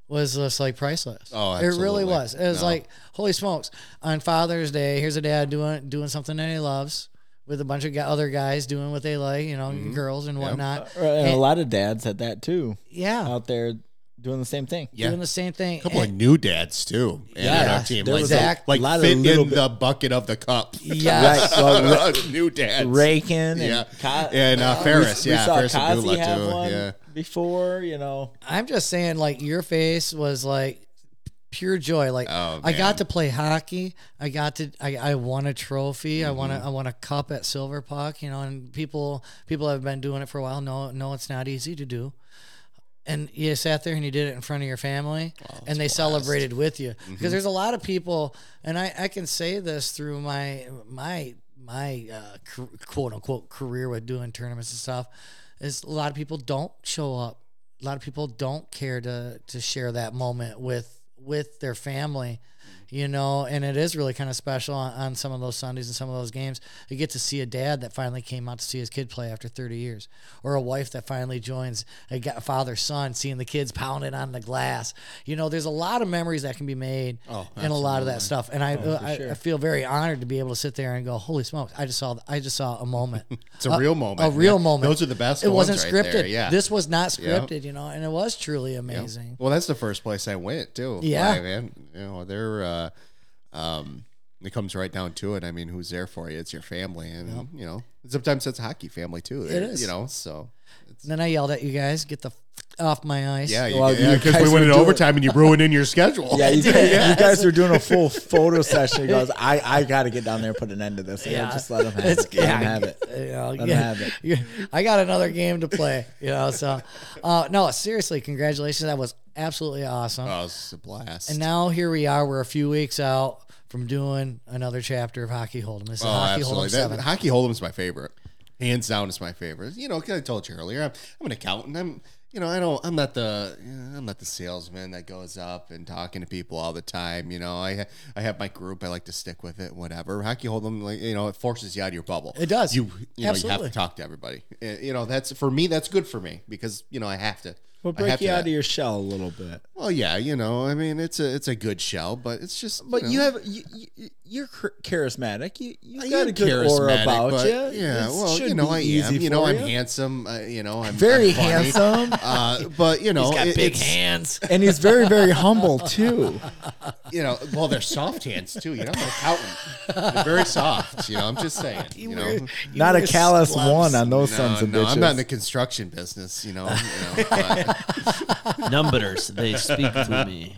S4: was just like priceless.
S5: Oh,
S4: it really
S5: absolutely.
S4: was. It was
S5: No.
S4: like holy smokes! On Father's Day, here's a dad doing doing something that he loves with a bunch of gu- other guys doing what they like, you know,
S5: Mm-hmm.
S4: girls and whatnot.
S1: Uh, and a
S4: And-
S1: lot of dads had that too
S4: yeah,
S1: out there doing the same thing.
S5: Uh, yeah
S4: doing the same thing.
S5: a couple
S4: And-
S5: of new dads too yeah
S1: Yeah,
S5: our team
S1: there
S5: like,
S1: was
S4: a
S5: like, like
S1: lot of
S5: fit
S1: little
S5: in the bucket of the cup
S4: yes.
S1: Right. Well,
S5: Uh, new dads
S1: Rakin and
S5: yeah,
S1: Co-
S5: and uh, Ferris,
S1: we
S5: yeah,
S1: saw
S5: Ferris and
S1: Kazi
S5: Gula
S1: have
S5: too.
S1: one
S5: Yeah,
S1: before, you know.
S4: I'm just saying, like your face was like pure joy. Like
S5: Oh,
S4: I
S5: man.
S4: got to play hockey. I got to. I, I won a trophy. I won a.
S5: Mm-hmm.
S4: I won a cup at Silver Puck. You know, and people people have been doing it for a while. No, no, it's not easy to do. And you sat there and you did it in front of your family, and they celebrated with you because there's a lot of people, and I, I can say this through my my my uh, car- quote unquote career with doing tournaments and stuff, is a lot of people don't show up a lot of people don't care to to share that moment with with their family you know and it is really kind of special on, on some of those sundays and some of those games you get to see a dad that finally came out to see his kid play after 30 years or a wife that finally joins a ga- father son seeing the kids pounding on the glass you know there's a lot of memories that can be made
S5: Oh,
S4: and a lot of that stuff and i I,
S1: sure.
S4: I feel very honored to be able to sit there and go holy smokes i just saw i just saw a moment Uh,
S5: it's a, real moment.
S4: a real
S5: yeah.
S4: moment.
S5: Those are the best.
S4: It
S5: ones
S4: wasn't
S5: right
S4: scripted.
S5: there, Yeah.
S4: This was not scripted, you know, and it was truly amazing.
S5: Well, that's the first place I went too.
S4: Yeah.
S5: Like, man. you know, they're uh, um, it comes right down to it. I mean, who's there for you? It's your family, and you know, sometimes that's a hockey family too. It
S4: is.
S5: you know, so
S4: And then I yelled at you guys, get the f- off my ice.
S5: yeah,
S1: Well,
S5: because
S1: you guys
S5: we went
S1: were
S5: in
S1: doing-
S5: overtime and you ruined in your schedule.
S1: Yeah, you, you guys were doing a full photo session. He goes, I, I got to get down there and put an end to this. Yeah.
S4: Yeah.
S1: just let him have
S4: It's-
S1: it. Let him
S4: yeah,
S1: have it.
S4: you know,
S1: Let 'em
S4: yeah,
S1: have it.
S4: yeah, I got another game to play, you know. So, uh, no, seriously, congratulations. That was absolutely awesome.
S5: Oh, it's a blast.
S4: and now here we are. We're a few weeks out from doing another chapter of Hockey Hold'em. This is
S5: Oh,
S4: Hockey
S5: absolutely.
S4: Hold'em
S5: That-
S4: Seven.
S5: hockey Hold'em's my favorite. Hands down, it's my favorite. You know, 'cause I told you earlier, I'm, I'm an accountant. I'm, you know, I don't, I'm not the, you know, I'm not the salesman that goes up and talking to people all the time. You know, I, ha- I have my group. I like to stick with it. Whatever. Hockey Hold'em, like you know, it forces you out of your bubble.
S4: It does.
S5: You, you know, you have
S4: Absolutely.
S5: to talk to everybody. Uh, You know, that's for me. That's good for me because you know I have to.
S1: We'll
S5: I have
S1: break you
S5: to-
S1: out of your shell a little bit.
S5: Well, yeah, you know, I mean, it's a, it's a good shell, but it's just,
S1: But
S5: know.
S1: you have you, you you're char- charismatic. You you
S5: I
S1: got
S5: am
S1: a good aura
S5: charismatic,
S1: about
S5: but,
S1: you.
S5: Yeah,
S1: It
S5: well,
S1: should
S5: you know,
S1: be
S5: I
S1: easy
S5: am. You know,
S1: for
S5: I'm
S1: you.
S5: handsome. Uh, you know, I'm
S1: Very
S5: I'm funny.
S1: handsome.
S5: Uh, but you know, it- it's,
S4: hands.
S1: and he's very very humble too.
S5: You know, well, they're soft hands too. You know, they're accountant. They're very soft. You know, I'm just saying. You know,
S1: Not a callous one on those
S5: no,
S1: sons of
S5: no,
S1: bitches.
S5: I'm not in the construction business. You know, you know, but-
S3: Numbers, they speak to me.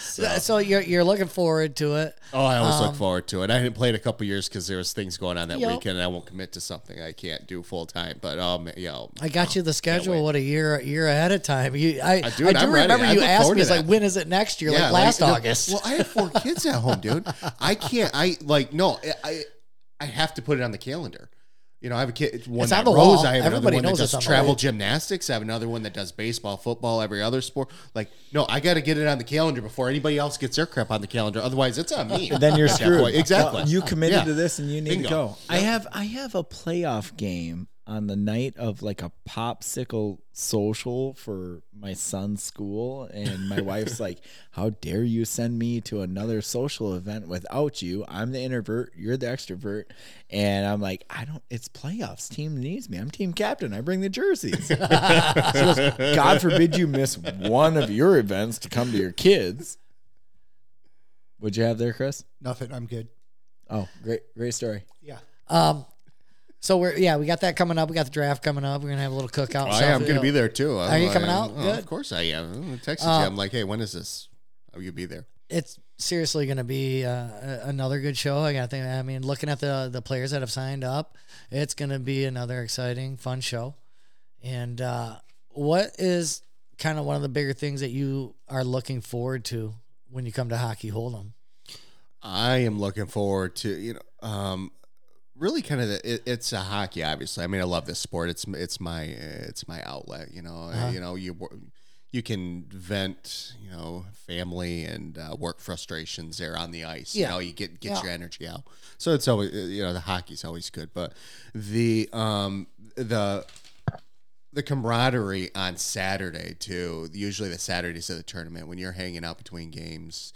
S4: So, so you're you're looking forward to it.
S5: oh, I always
S1: Um,
S5: look forward to it. I didn't play it a couple years because there was things going on that
S4: Yep.
S5: weekend, and I won't commit to something I can't do full time. But um, you know,
S4: I got you the schedule. What a year year ahead of time. You, I, I do
S5: dude, I'm ready.
S4: remember
S5: I
S4: you
S5: look
S4: asked
S5: forward
S4: me.
S5: to
S4: It's like,
S5: that.
S4: when is it next year? like
S5: like,
S4: last
S5: no,
S4: August.
S5: well, I have four kids at home, dude. I can't. I like no. I- I I have to put it on the calendar. You know, I have a kid. It's one
S4: It's
S5: that
S4: on the
S5: rows.
S4: wall.
S5: I have
S4: Everybody
S5: another one
S4: knows
S5: that
S4: it's on
S5: does
S4: the
S5: travel
S4: wall.
S5: gymnastics. I have another one that does baseball, football, every other sport. Like, no, I got to get it on the calendar before anybody else gets their crap on the calendar. Otherwise, it's on me.
S1: then you're
S5: At that
S1: screwed.
S5: point. Exactly.
S1: Well, you committed
S5: Yeah.
S1: to this, and you need
S5: Bingo.
S1: to go. I have I have a playoff game on the night of like a popsicle social for my son's school, and my wife's like, "How dare you send me to another social event without you? I'm the introvert, you're the extrovert," and I'm like, "I don't. It's playoffs. Team needs me. I'm team captain. I bring the jerseys." She goes, God forbid you miss one of your events to come to your kids. Would you have there, Chris?
S2: Nothing. I'm good.
S1: Oh, great, great story.
S2: Yeah.
S4: um, so we're yeah, we got that coming up. We got the draft coming up. We're gonna have a little cookout.
S5: Oh, I
S4: So-
S5: am going to be there too. I'm
S4: Are you
S5: like,
S4: coming out?
S5: oh,
S4: Good. Uh,
S5: Of course I am. I texted you. I'm like, hey, when is this? Are you be there?
S4: it's seriously going to be uh, a- another good show. I got think. I mean, looking at the the players that have signed up, it's going to be another exciting, fun show. And uh, what is kind of one of the bigger things that you are looking forward to when you come to Hockey Hold'em?
S5: I am looking forward to you know, um, really kind of the, it, it's a hockey. Obviously, I mean, I love this sport. It's it's my it's my outlet. You know,
S4: Uh-huh.
S5: you know you. wor- You can vent, you know, family and uh, work frustrations there on the ice.
S4: Yeah.
S5: You know, you get get
S4: Yeah.
S5: your energy out. So it's always, you know, the hockey's always good, but the um the the camaraderie on Saturday too. Usually the Saturdays of the tournament when you're hanging out between games.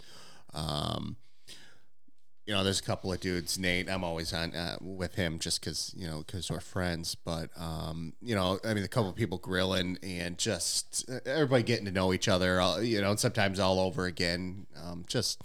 S5: Um, you know, there's a couple of dudes. Nate, I'm always on uh, with him just because you know because we're friends. But um, you know, I mean, a couple of people grilling and just uh, everybody getting to know each other. All, you know, and sometimes all over again. Um, just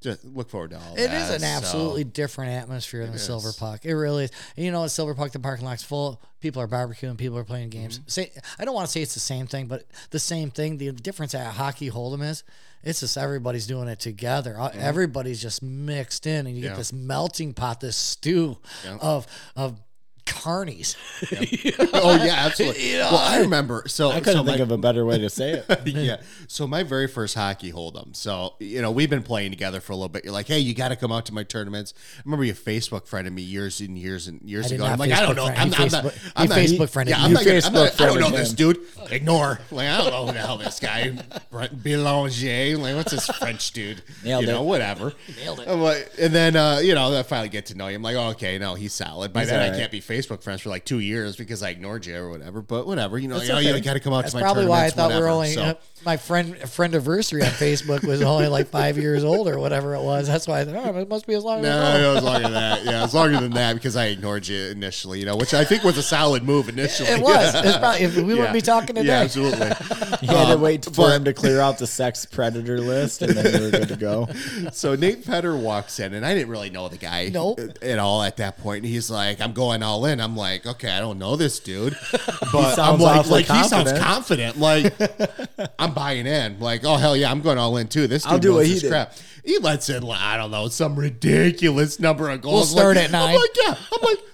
S5: just look forward to all.
S4: It
S5: that,
S4: is an
S5: so-
S4: absolutely different atmosphere than Silver Puck. It really is. And You know, at Silver Puck, the parking lot's full. People are barbecuing. People are playing games.
S5: Mm-hmm.
S4: Say, I don't want to say it's the same thing, but the same thing. The difference at Hockey Hold'em is it's just everybody's doing it together. Uh Everybody's just mixed in, and you get
S5: Mm-hmm. Yeah.
S4: this melting pot, this stew of of carnies.
S5: oh yeah, absolutely.
S4: You know,
S5: well, I remember. So
S1: I couldn't
S5: so my-
S1: think of a better way to say it. Um,
S5: yeah. So my very first hockey hold'em. So you know we've been playing together for a little bit. You're like, hey, you got to come out to my tournaments. I remember you Facebook friended me years and years and years
S4: did
S5: ago.
S4: not
S5: I'm like, I
S4: Facebook
S5: don't know.
S4: friend-
S5: I'm,
S4: you
S5: not- I'm not.
S4: Facebook-
S5: I'm
S4: you
S5: not-
S4: Facebook friended
S5: Yeah,
S4: me.
S5: I'm
S4: You
S5: not, gonna- I'm not-
S1: Facebook
S5: I don't know
S1: friended
S5: this
S1: him.
S5: dude. Ignore. Like I don't know who the hell this guy Brent Belanger. Like what's this French dude?
S1: Nailed
S5: you know,
S1: it.
S5: whatever. Nailed it. and then uh, you know, I finally get to know you. I'm like, oh, okay, no, he's solid. By
S1: He's
S5: then, I
S1: alright.
S5: can't be Facebook friends for like two years because I ignored you or whatever. But whatever, you know, "Oh,
S1: That's
S5: you, know,
S1: okay.
S5: you got to come out
S4: That's
S5: to my
S4: probably why I
S5: tournaments,
S4: thought we were
S5: whatever,
S4: only
S5: so.
S4: uh, my friend friend anniversary on Facebook was only like five years old or whatever it was. That's why I thought oh, it must be as long. as
S5: No,
S4: I know."
S5: no, it was longer than that. Yeah, it was longer than that because I ignored you initially, you know, which I think was a solid move initially.
S4: It was. It's probably if we wouldn't
S5: Yeah.
S4: be talking today.
S5: Yeah, absolutely.
S1: You had to
S5: Um,
S1: wait for
S5: but-
S1: him to clear out the sex predator list, and then you were good to go.
S5: so Nate Petter walks in, and I didn't really know the guy
S4: Nope.
S5: at all at that point. And he's like, "I'm going all in." I'm like, "Okay, I don't know this dude,
S1: He
S5: but I'm
S1: sounds
S5: like,
S1: awfully
S5: like he sounds
S1: confident.
S5: confident. Like I'm buying in. Like, oh hell yeah, I'm going all in too. This dude
S1: I'll do
S5: knows
S1: what he
S5: his
S1: did.
S5: crap. He lets in, like, I don't know, some ridiculous number of goals.
S4: start
S5: like,
S4: at nine.
S5: I'm like, yeah. I'm like,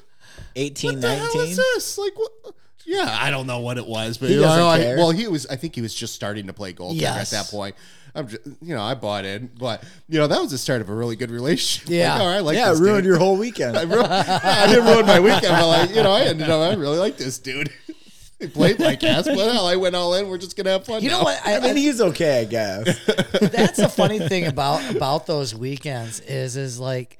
S1: 18,
S5: what the hell
S1: 19?
S5: is this? Like, what? Yeah, I don't know what it was, but
S1: He
S5: you know,
S1: doesn't
S5: I-
S1: care.
S5: well, he was. I think he was just starting to play goaltender
S4: Yes.
S5: at that point. I'm, just, you know, I bought in, but you know, that was the start of a really good relationship. Like,
S4: Yeah.
S5: all right, I like
S1: yeah, it
S5: this
S1: ruined
S5: dude.
S1: your whole weekend.
S5: I, ru- yeah, I didn't ruin my weekend, but like, you know, I ended up. I really like this dude. he played like ass, but hell, I went all in. We're just gonna have fun.
S4: You know
S5: now.
S4: what? I,
S1: I mean,
S4: I,
S1: he's okay, I guess.
S4: that's the funny thing about about those weekends is is like,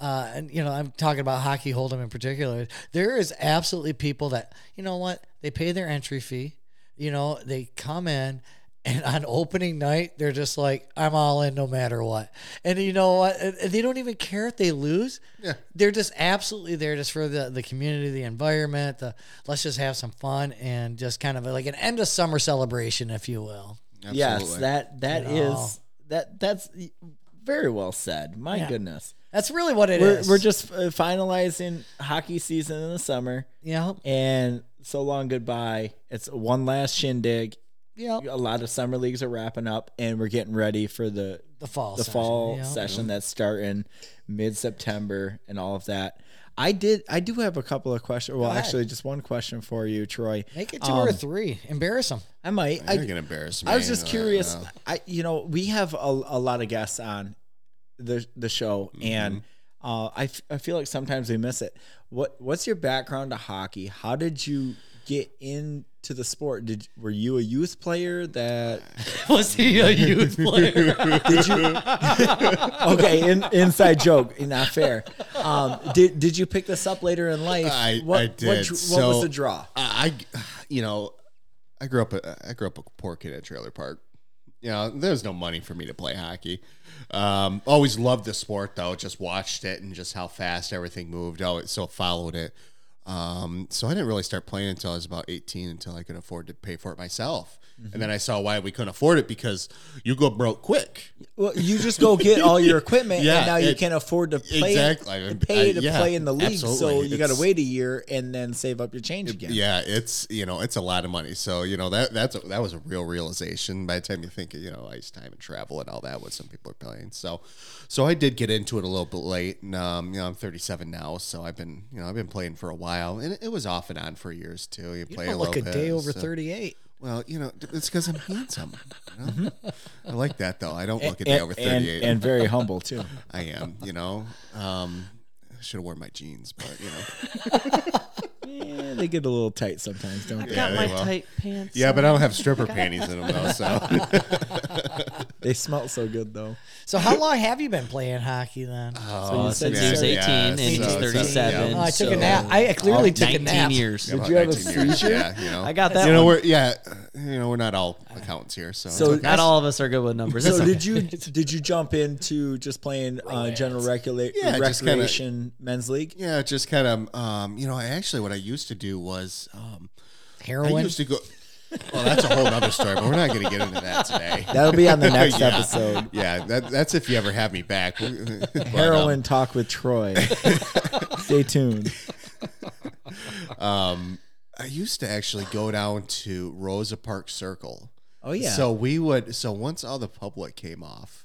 S4: uh, and you know, I'm talking about hockey hold'em in particular. There is absolutely people that you know what they pay their entry fee. You know, they come in. And on opening night, they're just like, "I'm all in, no matter what." And you know what? And- and They don't even care if they lose.
S5: Yeah.
S4: they're just absolutely there just for the, the community, the environment, the let's just have some fun and just kind of like an end of summer celebration, if you will.
S1: Yes, that that is
S4: No.
S1: that that's very well said. My goodness,
S4: That's really what it
S1: we're
S4: is.
S1: we're just uh, finalizing hockey season in the summer,
S4: yeah,
S1: and so long goodbye. It's one last shindig.
S4: yeah.
S1: A lot of summer leagues are wrapping up, and we're getting ready for the
S4: The fall,
S1: the
S4: session,
S1: fall
S4: yeah.
S1: session that's starting mid September and all of that. I did. I do have a couple of questions. Well,
S4: ahead.
S1: actually, just one question for you, Troy.
S4: Make it two or three. Embarrass them.
S1: I might.
S5: You're
S1: I,
S5: gonna embarrass me.
S1: I was just
S5: Uh,
S1: curious.
S5: uh,
S1: I you know we have a, a lot of guests on the the show, and uh, I, f- I feel like sometimes we miss it. What what's your background to hockey? How did you get into the sport? Did were you a youth player that?
S4: Was he a youth player?
S1: Did you? okay, in, inside joke, not fair. Um, did did you pick this up later in life?
S5: I-
S1: what,
S5: I
S1: what
S5: did.
S1: dr- What, was
S5: So-
S1: the draw?
S5: I, I- you know, I grew up. A, I grew up a poor kid at trailer park. You know, there's no money for me to play hockey. Um, always loved the sport though. Just watched it and just how fast everything moved. Oh, so followed it. Um, so I didn't really start playing until I was about 18, until I could afford to pay for it myself. And then I saw why we couldn't afford it because you go broke quick.
S1: Well, you just go get all your equipment,
S5: Yeah,
S1: and now you
S5: it-
S1: can afford to play,
S5: Exactly. I-
S1: pay
S5: I-
S1: to
S5: yeah,
S1: play in the league. So
S5: absolutely.
S1: you got to
S5: It's-
S1: wait a year and then save up your change again.
S5: Yeah, it's you know it's a lot of money. So you know that that's a, that was a real realization. By the time you think of, you know ice time and travel and all that, what some people are playing. So, so I did get into it a little bit late, and um, you know I'm 37 now, so I've been you know I've been playing for a while, and it, it was off and on for years too. You
S4: You
S5: play
S4: don't
S5: a little
S4: look a
S5: bit,
S4: day over
S5: so-
S4: thirty-eight.
S5: Well, you know it's because I'm handsome. you know? I like that though. I don't look a day
S1: And,
S5: over 38.
S1: and, and very humble too.
S5: I am, you know. Um, I should have worn my jeans, but you know.
S1: Yeah, they get a little tight sometimes, don't they?
S3: Got
S5: they
S3: my
S5: will.
S3: tight pants.
S5: Yeah, but I don't have stripper panties in them though. So.
S1: They smell so good though.
S4: So how long have you been playing hockey then?
S5: Oh,
S1: So you said
S3: since
S1: you
S3: Oh, he was
S1: started-
S3: 18 and he's
S5: so- so-
S3: 37.
S4: oh, I took a
S3: so-
S4: nap. I clearly took a
S3: 19
S4: nap.
S3: Oh, years.
S5: Yeah, about
S1: Did you have a
S5: 19 years,
S1: seizure?
S5: Yeah, you know.
S3: I got that
S5: You know,
S3: one.
S5: we're yeah, uh, you know, we're not all accountants here, so,
S1: So-
S5: it's okay.
S3: Not all of us are good with numbers.
S1: So
S3: That's
S1: did you did you jump into just playing uh, general recula-
S5: Yeah, just kinda-
S1: recreation men's league?
S5: yeah, just kind of, um, you know, I actually what I used to do was, um, I
S4: Heroin.
S5: used to go. Well, that's a whole other story, but we're not going to get into that today.
S1: That'll be on the next
S5: Oh, Yeah.
S1: episode.
S5: Yeah, that, that's if you ever have me back. But, um,
S1: Heroin talk with Troy. Stay tuned.
S5: um, I used to actually go down to Rosa Park Circle.
S1: Oh yeah.
S5: So we would. So once all the public came off,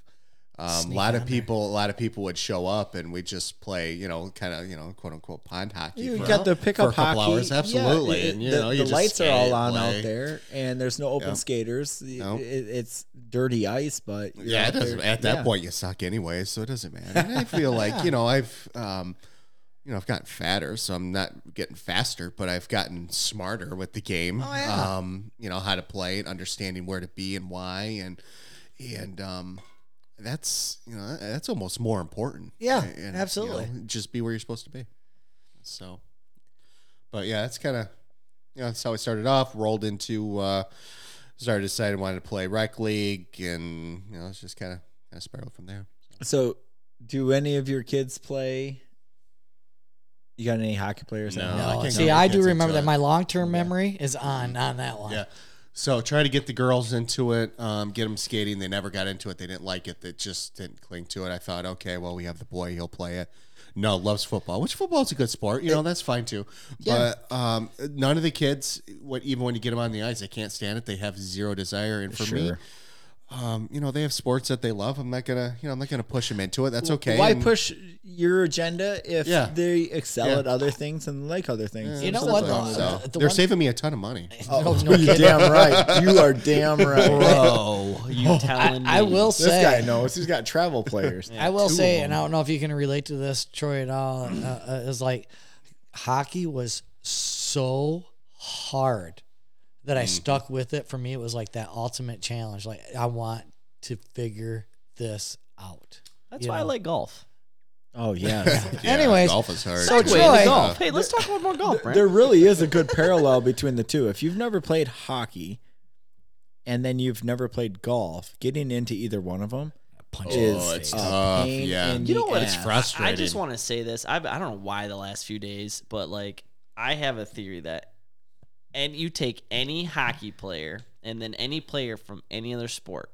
S5: um, a lot of people, a lot of people would show up, and we just play, you know, kind of, you know, quote unquote pond hockey.
S1: You
S5: for-
S1: got the pickup
S5: for a couple
S1: hockey.
S5: hours, absolutely.
S1: Yeah, it-
S5: and you
S1: the
S5: know,
S1: the
S5: you just
S1: lights are all
S5: skate,
S1: on out
S5: play.
S1: there, and there's no open
S5: Yeah.
S1: skaters.
S5: No.
S1: It- it's dirty ice, but you're
S5: Yeah,
S1: out
S5: it doesn't,
S1: there.
S5: at that
S1: Yeah.
S5: point you suck anyway, so it doesn't matter. And I feel like you know I've, um, you know, I've gotten fatter, so I'm not getting faster, but I've gotten smarter with the game. Oh,
S4: yeah.
S5: Um, you know how to play it, understanding where to be and why, and and um, that's you know that's almost more important.
S4: Yeah,
S5: And, you know,
S4: absolutely.
S5: just be where you're supposed to be. So But yeah, that's kind of you know that's how I started off. Rolled into uh, started deciding I wanted to play rec league, and you know it's just kind of kind of spiraled from there.
S1: So, do any of your kids play? You got any hockey players? at
S5: No.
S1: home?
S5: I can't
S4: See,
S5: get
S4: I
S5: my
S4: do
S5: kids
S4: remember
S5: into
S4: that.
S5: it.
S4: My long term memory is on on that one.
S5: Yeah. So try to get the girls into it, um, get them skating. They never got into it. They didn't like it. They just didn't cling to it. I thought, okay, well, we have the boy. He'll play it. No, loves football, which football's a good sport. You know, that's fine too. But um, none of the kids, what even when you get them on the ice, they can't stand it. They have zero desire. And for me,
S1: Sure.
S5: um, you know, they have sports that they love. I'm not gonna, you know, I'm not gonna push them into it. That's okay.
S1: Why
S5: And-
S1: push your agenda if
S5: Yeah.
S1: they excel
S5: Yeah.
S1: at other things and like other things?
S5: Yeah,
S4: You know
S5: that's
S4: what, though?
S5: fine. So,
S4: The- the
S5: they're
S4: one-
S5: saving me a ton of money.
S4: No, no
S1: Oh, You're
S4: kidding.
S1: damn right. You are damn right.
S3: Bro, you telling me?
S4: I will
S1: this
S4: say,
S1: guy knows. He's got travel players.
S4: I will say, and I don't know if you can relate to this, Troy, at all. Uh, uh, is like hockey was so hard that I stuck with it. For me, it was like that ultimate challenge. Like I want to figure this out.
S3: That's
S4: you
S3: why I
S4: know.
S3: like golf.
S1: Oh yeah.
S5: Yeah,
S4: Anyways,
S5: golf is hard.
S4: so
S5: too.
S4: Troy-
S3: Wait,
S4: Yeah.
S3: golf. Hey, let's talk about more golf, Brent.
S1: there really is a good parallel between the two. If you've never played hockey and then you've never played golf, getting into either one of them
S4: Punch it.
S1: is
S5: Oh, it's
S1: a
S5: tough,
S1: pain
S5: yeah.
S1: in
S5: You
S1: the
S5: know what? It's
S1: ass.
S5: frustrating.
S3: I just want to say this. I've, I don't know why the last few days, but like I have a theory that, and you take any hockey player and then any player from any other sport,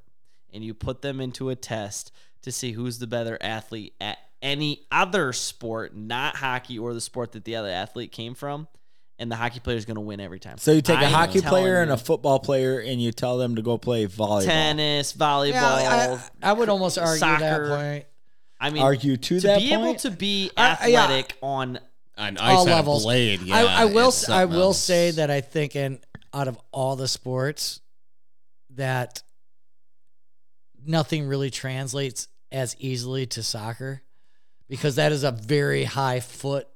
S3: and you put them into a test to see who's the better athlete at any other sport, not hockey or the sport that the other athlete came from, and the hockey player is going to win every time.
S1: So you take a
S3: I'm
S1: hockey
S3: telling
S1: player and
S3: you.
S1: a football player and you tell them to go play volleyball.
S3: tennis, volleyball.
S4: Yeah, I, I would almost argue that
S3: soccer.
S4: point.
S3: I mean,
S1: Argue to,
S3: to
S1: that
S3: be
S1: point.
S3: able to be
S4: I- Uh, yeah.
S3: athletic on
S5: on
S4: all
S5: ice on a
S4: levels.
S5: blade. Yeah,
S4: I, I will.
S5: it's
S4: s- I
S5: something
S4: will
S5: else.
S4: say that I think in out of all the sports, that nothing really translates as easily to soccer, because that is a very high foot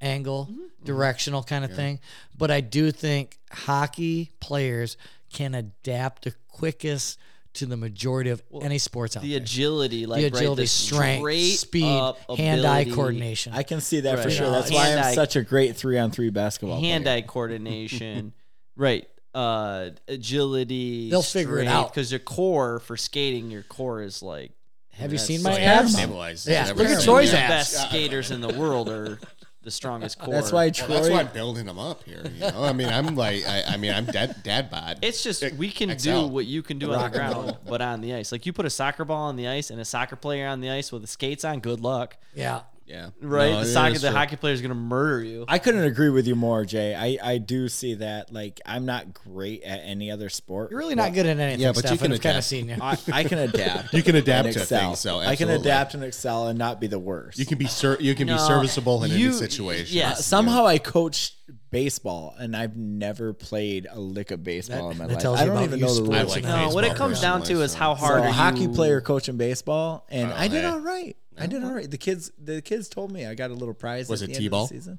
S4: angle, directional kind of thing. But I do think hockey players can adapt the quickest to the majority of any sports out
S3: the
S4: there.
S3: agility, like
S4: the
S3: right,
S4: agility,
S3: the
S4: strength,
S3: straight
S4: speed,
S3: up
S4: hand-eye
S3: ability,
S4: coordination.
S1: I can see that for
S3: Right.
S1: sure.
S4: Yeah.
S1: That's why I'm
S3: Hand-eye-
S1: such a great three on three basketball player.
S3: hand-eye coordination, right? Uh, agility.
S4: They'll figure it out.
S3: because your core for skating, your core is like
S4: Have you
S3: That's
S5: Oh,
S4: seen my
S1: like
S4: abs?
S1: abnormal.
S5: Stabilizes
S4: Yeah, look
S5: everything,
S4: at Troy's
S5: yeah.
S3: the best
S4: abs.
S3: skaters in the world are the strongest core.
S1: That's why
S5: Well,
S1: Troy.
S5: that's why I'm building them up here. You know, I mean, I'm like, I, I mean, I'm dad, dad bod.
S3: It's just we can
S5: Excel.
S3: do what you can do on the ground, but on the ice, like you put a soccer ball on the ice and a soccer player on the ice with the skates on. Good luck,
S4: Yeah.
S5: yeah,
S3: right?
S5: No,
S3: the
S5: it
S3: soccer,
S5: is
S3: the
S5: true.
S3: hockey player is gonna murder you.
S1: I couldn't agree with you more, Jay. I, I do see that. Like I'm not great at any other sport.
S4: You're really not good at anything.
S5: Yeah, but you
S4: Stefan.
S5: can
S4: I've kind of
S5: adapt.
S4: seen you.
S1: I, I can adapt.
S5: You can adapt
S1: and
S5: to
S1: excel.
S5: things, so
S1: I can
S5: absolutely.
S1: adapt and excel and not be the worst.
S5: You can be ser- you can be
S3: No,
S5: serviceable in
S3: you-
S5: any situation.
S3: yeah,
S1: Uh, somehow I coached baseball, and I've never played a lick of baseball
S4: That-
S1: in my
S4: that
S1: life.
S4: tells
S1: I
S4: you
S1: don't
S4: about
S1: even
S4: you
S1: know the
S4: sports
S5: I
S1: rules.
S5: like
S3: No, what it comes down to is how
S1: So
S3: hard
S1: a
S3: are
S1: hockey
S3: you-
S1: player coaching baseball, and
S5: Oh,
S1: I did
S5: hey.
S1: all right. I did all right. The kids, the kids told me I got a little prize.
S5: Was
S1: at
S5: it
S1: the end of the
S5: T-ball?
S1: season?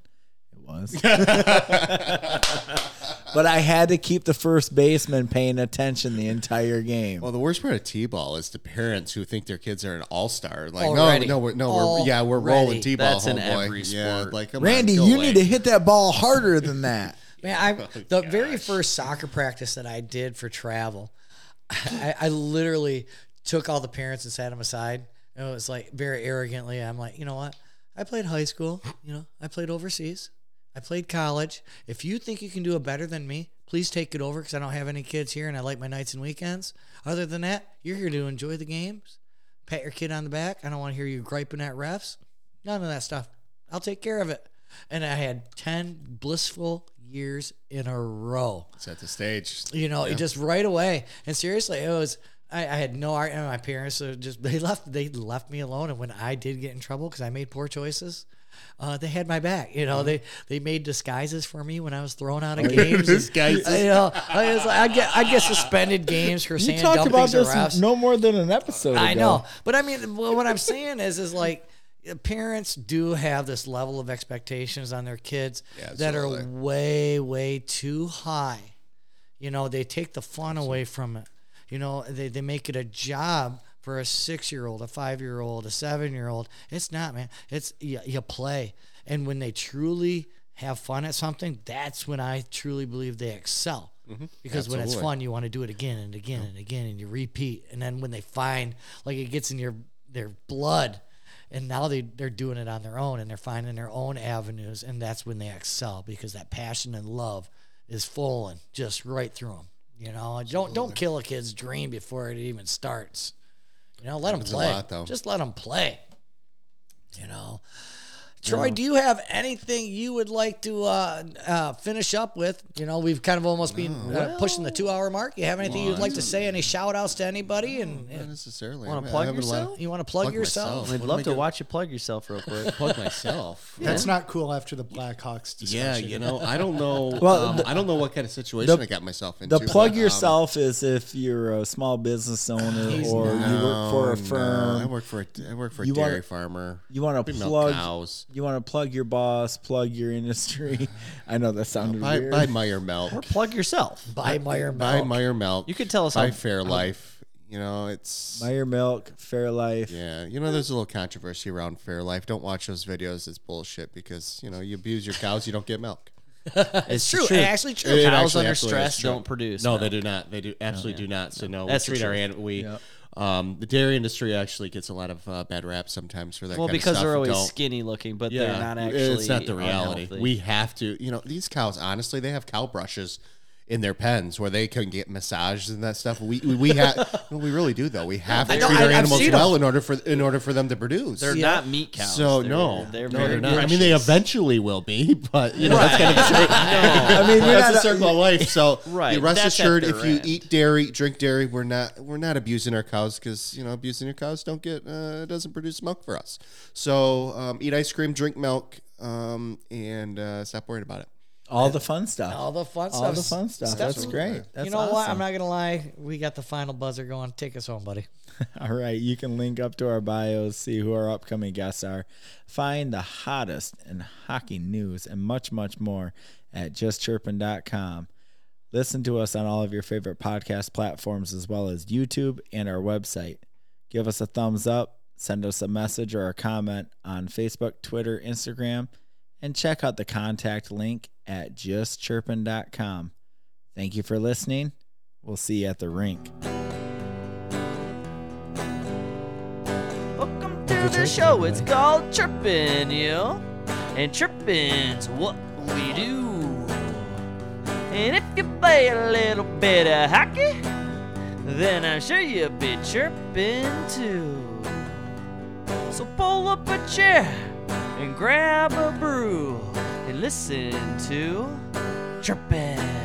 S1: It was. but I had to keep the first baseman paying attention the entire game.
S5: Well, the worst part of t-ball is the parents who think their kids are an all-star. Like,
S4: Already.
S5: no, no, we're, no, we're, yeah, we're
S4: Already.
S5: rolling t-ball.
S3: That's in
S5: homeboy.
S3: every
S5: Yeah,
S3: sport.
S5: like, come
S1: Randy,
S5: on, go
S1: you
S5: away.
S1: need to hit that ball harder than that.
S4: Man, I the very first soccer practice that I did for travel, I, I literally took all the parents and sat them aside. And it was like very arrogantly, I'm like, you know what? I played high school. You know, I played overseas. I played college. If you think you can do it better than me, please take it over because I don't have any kids here and I like my nights and weekends. Other than that, you're here to enjoy the games. Pat your kid on the back. I don't want to hear you griping at refs. None of that stuff. I'll take care of it. And I had 10 blissful years in a row.
S5: set the stage.
S4: You know, it just right away. And seriously, it was. I, I had no art, and my parents uh, just they left. They left me alone. And when I did get in trouble because I made poor choices, uh, they had my back.
S1: Uh-huh.
S4: You know, they they made disguises for me when I was thrown out
S1: Oh,
S4: of games.
S5: Disguises.
S4: You know, I was like, I get I get suspended games for
S1: You
S4: saying
S1: talked
S4: dumb
S1: about
S4: things to
S1: this
S4: refs.
S1: no more than an episode ago.
S4: I know, but I mean, well, what I'm saying is, is like parents do have this level of expectations on their kids
S5: Yeah,
S4: that are
S5: absolutely.
S4: way, way too high. You know, they take the fun away from it. You know, they, they make it a job for a six year old, a five year old, a seven year old. It's not, man. It's you, you play. And when they truly have fun at something, that's when I truly believe they excel. Because when it's
S5: Mm-hmm. Absolutely.
S4: fun, you want to do it again and again and again, and you repeat. And then when they find, like, it gets in your their blood, and now they they're doing it on their own and they're finding their own avenues, and that's when they excel because that passion and love is flowing just right through them. You know, don't don't kill a kid's dream before it even starts. You know, let them
S5: Happens a
S4: play.
S5: lot, though.
S4: Just let them play. You know. Troy, do you have anything you would like to uh, uh, finish up with? You know, we've kind of almost been uh, pushing the two-hour mark. You have anything you'd like to say? Any shout-outs to anybody? And,
S5: Not
S4: and
S5: necessarily.
S3: Wanna
S5: I'm- I
S3: plug
S5: haven't let-
S3: yourself?
S4: you want to plug,
S5: Plug
S4: yourself?
S3: I'd
S5: myself. What am I
S3: love to
S5: gonna-
S3: watch you plug yourself real quick.
S5: Plug myself.
S2: That's not cool after the Blackhawks
S5: Yeah,
S2: discussion.
S5: you know, I don't know.
S1: Well,
S5: um,
S1: the-
S5: I don't know what kind of situation
S1: the-
S5: I got myself into.
S1: The plug
S5: but, um,
S1: yourself is if you're a small business owner or you work for a
S5: um, no,
S1: firm.
S5: I work for a, I work for a
S1: You wanna-
S5: dairy farmer.
S1: you want to
S5: We milk
S1: plug.
S5: cows.
S1: You want to plug your boss. Plug your industry. I know that sounded
S5: Buy,
S1: weird.
S5: buy Meyer milk.
S3: Or plug yourself.
S4: By Meyer
S5: Buy
S4: Milk.
S5: Meyer milk.
S3: You could tell us
S5: buy
S3: how-
S5: Fairlife. You know, it's
S1: Meyer Milk, Fairlife.
S5: yeah. You know, there's a little controversy around Fairlife. Don't watch those videos. It's bullshit because you know you abuse your cows, you don't get milk.
S3: It's
S4: True,
S3: the truth.
S4: actually true.
S5: It
S3: Cows
S5: actually
S3: under
S5: absolutely
S3: stress
S5: is true.
S3: don't produce.
S5: No,
S3: milk.
S5: they do not. They do absolutely do not. So no,
S3: Oh, That's the
S5: we treat our
S3: truth.
S5: animal. We,
S1: Yep.
S5: um, the dairy industry actually gets a lot of uh, bad rap sometimes for that.
S3: Well,
S5: kind of
S3: because
S5: stuff.
S3: they're
S5: We
S3: always
S5: don't-
S3: skinny looking, but
S5: yeah,
S3: they're not actually.
S5: It's not the reality.
S3: unhealthy.
S5: We have to. You know, these cows. Honestly, they have cow brushes in their pens where they can get massages and that stuff. We we, we have. we really do though. We have to
S4: know,
S5: treat
S4: I-
S5: our
S4: I've
S5: animals
S4: seen 'em.
S5: well in order for in order for them to produce.
S3: They're
S4: Yeah.
S3: not meat cows.
S5: so
S3: They're-
S5: no,
S3: they're
S5: no,
S3: very
S5: they're not. I mean, they
S3: precious.
S5: eventually will be, but you know
S3: Right.
S5: that's kind of a circle. I mean,
S1: we're
S5: that's
S1: not-
S5: a circle of life. So
S3: Right,
S5: you rest
S3: that's at
S5: assured,
S3: their
S5: if you
S3: end.
S5: eat dairy, drink dairy, we're not we're not abusing our cows because you know abusing your cows don't get uh, doesn't produce milk for us. So um, eat ice cream, drink milk, um, and uh, stop worrying about it.
S1: All the fun stuff.
S4: All the fun stuff.
S1: All the fun stuff.
S4: Steps-
S1: That's great. That's
S4: you know what?
S1: awesome.
S4: I'm not gonna lie. We got the final buzzer going. Take us home, buddy.
S1: All right, you can link up to our bios, see who our upcoming guests are, find the hottest in hockey news, and much, much more at justchirpin.com. Listen to us on all of your favorite podcast platforms, as well as YouTube and our website. Give us a thumbs up, send us a message or a comment on Facebook, Twitter, Instagram, and check out the contact link at justchirpin.com. Thank you for listening. We'll see you at the rink.
S3: Welcome to the show. It's called Chirpin' You. And chirpin's what we do. And if you play a little bit of hockey, then I'm sure you'll be chirping too. So pull up a chair and grab a brew and listen to Chirpin'.